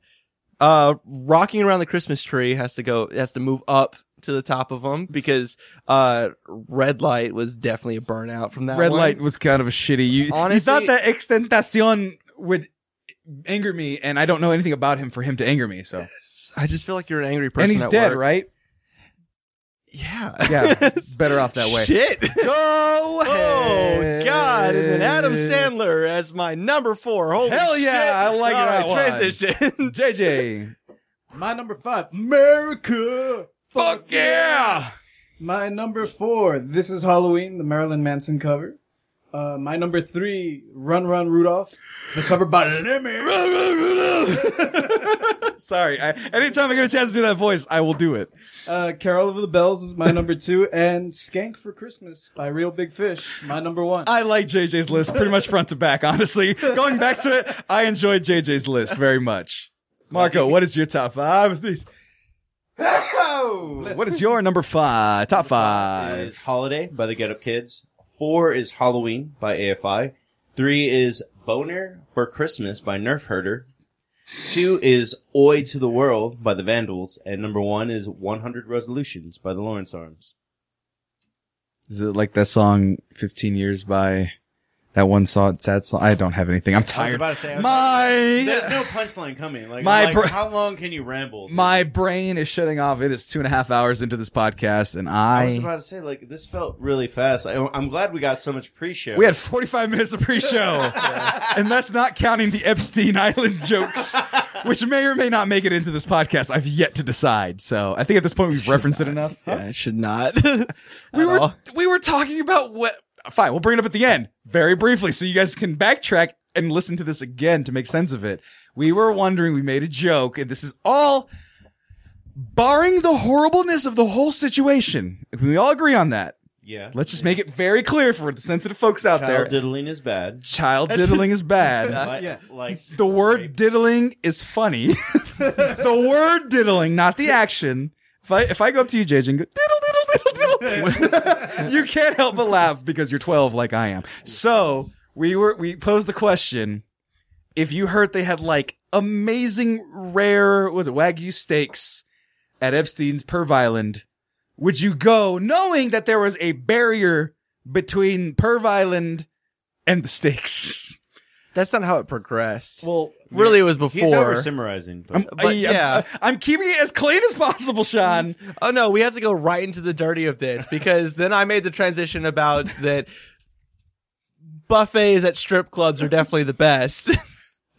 Uh, rocking around the Christmas tree has to go has to move up to the top of them because uh, red light was definitely a burnout from that.
Red
one.
Light was kind of a shitty. You, you
Honestly-
thought that Extentacion would anger me, and I don't know anything about him for him to anger me. So,
I just feel like you're an angry person.
and he's
at
dead,
work.
right?
Yeah,
Yeah, better off that way.
Shit.
Go
Oh
ahead.
God! And then Adam Sandler as my number four. Holy
Hell
shit.
yeah, I like
All
that
right,
one.
Transition.
JJ.
My number five, America.
Fuck yeah!
My number four, This Is Halloween, the Marilyn Manson cover. Uh, my number three, Run Run Rudolph, the cover by Lemmy.
Sorry. I, anytime I get a chance to do that voice, I will do it.
Uh, Carol of the Bells was my number two, and Skank for Christmas by Real Big Fish, my number one.
I like JJ's list pretty much front to back, honestly. Going back to it, I enjoyed JJ's list very much. Marco, what is your top five? Is these- What is your number five? Top
Five
five.
is Holiday by the Get Up Kids. Four is Halloween by AFI. Three is Boner for Christmas by Nerf Herder. Two is Oi to the World by the Vandals. And number one is 100 Resolutions by the Lawrence Arms.
Is it like that song "15 Years" by that one song, sad song? I don't have anything. I'm tired.
about to say, I was
my
There's no punchline coming. Like,
My
like,
bro-
how long can you ramble?
my brain is shutting off. It is two and a half hours into this podcast, and
I
I,
was about to say, like, this felt really fast. I, I'm glad we got so much pre-show.
we had 45 minutes of pre-show, and that's not counting the Epstein Island jokes, which may or may not make it into this podcast. I've yet to decide. So I think at this point we've referenced it enough.
Yeah, I should not.
we were
all.
we were talking about what fine we'll bring it up at the end very briefly so you guys can backtrack and listen to this again to make sense of it we were wondering we made a joke and this is all barring the horribleness of the whole situation if we all agree on that
yeah.
let's just make it very clear for the sensitive folks out
Child
there
diddling is bad.
child diddling is bad
But,
Yeah.
Like,
the word diddling is funny the word diddling not the action if I, if I go up to you, JJ, and go diddle, diddle, diddle, diddle, you can't help but laugh because you're 12 like I am. So we were we posed the question: If you heard they had like amazing, rare, what was it wagyu steaks at Epstein's Perv Island, would you go knowing that there was a barrier between Perv Island and the steaks?
That's not how it progressed.
Well,
really, it was before.
He's over summarizing.
I'm,
But
I- I'm-
yeah.
I'm keeping it as clean as possible, Sean.
Oh no, we have to go right into the dirty of this because then I made the transition about that buffets at strip clubs are definitely the best.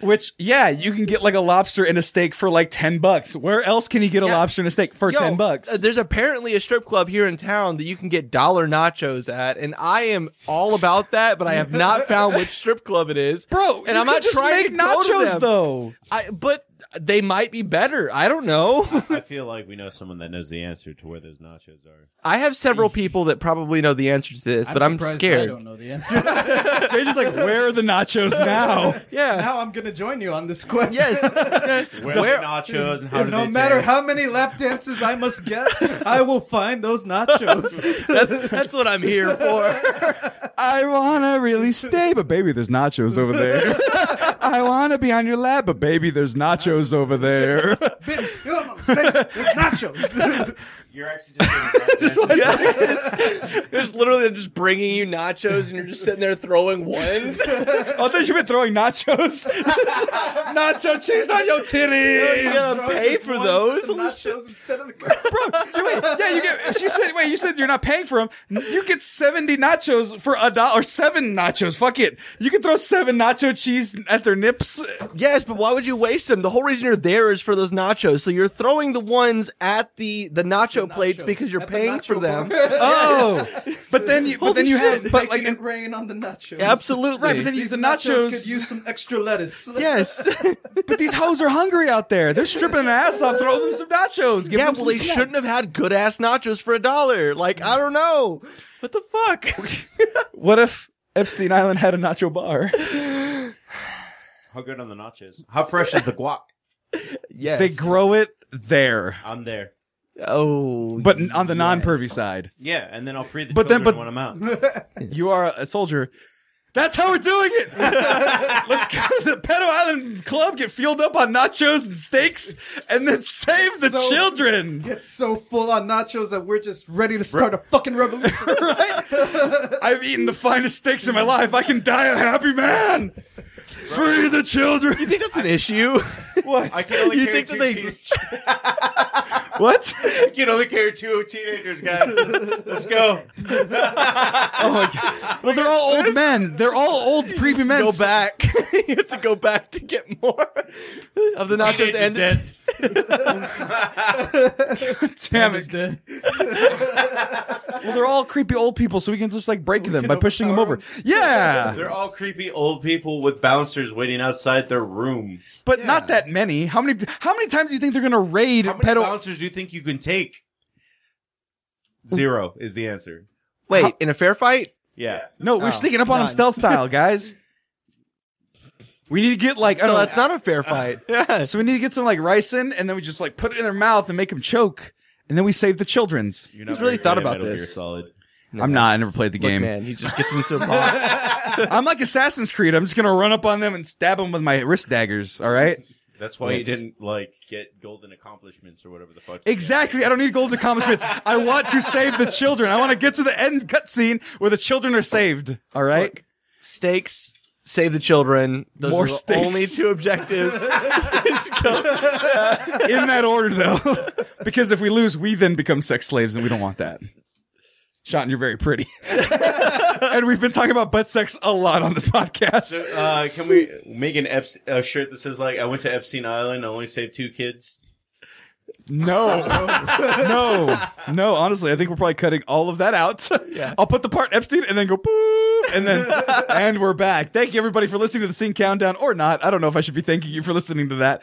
Which, yeah, you can get like a lobster and a steak for like 10 bucks. Where else can you get a
Yeah.
lobster and a steak for
Yo,
10 bucks?
uh, there's apparently a strip club here in town that you can get dollar nachos at, and I am all about that, but I have not found which strip club it is.
Bro,
and
you
I'm
could
not
just
trying
make
to go
nachos
to them.
though.
I, but they might be better. I don't know.
I feel like we know someone that knows the answer to where those nachos are.
I have several people that probably know the answer to this, but I'm
surprised I
scared.
don't know the answer.
Jay's just like, where are the nachos now?
Yeah.
now I'm gonna join you on this quest.
Yes. yes.
Where, are the nachos and how do
no
they
matter
taste?
how many lap dances I must get, I will find those nachos.
That's that's what I'm here for.
I want to really stay, but baby, there's nachos over there. I want to be on your lap, but baby, there's nachos over there. Oh,
Bitch, you don't understand. There's nachos.
You're actually just doing that.
Yes. There's literally just bringing you nachos and you're just sitting there throwing ones.
I thought you've been throwing nachos. Nacho cheese on your titties.
You gotta pay for those.
The
Holy shit.
nachos instead of the crap.
Bro, you, wait, yeah, you get. She said, "Wait, you said you're not paying for them. You get seventy nachos for a dollar, or seven nachos. Fuck it, you can throw seven nacho cheese at their nips.
Yes, but why would you waste them? The whole reason you're there is for those nachos. So you're throwing the ones at the the nacho, plates because you're
At the
paying
nacho
for them.
bar.
Oh, but then you, but then you have, but like,
Making it rain on the nachos.
Absolutely.
right, but then you use the
could
nachos.
use some extra lettuce.
yes.
but these hoes are hungry out there. They're stripping their ass off. Throw them some nachos. Give
yeah,
them
well,
some
they
snacks.
shouldn't have had good ass nachos for a dollar. Like, I don't know. What the fuck?
What if Epstein Island had a nacho bar?
How good on the nachos? How fresh is the guac?
yes.
They grow it there,
I'm there.
Oh.
but on the non-pervy
yes.
side.
Yeah, and then I'll free the
But then-
children
but-
when I'm out.
You are a soldier. That's how we're doing it. Let's go to the Pedo Island Club, get fueled up on nachos and steaks, and then save the
So-
children.
Get so full on nachos that we're just ready to start a fucking revolution.
I've eaten the finest steaks in my life. I can die a happy man. Free the children. You think
That's an issue.
what?
I can only
You
carry
think
two
that they-
teenagers.
what?
I can only carry two teenagers, guys. Let's go.
Oh Well, they're all old men. They're all old creepy men.
Go back. you have to go back to get more of the nachos and
Damn it. well, they're all creepy old people, so we can just like break them by pushing them over. Yeah.
They're all creepy old people with bouncers waiting outside their room.
But not that many. How many? How many times do you think they're gonna raid
How many
pedo?
bouncers do you think you can take? Zero is the answer.
Wait, in a fair fight?
Yeah.
no, we're
Oh,
sneaking up on them
none.
stealth style, guys. We need to get like I
So
don't
that's not a fair fight. yeah.
So we need to get some like rice in, and then we just like put it in their mouth and make them choke, and then we save the children's.
You're
He's really
very
thought
good at
about
Metal Gear
this.
Solid.
I'm not. I never played the
Look,
game.
man, he just gets into a box.
I'm like Assassin's Creed. I'm just gonna run up on them and stab them with my wrist daggers. All right.
That's why you
Yes.
didn't like get golden accomplishments or whatever the fuck. you
Exactly. I don't need gold accomplishments. I want to save the children. I want to get to the end cutscene where the children are saved. All right.
stakes. Save the children. Those
More
are the
stakes.
only two objectives.
In that order, though, because if we lose, we then become sex slaves, and we don't want that. Sean, you're very pretty, and we've been talking about butt sex a lot on this
get.
podcast.
Uh, can we make an Epst- a shirt that says like I went to Epstein Island, I only saved two kids?
No, no, no. Honestly, I think we're probably cutting all of that out.
Yeah.
I'll put the part Epstein and then go boop, and then and we're back. Thank you everybody for listening to the Scene Countdown or not. I don't know if I should be thanking you for listening to that.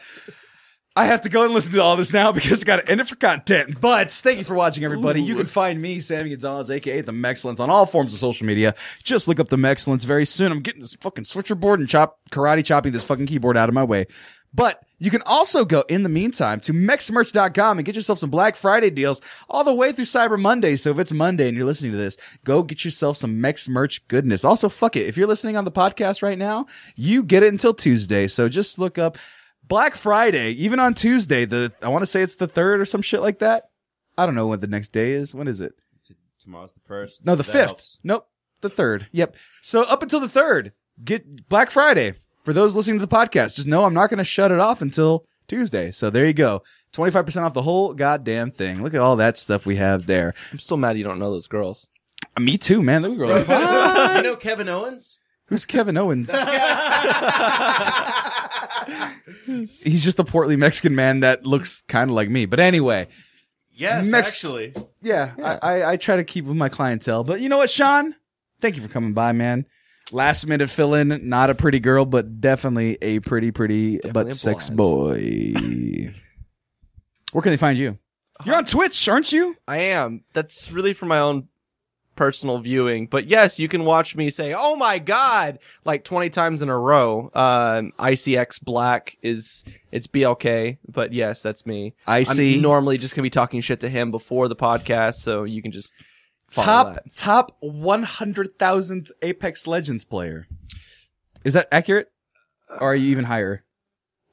I have to go and listen to all this now because I got to end it for content. But thank you for watching, everybody. You can find me, Sammy Gonzalez, aka The Mexcellence, on all forms of social media. Just look up The Mexcellence very soon. I'm getting this fucking switcher board and chop karate chopping this fucking keyboard out of my way. But you can also go in the meantime to mexmerch.com and get yourself some Black Friday deals all the way through Cyber Monday. So if it's Monday and you're listening to this, go get yourself some Mex merch goodness. Also, fuck it. If you're listening on the podcast right now, you get it until Tuesday. So just look up Black Friday, even on Tuesday, the I want to say it's the third or some shit like that. I don't know what the next day is. When is it?
Tomorrow's the first.
No, the
That
fifth.
helps.
Nope, the third. Yep. So up until the third, get Black Friday for those listening to the podcast. Just know I'm not going to shut it off until Tuesday. So there you go, 25 percent off the whole goddamn thing. Look at all that stuff we have there.
I'm still mad you don't know those girls.
Uh, Me too, man. Those girls are fine.
You know Kevin Owens?
Who's Kevin Owens? He's just a portly Mexican man that looks kind of like me. But anyway.
Yes,
Mex-
actually.
Yeah, I, I, I try to keep with my clientele. But you know what, Sean? Thank you for coming by, man. Last minute fill in, not a pretty girl, but definitely a pretty, pretty,
Definitely
but
a
sex boy.
blonde.
Where can they find you? You're on Twitch, aren't you?
I am. That's really for my own personal viewing. But yes, you can watch me say, "Oh my god!" like 20 times in a row. Um, ICX Black is it's BLK, but yes, that's me.
I see.
I'm normally just gonna be talking shit to him before the podcast, so you can just follow
Top
that.
top one hundred thousandth Apex Legends player. Is that accurate? Or are you even higher?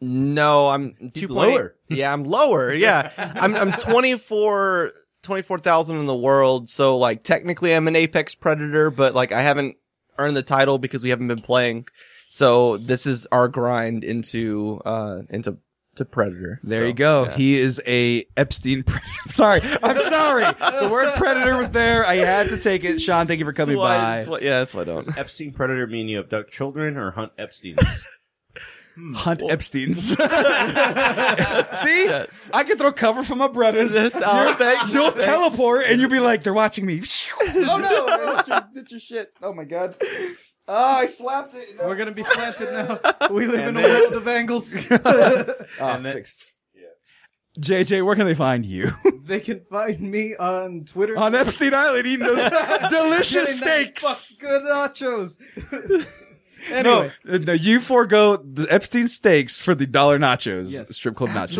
No, I'm two
lower.
Yeah, I'm lower. Yeah, I'm I'm 24 24,000 in the world. So like technically I'm an apex predator, but like I haven't earned the title because we haven't been playing. So this is our grind into uh into to predator.
There
So,
you go.
yeah.
He is a Epstein. Pre- I'm sorry. I'm sorry. the word predator was there. I had to take it. Sean, thank you for coming
That's why-
by.
that's why- yeah, that's why I don't.
Epstein Predator mean you abduct children or hunt Epsteins?
Hunt Epstein's. See, I can throw cover for my brothers.
That's all.
You're-
Thanks.
you'll
Thanks.
teleport, and you'll be like, "They're watching me." oh no! That's your, that's your shit. Oh my god. Oh, I slapped it.
We're gonna be slanted now. We live
And
in a
then-
world of angles.
Oh,
and then-
fixed. JJ, where can they find you?
they can find me on Twitter
On Epstein Island, eating those delicious
Getting that
steaks.
fuck Good nachos.
No,
anyway,
uh, no, you forego the Epstein steaks for the dollar nachos,
Yes.
strip club nachos.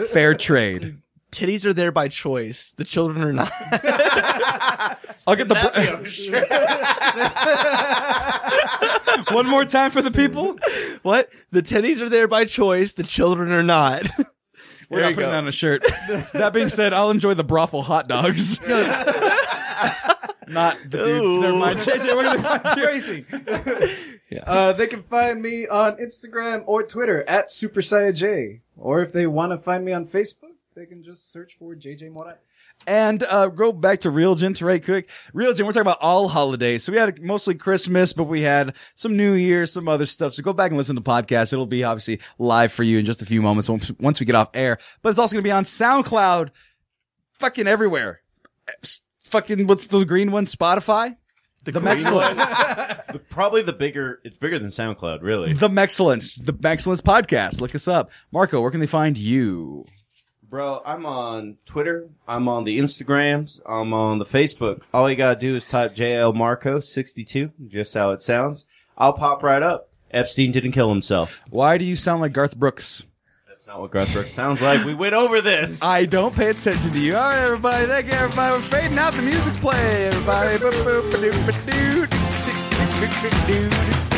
fair trade.
Titties are there by choice. The children are not.
I'll get the
That'd be a shirt.
one more time for the people.
what? The titties are there by choice. The children are not.
We're not putting that on a shirt. that being said, I'll enjoy the brothel hot dogs. not the dudes. Never
Ooh.
mind. JJ, what are they find you?
crazy. uh, they can find me on Instagram or Twitter at Super Saiyan J. Or if they want to find me on Facebook, they can just search for JJ Morales.
And uh, go back to Real Gent right quick. Real Gent, we're talking about all holidays. So we had mostly Christmas, but we had some New Year, some other stuff. So go back and listen to the podcast. It'll be obviously live for you in just a few moments once- once we get off air. But it's also going to be on SoundCloud, fucking everywhere. S- Fucking, what's the green one? Spotify? The, Mexcellence.
Probably the bigger. It's bigger than SoundCloud, really.
The Mexcellence. The Mexcellence podcast. Look us up. Marco, where can they find you?
Bro, I'm on Twitter. I'm on the Instagrams. I'm on the Facebook. All you gotta do is type JL Marco 62, just how it sounds. I'll pop right up. Epstein didn't kill himself.
Why do you sound like Garth Brooks?
That's not what Garth Brooks sounds like. We went over this.
I don't pay attention to you. All right, everybody. Thank you, everybody. We're fading out. The music's playing, everybody. Boop, boop, ba-doop, ba-doot.